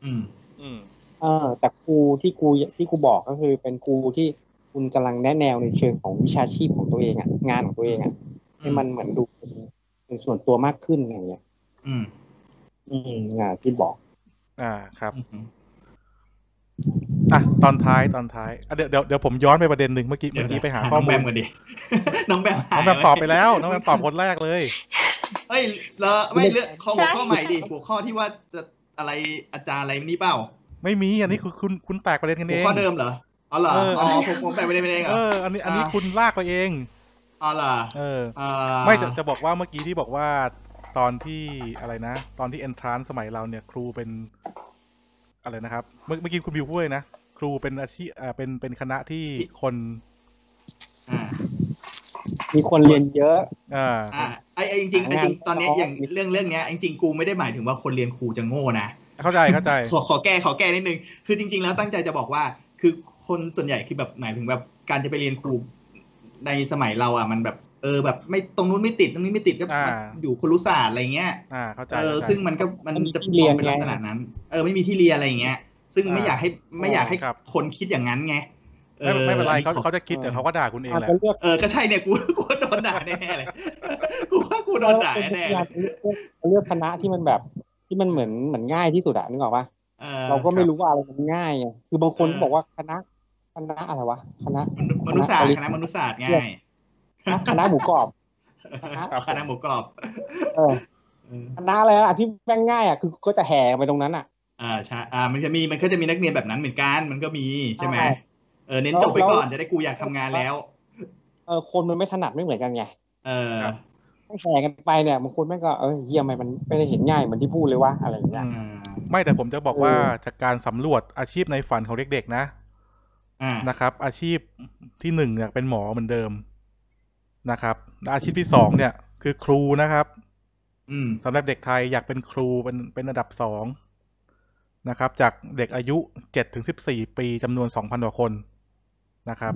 อืม อืม เออแต่ครูที่ครูที่ครูบอกก็คือเป็นครูที่คุณกำลังแนะแนวในเชิงของวิชาชีพของตัวเองอะงานของตัวเองอะให้มันเหมือนดูเป็นเป็นส่วนตัวมากขึ้นอย่างเงี้ย อืม อืมงานที่บอก อ่าครับ อืม อ่ะตอนท้ายตอนท้ายอ่ะเดี๋ยวเดี๋ยวเดี๋ยวผมย้อนไปประเด็นหนึ่งเมื่อกี้ เดี๋ เมื่อยว กี้ไปหา น้ง ข้อมู แบ ล ม น้ กันดิ น้องแบมหา องแบมตอบไปแล้วน้องแบมตอบคนแรกเลย เอ้ยแล้วไม่เลือกข้อหัวข้อ ใช่ ใหม่ดิ หัวข้อที่ว่าจะอะไรอาจารย์อะไรนี่เปล่า ไม่มีอันนี้คือคุณคุณแตกประเด็นกัน หั เอ ว ง ข้อเดิมเหรอ อ๋อเหรอ เอออ๋ อ๋อผมผมแปลไปได้ไม่ได้เหร เอ อ ออันนี้อันนี้ อ่า คุณลากไปเอง อ๋อเหรอ เออ อ่า ไม่จะจะบอกว่าเมื่อกี้ที่บอกว่าตอนที่อะไรนะ ตอนที่ entrance สมัยเราเนี่ย ครูเป็น อะไรนะครับ เมื่อเมื่อกี้คุณบิวพูดเลยนะ ครูเป็นอาชีพอ่าเป็นเป็นคณะที่คน อ่า มีคนเรียนเยอะ อ่า อ่าไอ้ไอ้จริงๆไอ้จริงๆตอนเนี้ยอย่างเรื่องเรื่องเนี้ยจริงๆกูไม่ได้หมายถึงว่าคนเรียนครูจะโง่นะ เข้าใจ เข้าใจ ขอขอแก้ขอแก้นิดนึง คือจริง ๆ แล้วตั้งใจจะบอกว่า คือคนส่วนใหญ่คือแบบหมายถึงแบบการจะไปเรียนครูในสมัยเราอ่ะมันแบบ เออแบบไม่ตรงนู้นไม่ติดตรงนี้ไม่ติดก็ อ่า อยู่ครุศาสตร์อะไรเงี้ย อ่าเข้าใจ เออ เข้าใจ ซึ่งมันก็มัน ไม่มี จะ ที่เรีมยนองเป็นลักษณะนั้น เออไม่มีที่เรียนอะไรอย่างเงี้ย ซึ่งไม่ อ่า อยากให้ไม่อยากให้ ครับ คนคิดอย่างนั้นไงอ ไม่ อ ไม่เป็นไร อั เขา ขอ เขาจะคิดเดี๋ยวเขาก็ด่าคุณเอง อาจ แหละ จะเลือก เออก็ใช่เนี่ยกูกูโดนด่าแน่เลย กูว่ากูโดนด่า เป็น แน่ งานเลือกคณะที่มันแบบที่มันเหมือนเหมือนง่ายที่สุดอะนึกออกปะ เออ เราก็ไม่รู้ว่าอะไรมันง่ายอะคือบางคนก็บอกว่าคณะคณะอะไรวะคณะ มนุษยศาสตร์คณะมนุษยศาสตร์ง่าย คณะหมูกรอบ คณะ ครับ คณะหมูกรอบ เออ เออ คณะอะไรอะที่แม่งง่ายอ่ะคือก็จะแห่ไปตรงนั้นอ่ะ อ่าใช่อ่ามันจะมีมันก็จะมีนักเรียนแบบนั้นเหมือนกันมันก็มีใช่ไหม ใช่ เออเน้น แล้ว จบไปก่อน แล้ว จะได้กูอยากทำงานแล้ว เออคนมันไม่ถนัดไม่เหมือนกันไง เออ ครับ แห่กันไปเนี่ยบางคนแม่งก็เออเยี่ยมไปมันไม่ได้เห็นง่ายเหมือนที่พูดเลยว่าอะไรอย่างเงี้ย อ่า ไม่แต่ผมจะบอก เออ ว่าจากการสำรวจอาชีพในฝันของเด็กๆนะ อ่า นะครับ อาชีพที่หนึ่งเนี่ยเป็นหมอเหมือนเดิมนะครับและอาชีพที่สองเนี่ย คือครูนะครับ อืม สำหรับเด็กไทยอยากเป็นครูเป็นเป็นอันดับสองนะครับ จากเด็กอายุเจ็ดถึงสิบสี่ปีจำนวนสองพันกว่าคนนะครับ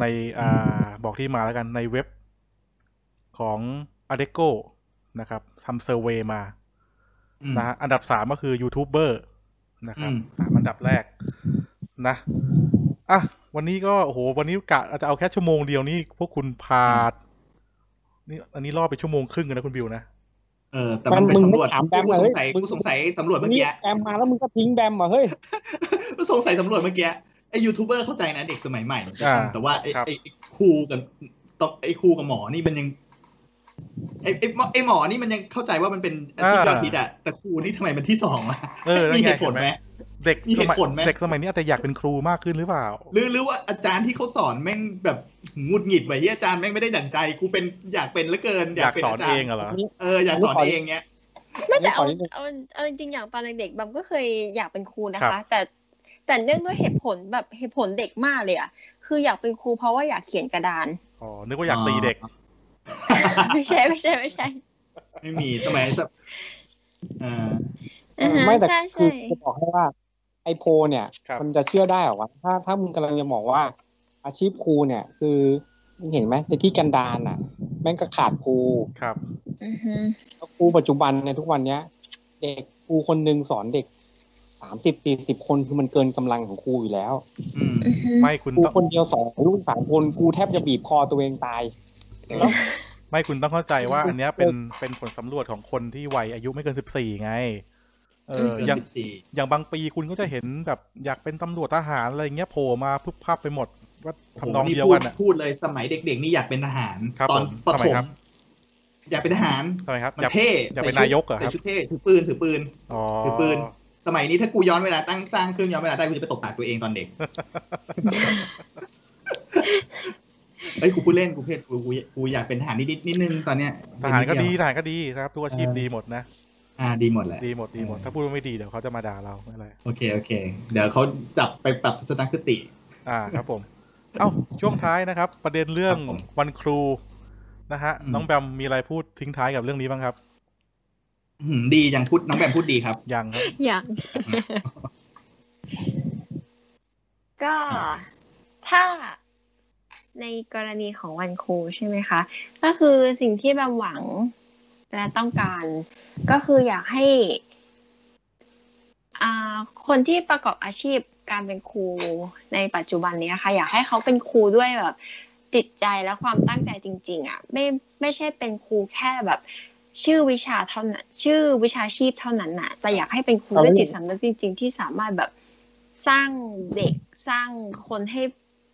ในอ่าบอกที่มาแล้วกันในเว็บของ a d e c o นะครับทำเซอร์เวย์มา อืม นะฮะอันดับสามก็คือยูทูบเบอร์นะครับ อืม สามอันดับแรกนะอ่ะวันนี้ก็โอ้โหวันนี้กะจะเอาแค่ชั่วโมงเดียวนี่พวกคุณพาดนี่อันนี้ล่อไปชั่วโมงครึ่งกันนะคุณบิวนะ เออแต่มัน มัน เป็น มึง สำรวจ ไม่ถามแบม กู เลย สงสัย มึง กูสงสัยสำรวจเมื่อกี้ นี่แบมมาแล้วมึงก็ทิ้งแบมมาเฮ้ย กูสงสัยสำรวจเมื่อกี้ไอ้ยูทูบเบอร์เข้าใจนะเด็กสมัยใหม่ อ่า แต่ว่าไอ้ ครับ ไอ้ไอ้ครูกับตไอ้ครูกับหมอนี่มันยังไอ้ไอ้หมอไอ้หมอนี่มันยังเข้าใจว่ามันเป็นอาชีพยอดฮิตอะแต่ครูนี่ทำไมมันที่สองอะ เออนั่ มี น เห ไง ตุผลไหม เด็ก มี ส เหตุ มัย ผลไหม เด็กสมัยนี้อาจจะอยากเป็นครูมากขึ้นหรือเปล่า หรือหรือว่าอาจารย์ที่เขาสอนแม่งแบบหงุดหงิดไปเฮียอาจารย์แม่งไม่ได้ดั่งใจกูเป็นอยากเป็นเหลือเกิน อยาก ป็ สอน จร เอ ย์ งเหรอ นี่ เอออยากสอนเองเงี้ย อั ไม่ นนี้ แต่ ขอ เอา นิดนึง เอาเอาจริงๆอย่างตอนเด็กๆบัมก็เคยอยากเป็นครูนะ ครั คะ บ แต่แต่เนื่องด้วยเหตุผลแบบเหตุผลเด็กมากเลยอะคืออยากเป็นครูเพราะว่าอยากเขียนกระดาน อ๋อนึกว่าอยากตีเด็ก ไม่ใช่ไม่ใช่ไม่ใช่ ไม่มีสมัยแบบอ่า อือฮะ ไม่แต่ ใช่ คือ ใช่ จะบอกให้ว่าไอโพลเนี่ย ครับ มันจะเชื่อได้เหรอวะถ้าถ้ามึงกำลังจะบอกว่า อาชีพครูเนี่ย คือมึงเห็นไหมในที่กันดารอ่ะ แม่งก็ขาดครู ครับ อือฮึ ครูปัจจุบันในยทุกวันเนี้ย เด็กครูคนหนึ่งสอนเด็ก สามสิบสี่สิบคนคือมันเกินกำลังของครูอยู่แล้ว อืม ไม่คุณ ครู ต้อง คนเดียวสองรุ่นสามคนครูแทบจะบีบคอตัวเอง ตาย ไม่คุณต้องเข้าใจว่า อันเนี้ยเป็นเป็นผลสำรวจของคนที่วัยอายุไม่เกินสิบสี่ไง เออ เกิน อย่าง สิบสี่ อย่างบางปีคุณก็จะเห็นแบบอยากเป็นตำรวจทหารอะไรเงี้ยโผล่มาพึบพับไปหมดว่าทำนองเดียว พู กั ด นอ่ะ พูดเลยสมัยเด็กๆนี่อยากเป็นทหาร ครับ ตอน ผม ประ ทำไม ถม ครับ อยากเป็นทหาร ทำไมครับ มัน อยาก เท่ อยากเป็น ใส่ชุด นายกเหรอครับ ใส่ชุดเท่ถือปืนถือปืน อ๋อ ถือปืน สมัยนี้ถ้ากูย้อนเวลาตั้งสร้างเครื่องย้อนเวลาได้กูจะไปตบปากตัวเองต อนเด็ก เฮ้ยกูพูดเล่นกูเพศกูกูกูอยากเป็นทหารนิดๆนิดนึงตอนเนี้ย ทหารก็ดี เป็นนิเยว ทหารก็ดีนะครับทุกอาชีพดีหมดนะ อ่าดีหมดแหละ ดีหมดดีหมด ถ้าพูดว่าไม่ดีเดี๋ยวเขาจะมาด่าเราไม่เป็นไร โอเคโอเค เดี๋ยวเขาจับไปปรับทัศนคติ อ่าครับผม เอ้าช่วงท้ายนะครับ ประเด็นเรื่อง ครับผม วันครูนะฮะ อืม น้องแบมมีอะไรพูดทิ้งท้ายกับเรื่องนี้บ้างครับ อื้อหือดีอย่างพูดน้องแบมพูดดีครับ ยังครับ อย่าง ก็ถ้าในกรณีของวันครูใช่ไหมคะ ก็คือสิ่งที่แบบหวังและต้องการ ก็คืออยากให้อ่าคนที่ประกอบอาชีพการเป็นครูในปัจจุบันเนี้ยค่ะ อยากให้เขาเป็นครูด้วยแบบจิตใจและความตั้งใจจริง ๆอ่ะไม่ไม่ใช่เป็นครูแค่แบบ ชื่อวิชาเท่านั้นชื่อวิชาชีพเท่านั้นน่ะ แต่อยากให้เป็นครูด้วยจิตสำนึกจริง ๆ ที่สามารถแบบสร้างเด็กสร้างคนให้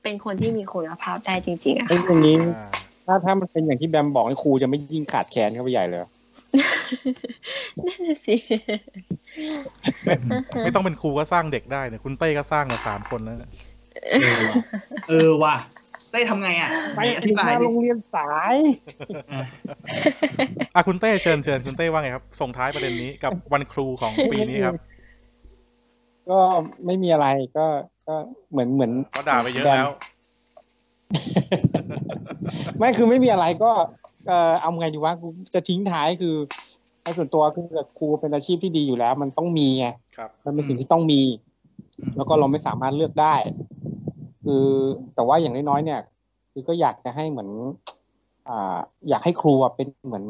เป็นคนที่มีคุณภาพได้จริงๆอะ ไอ้ ค่ะ ตรงนี้ อ่า ถ้าถ้ามันเป็นอย่างที่แบมบอกนี่ครูจะไม่ยิ่งขาดแคลนเข้าไปใหญ่เลย นั่นน่ะสิ ไม่ไม่ต้องเป็นครูก็สร้างเด็กได้เนี่ยคุณเต้ก็สร้างมาสามคนแล้วเนี่ย เออว่ะเออว่ะได้ทำไงอ่ะ ไป อธิบายดิ โรงเรียนสาย อ่ะ อ่ะคุณเต้เชิญเชิญคุณเต้ว่าไงครับ ส่งท้ายประเด็นนี้กับวันครูของปีนี้ครับ ก็ไม่มีอะไรก็ก็เหมือนเหมือน ก็ด่าไปเยอะแล้ว ไม่คือไม่มีอะไรก็เออเอาไงดีวะกูจะทิ้งท้ายคือในส่วนตัวคือครูเป็นอาชีพที่ดีอยู่แล้ว มันต้องมีไง ครับ มันเป็นสิ่งที่ต้องมี แล้วก็เราไม่สามารถเลือกได้ คือแต่ว่าอย่างน้อยๆเนี่ย คือก็อยากจะให้เหมือน อ่า อยากให้ครูอะเป็นเหมือน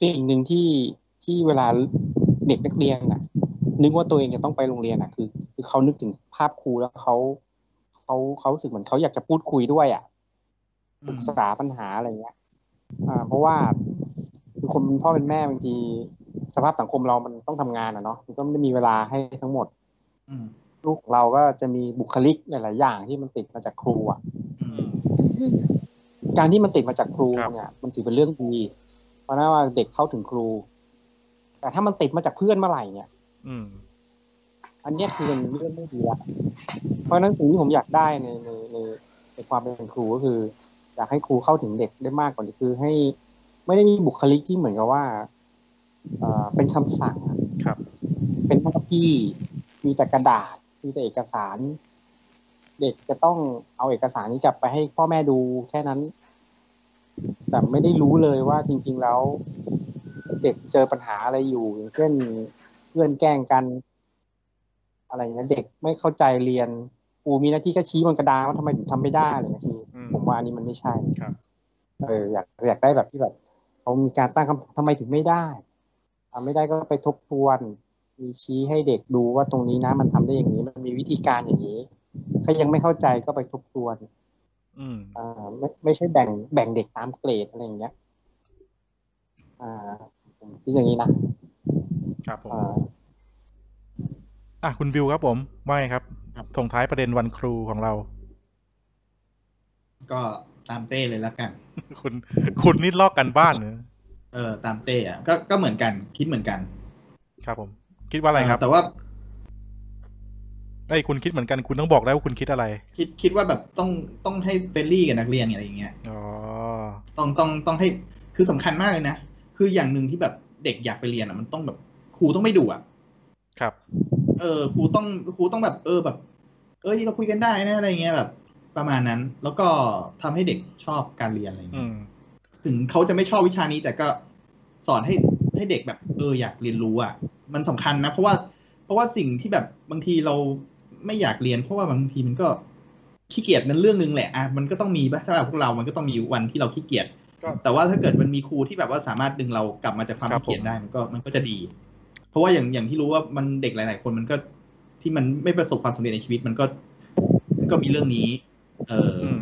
สิ่งหนึ่งที่ที่เวลาเด็กนักเรียนน่ะ นึกว่าตัวเองจะต้องไปโรงเรียนน่ะคือ คือเขานึกถึงภาพครูแล้วเขาเขาเขารู้สึกเหมือนเขาอยากจะพูดคุยด้วยอ่ะ ปรึกษาปัญหาอะไรเงี้ย อ่า เพราะว่าคือคนเป็นพ่อเป็นแม่บางทีสภาพสังคมเรามันต้องทำงานอ่ะเนาะมันก็ไม่ได้มีเวลาให้ทั้งหมด อืม ลูกของเราก็จะมีบุคลิกหลาย ๆ อย่างที่มันติดมาจากครูอ่ะ อืม การที่มันติดมาจากครู ครับ เนี่ยมันถือเป็นเรื่องดีเพราะนั้นว่าเด็กเข้าถึงครู แต่ถ้ามันติดมาจากเพื่อนเมื่อไหร่เนี่ย อืม อันเนี้ยคือมันเรื่องไม่ดีละเพราะฉะนั้นสิ่งที่ผมอยากได้ในในในในความเป็นครูก็คือ อยากให้ครูเข้าถึงเด็กได้มากกว่านี้คือให้ไม่ได้มีบุคลิกที่เหมือนกับว่าเอ่อเป็นคำสั่งอะ ครับ เป็นหน้าที่มีแต่กระดาษ มีแต่เอกสาร เด็กจะต้องเอาเอกสารนี้กลับไปให้พ่อแม่ดูแค่นั้น แต่ไม่ได้รู้เลยว่าจริง ๆแล้ว เด็กเจอปัญหาอะไรอยู่อย่างเช่นเพื่อนแกล้งกัน อะไรอย่างเงี้ยเด็กไม่เข้าใจเรียนครูมีหน้าที่แค่ชี้บนกระดานว่าทำไมถึงทำไม่ได้อะไรอย่างเงี้ยคืออ ม ผมว่าอันนี้มันไม่ใช่ ครับ เอออยากอยากได้แบบที่แบบเขามีการตั้งคำทำไมถึงไม่ได้อ่าไม่ได้ก็ไปทบทวน มีชี้ให้เด็กดูว่าตรงนี้นะมันทำได้อย่างนี้ มันมีวิธีการอย่างนี้ ถ้ายังไม่เข้าใจก็ไปทบทวน อืม อ่าไม่ไม่ใช่แบ่งแบ่งเด็กตามเกรดอะไรอย่างเงี้ย อ่าผมคิดอย่างนี้นะครับ ผม อ่า อ่ะคุณบิวครับผมว่าไงครับ ส่งท้ายประเด็นวันครูของเรา ก็ตามเต้เลยแล้วกัน คุณคุณนี่ลอกกันบ้านเนอะ เออตามเต้อะก็ก็เหมือนกันคิดเหมือนกัน ครับผม คิดว่าอะไรครับ แต่ว่า ไอ้ยคุณคิดเหมือนกันคุณต้องบอกได้ว่าคุณคิดอะไร คิดคิดว่าแบบต้องต้องให้เฟรนลี่กับนักเรียนอะไรอย่างเงี้ย อ๋อ ต้องต้องต้องให้คือสำคัญมากเลยนะ คืออย่างหนึ่งที่แบบเด็กอยากไปเรียนอ่ะมันต้องแบบครูต้องไม่ดุอ่ะ ครับ เออครูต้องครูต้องแบบ เออแบบ เอ้ยเราคุยกันได้นะอะไรเงี้ยแบบ ประมาณนั้น แล้วก็ทำให้เด็กชอบการเรียนอะไร อื เงี้ย ม ถึงเขาจะไม่ชอบวิชานี้ แต่ก็สอนให้ให้เด็กแบบ เอออยากเรียนรู้อ่ะ มันสำคัญนะ เพราะว่าเพราะว่าสิ่งที่แบบบางทีเราไม่อยากเรียน เพราะว่าบางทีมันก็ขี้เกียจนั่นเรื่องนึงแหละอ่ะมันก็ต้องมีบ้างสำหรับพวกเรามันก็ต้องมีวันที่เราขี้เกียจ ก็ แต่ว่าถ้าเกิดมันมีครูที่แบบว่าสามารถดึงเรากลับมาจากความ ครับ ขี้เกียจ ผม ได้มันก็มันก็จะดี เพราะว่าอย่างอย่างที่รู้ว่ามันเด็กหลาย ๆ คนมันก็ ที่มันไม่ประสบความสำเร็จในชีวิตมันก็ มันก็มีเรื่องนี้ เอออ อืม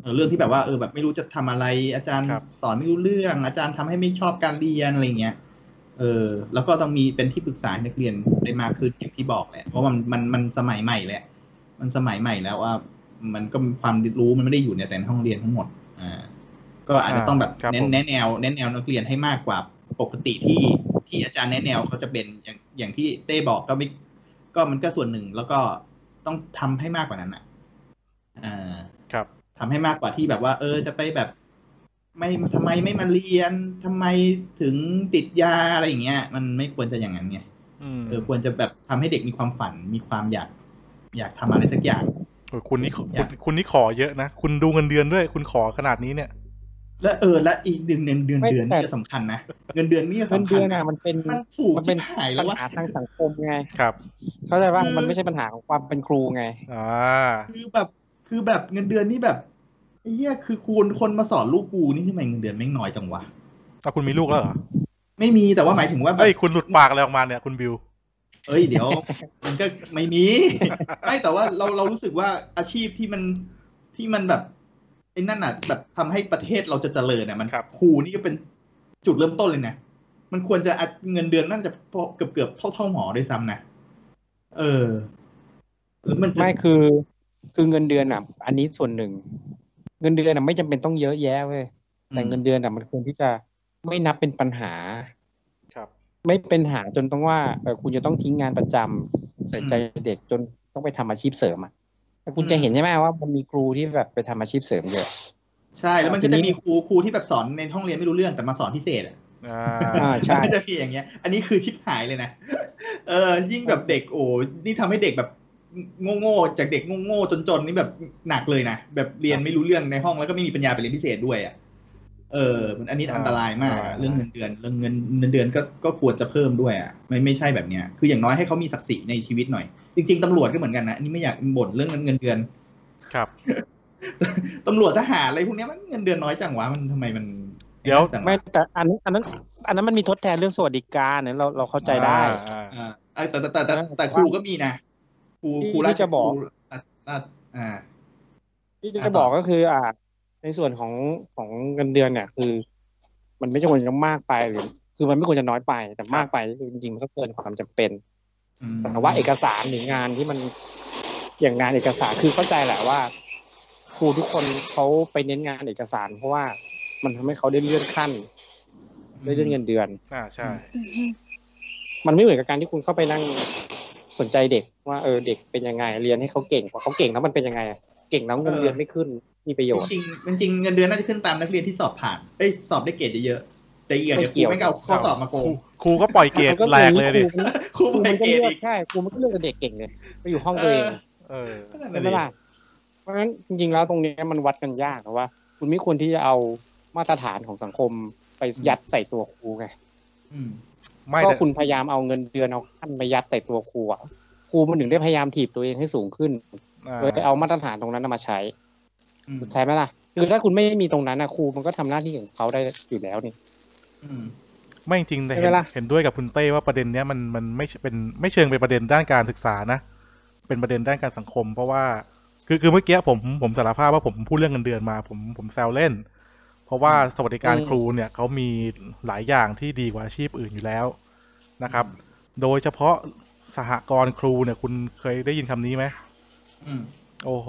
เออเรื่องที่แบบว่าเออแบบไม่รู้จะทำอะไร อาจารย์ ครับ สอนไม่รู้เรื่อง อาจารย์ทำให้ไม่ชอบการเรียนอะไรเงี้ยเออ แล้วก็ต้องมีเป็นที่ปรึกษาให้นักเรียนได้มากขึ้นอย่างที่บอกแหละเพราะมันมันมันสมัยใหม่แหละ มันสมัยใหม่แล้วว่า มันก็ความรู้มันไม่ได้อยู่ในแต่ในห้องเรียนทั้งหมดอ่าก็อาจจะต้องแบบ ครับ เน้น ผม แนะแนวแนะแนวนักเรียนให้มากกว่าปกติที่ที่อาจารย์แนะแนวเขาจะเป็นอย่างอย่างที่เต้บอกก็ไม่ก็มันก็ส่วนหนึ่งแล้วก็ต้องทำให้มากกว่านั้นอ่ะอ่า ครับ ทำให้มากกว่าที่แบบว่า เออจะไปแบบ ไม่ทำไมไม่มาเรียนทำไมถึงติดยาอะไรอย่างเงี้ย มันไม่ควรจะอย่างนั้นไง อืม เออควรจะแบบทำให้เด็กมีความฝันมีความอยาก อยากทำอะไรสักอย่าง โอ้ยคุณนี่ขอ อ คุ ยา ณ ก คุณนี่ขอเยอะนะ คุณดูเงินเดือนด้วย คุณขอขนาดนี้เนี่ย และเออและอีกหนึ่งเงินเดือน ไม่ เดือน แต่ นี่ก็สำคัญนะเงินเดือนนี่ก็ เงิน สำคั เดื ญ อน นะ อ่ะมันเป็น มันถูก มันเป็ ที่ น หายแล้ว ปัญ ว่า หาทางสังคมไง ครับ เข้าใจว่า อืม มันไม่ใช่ปัญหาของความเป็นครูไง อ่า คือแบบ คือแบบเงินเดือนนี่แบบไอ้เหี้ยคือคูณคนมาสอนลูกกูนี่ทำไมเงินเดือนแม่งน้อยจังวะ แล้วคุณมีลูกแล้วเหรอ ไม่มีแต่ว่าหมายถึงว่าแบบ เอ้ยคุณหลุดปากอะไรออกมาเนี่ย คุณบิว เอ้ยเดี๋ยว มันก็ไม่มี ไม่แต่ว่าเราเรารู้สึกว่าอาชีพที่มันที่มันแบบไอ้นั่นน่ะ แบบทำให้ประเทศเราจะเจริญน่ะมัน ครับ ครูนี่ก็เป็นจุดเริ่มต้นเลยนะมันควรจะอัดเงินเดือนน่าจะพอเกือบเกือบเท่าเท่าหมอด้วยซ้ำนะเออหรือมันจะ ไม่คือคือเงินเดือนอ่ะ อันนี้ส่วนหนึ่ง เงินเดือนอ่ะไม่จำเป็นต้องเยอะแยะเว้ยแต่เงินเดือนอ่ะมันควรที่จะไม่นับเป็นปัญหา ครับ ไม่เป็นปัญหาจนต้องว่าเออคุณจะต้องทิ้งงานประจำใส่ใจเด็กจนต้องไปทำอาชีพเสริมอ่ะแต่คุณจะเห็นใช่ไหมว่ามันมีครูที่แบบไปทำอาชีพเสริมเยอะ ใช่แล้วมันก็ ที จะ นี้ มีครูครูที่แบบสอนในห้องเรียนไม่รู้เรื่องแต่มาสอนพิเศษอ่ะ อ่า อ่าใช่ มันก็จะมีอย่างเงี้ย อันนี้คือชิบหายเลยนะ เออ ยิ่งแบบเด็กโอ้นี่ทำให้เด็กแบบโง่ๆจากเด็กโง่ๆจนๆนี่แบบหนักเลยนะ แบบเรียนไม่รู้เรื่องในห้องแล้วก็ไม่มีปัญญาไปเรียนพิเศษด้วยอ่ะ เออ มันอันนี้อันตรายมากอะ อ่า เรื่องเงินเดือน เรื่องเงินเงินเดือนก็ก็ควรจะเพิ่มด้วยอ่ะ ไม่ไม่ใช่แบบเนี้ย คืออย่างน้อยให้เขามีศักดิ์ศรีในชีวิตหน่อย จริงๆตำรวจก็เหมือนกันนะอันนี่ไม่อยากบ่นเรื่องเงินเดื อน ครับ ตำรวจทหารอะไรพวกเนี้ยมันเงินเดือนน้อยจังวะ มันทำไมมัน เดี๋ยว จังะ ไม่แต่อันนั้นอันนั้น อันนั้นมันมีทดแทนเรื่องสวัสดิการเนี่ยเราเราเข้าใจได้ อ่า อ่าเอ้ยแต่แต่แต่แต่ นะ แต่ครูก็มีนะครู ที่ ครูรา ที่จะบอก ครูรัฐรัฐอ่า ที่ อ่า จะ ต่ บ อ อกก็คือ อ่า ในส่วนของของเงินเดือนเนี่ย คือ มันไม่ควรจะมากไปหรือ คือมันไม่ควรจะน้อยไป แต่มากไปคือจริงๆมันก็เกินความจำเป็น อืม แต่ว่าเอกสารหรืองานที่มันอย่างงานเอกสารคือเข้าใจแหละว่า ครูทุกคนเขาไปเน้นงานเอกสาร เพราะว่ามันทำให้เขาได้เลื่อนขั้นได้เลื่อนเงินเดือน อ่าใช่ มันไม่เหมือนกับการที่คุณเข้าไปนั่งสนใจเด็ก ว่าเออเด็กเป็นยังไงเรียนให้เขาเก่งกว่าเขาเก่งแล้วมันเป็นยังไงอะเก่งแล้วเงินเดือนไม่ขึ้นมีประโยชน์ จริงๆจริงๆเงินเดือนน่าจะขึ้นตามนักเรียนที่สอบผ่านเอ้ยสอบได้เกรดเยอะๆแต่อีกอย่างเดี๋ยวค ไม่เกี่ รู ยว ไม่งเอาข้อสอบมาโก ครู ง ครูก็ปล่อยเกรดแหลกเลยดิ ครู ครู ไป มันก็ เกรดเลือก อีก ใช่ครูมันก็เลือกแต่เด็กเก่งเลยไปอยู่ห้องตัวเอง เออ ใช่ไหมล่ะเพราะฉะนั้นจริง ๆ แล้วตรงเนี้ยมันวัดกันยากนะว่า คุณไม่ควรที่จะเอามาตรฐานของสังคมไปยัดใส่ตัวครูไง อืม ไม่ ก็ แต่ คุณพยายามเอาเงินเดือนเอาขั้นไปยัดใส่ตัวครูอะครูมันถึงได้พยายามถีบตัวเองให้สูงขึ้น อ่า โดยเอามาตรฐานตรงนั้นนะมาใช้ อืม ใช่ไหมล่ะคือถ้าคุณไม่มีตรงนั้นนะครูมันก็ทำหน้าที่ของเขาได้อยู่แล้วนี่ อืม ไม่จริงแต่เห็ ใช่ น ไหมล่ะ เห็นด้วยกับคุณเต้ว่าประเด็นเนี้ยมันมันไม่ใช่เป็นไม่เชิงเป็นประเด็นด้านการศึกษานะ เป็นประเด็นด้านการสังคม เพราะว่าคือคือเมื่อกี้ผมผมสารภาพว่าผมพูดเรื่องเงินเดือนมา ผมผมแซวเล่น เพราะว่าสวัสดิการครูเนี่ยเขามีหลายอย่างที่ดีกว่าอาชีพอื่นอยู่แล้วนะครับ โดยเฉพาะสหกรณ์ครูเนี่ยคุณเคยได้ยินคำนี้ไหม อืม โอ้โห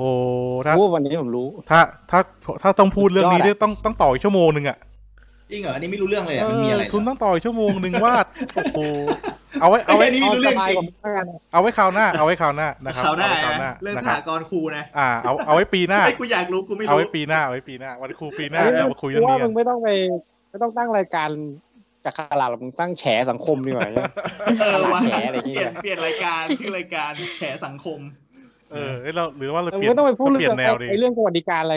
ถ้า พูดวันนี้ผมรู้ ถ้าถ้าถ้าต้องพูดเรื่องนี้ สุดยอดอะ เนี่ยต้องต้องต่ออีกชั่วโมงหนึ่งอ่ะ จริงเหรออันนี้ไม่รู้เรื่องเลยอ่ะมันมีอะไร เออคุณต้องต่ออีกชั่วโมงหนึ่งว่า โอ้โหเอาไว้ เอา เอา ไว้ ไว้ นี่ เอา ไม่รู้ ส เรื่อง บาย จริงกว่าผมแล้วกันนะ เอาไว้คราวหน้า เอาไว้คราวหน้านะครับ ข่าวหน้า อไว้คราวหน้า นะเรื่อง นะ ส ครั ห บ กรณ์ครูนะ อ่าเอาเอาไว้ปีหน้า ไอ้ยกูอยากรู้กูไม่ เอา รู้ ไว้ปีหน้าเอาไว้ปีหน้าวันครูปีหน้า เอ้ย เรามาคุยเรื่อง ว่า นี้กั มึ น งไม่ต้องไปไม่ต้องตั้งรายการจากขลาดหรอกมึงตั้งแฉสังคมดีกว่าเนี่ย เออวะ แฉอะไรอย่าง เป เงี้ ลี่ย ย นเปลี่ยนรายการชื่อรายการแฉสังคม เออเอ้ยเราหรือว่าเรา เออ เป มึ ลี่ยนงไม่ต้องไปพูด เราเปเรื่ลี่ย อน ง แนวดี ไอ้เรื่องสวัสดิการอะไร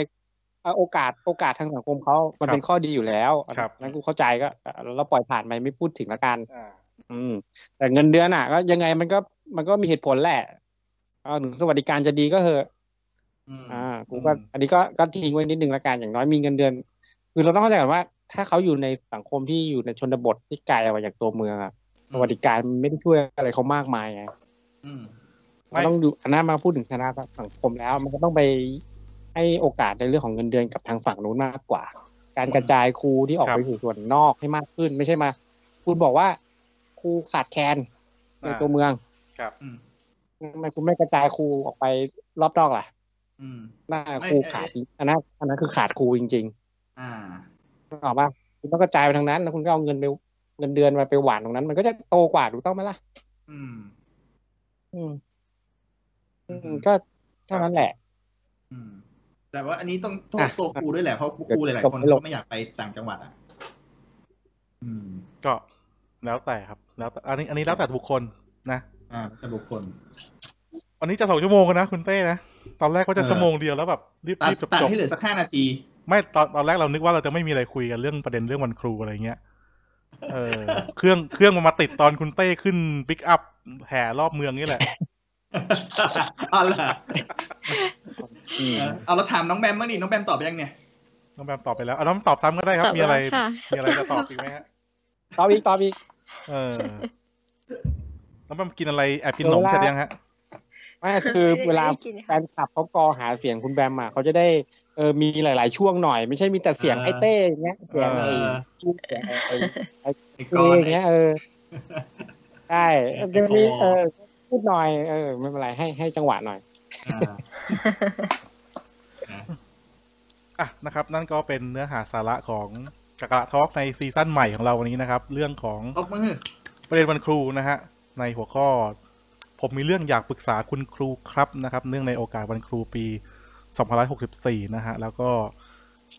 เอ่อโอกาสโอกาสทางสังคมเขามันเป็นข้อดีอยู่แล้ว ครับ นั้นกูเข้าใจก็เอ่อเราปล่อยผ่านไปไม่พูดถึงละกัน อ่า อืม แต่เงินเดือนอ่ะ ก็ยังไงมันก็มันก็มีเหตุผลแหละเอาถึงสวัสดิการจะดีก็เหอะ อืม อ่ากูก็อันนี้ก็ก็ทิ้งไว้นิดนึงละกันอย่างน้อยมีเงินเดือน คือเราต้องเข้าใจก่อนว่า ถ้าเขาอยู่ในสังคมที่อยู่ในชนบทที่ไกลออกมาจากตัวเมืองอะสวัสดิการมันไม่ได้ช่วยอะไรเขามากมายไง อืม ไม่ มันต้องดูอันหน้ามาพูดถึงคณะสังคมแล้ว มันก็ต้องไปให้โอกาสในเรื่องของเงินเดือนกับทางฝั่งนู้นมากกว่า การกระจายครูที่ออก ครับ ไปสู่ส่วนนอกให้มากขึ้น ไม่ใช่มา คุณบอกว่าครูขาดแคลนใน อ่า ตัวเมือง ครับ อืม ทำไมคุณไม่กระจายครูออกไปรอบนอกล่ะ อืม หน้า ไม่ ครู เอ่อ ขาดจริงอันนั้นอันนั้นคือขาดครูจริง อ่า ๆนึกออกปะคุณต้องกระจายไปทางนั้น แล้วคุณก็เอาเงินไปเงินเดือนมาไปหวานตรงนั้น มันก็จะโตกว่าถูกต้องไหมล่ะ อืม อืม อืม ก็เท่านั้นแหละ อืม แต่ว่าอันนี้ต้องโทษ อ่ะ ตัวครูด้วยแหละเพราะครูหลายๆคน เดี๋ยวจบไม่ลง เขาไม่อยากไปต่างจังหวัดอ่ะ อืม ก็แล้วแต่ครับ แล้วแต่อันนี้อันนี้แล้วแต่บุคคลนะ อ่าแต่บุคคล อันนี้จะสองชั่วโมงกันนะคุณเต้นะตอนแรกก็จะ เออ ชั่วโมงเดียวแล้วแบบรีบ ตัด รีบจบ ตัด จบ ให้เหลือสักห้านาที ไม่ตอนตอนแรกเรานึกว่าเราจะไม่มีอะไรคุยกันเรื่องประเด็นเรื่องวันครูอะไรเงี้ยเออ เครื่องเครื่องมันมาติดตอนคุณเต้ขึ้นปิกอัพแห่รอบเมืองนี่แหละ เอาล่ะ อืม เออเอาเราถามน้องแบมบ้างดิน้องแบมตอบยังเนี่ย น้องแบมตอบไปแล้วเอาน้องตอบซ้ำก็ได้ครับ ตอบ มีอะไร แล้วค่ะ มีอะไรจะตอบอีกไหมฮะ ตอบอีกตอบอีก เออ น้องแบมกินอะไรแอบกินขนม เวเสร็ลาจยังฮะ ไม่คือเวลา ไม่ได้กินค่ะ แฟนคลับเขากอหาเสียงคุณแบมมาเขาจะได้เออมีหลาย ๆ ช่วงหน่อย ไม่ใช่มีแต่เสียง อ่า ไอ้เต้อย่างเงี้ยเสียง เอ ไอ้ อ ชูเสียงไอ้ไอ้ ไอ้ เต้ กอน อย่าง ไอ้ เงี้ยเออใช่ ไอ้ จะมี คอ เออพูดหน่อยเออไม่เป็นไรให้ให้จังหวะหน่อย อ่าอ่ะ อ่ะนะครับ นั่นก็เป็นเนื้อหาสาระของกะกะทอล์กในซีซั่นใหม่ของเราวันนี้นะครับ เรื่องของ ตบมือ ประเด็นวันครูนะฮะ ในหัวข้อ ผมมีเรื่องอยากปรึกษาคุณครูครับนะครับ เนื่องในโอกาสวันครูปี2564 นะฮะ แล้วก็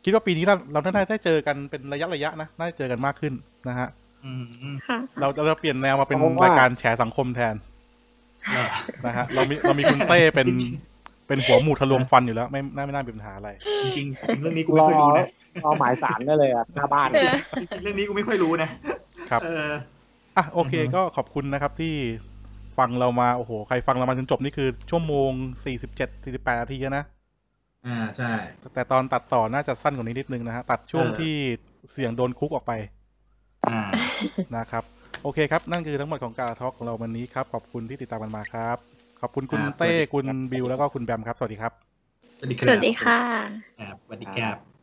คิดว่าปีนี้เราเราน่าจะได้เจอกันเป็นระยะระยะๆนะ น่าจะเจอกันมากขึ้นนะฮะ อืมอืม ค่ะ เราเราจะเปลี่ยนแนวมาเป็น เพราะว่า รายการแฉสังคมแทน เออ นะฮะเรามีเรามีคุณเต้เป็น เป็นหัวหมูทะลวงฟันอยู่แล้วไม่น่าไม่น่ามีปัญหาอะไร จริงจริงๆเรื่องนี้กู ร ไม่ อ ค่อยรู้นะ รอหมายสารได้เลยอะหน้าบ้าน จริงๆเรื่องนี้กูไม่ค่อยรู้นะครับ เออ อ่ะโอเค อือฮึ ก็ขอบคุณนะครับที่ฟังเรามาโอ้โหใครฟังเรามาจนจบนี่คือชั่วโมงสี่สิบเจ็ดสี่สิบแปดนาทีนะ อ่าใช่ แต่ตอนตัดต่อน่าจะสั้นกว่านี้นิดนึงนะฮะ ตัดช่วง เออ ที่เสียงโดนคุกออกไป อ่า นะครับ โอเคครับ นั่นคือทั้งหมดของการทอล์กของเราวันนี้ครับ ขอบคุณที่ติดตามกันมาครับ ขอบคุณคุณ ครับสวัสดี เต้ ครับ คุณบิวแล้วก็คุณแบมครับสวัสดีครับ สวัสดีค ส รับ วัสดีค่ะ ครับสวัสดีครับ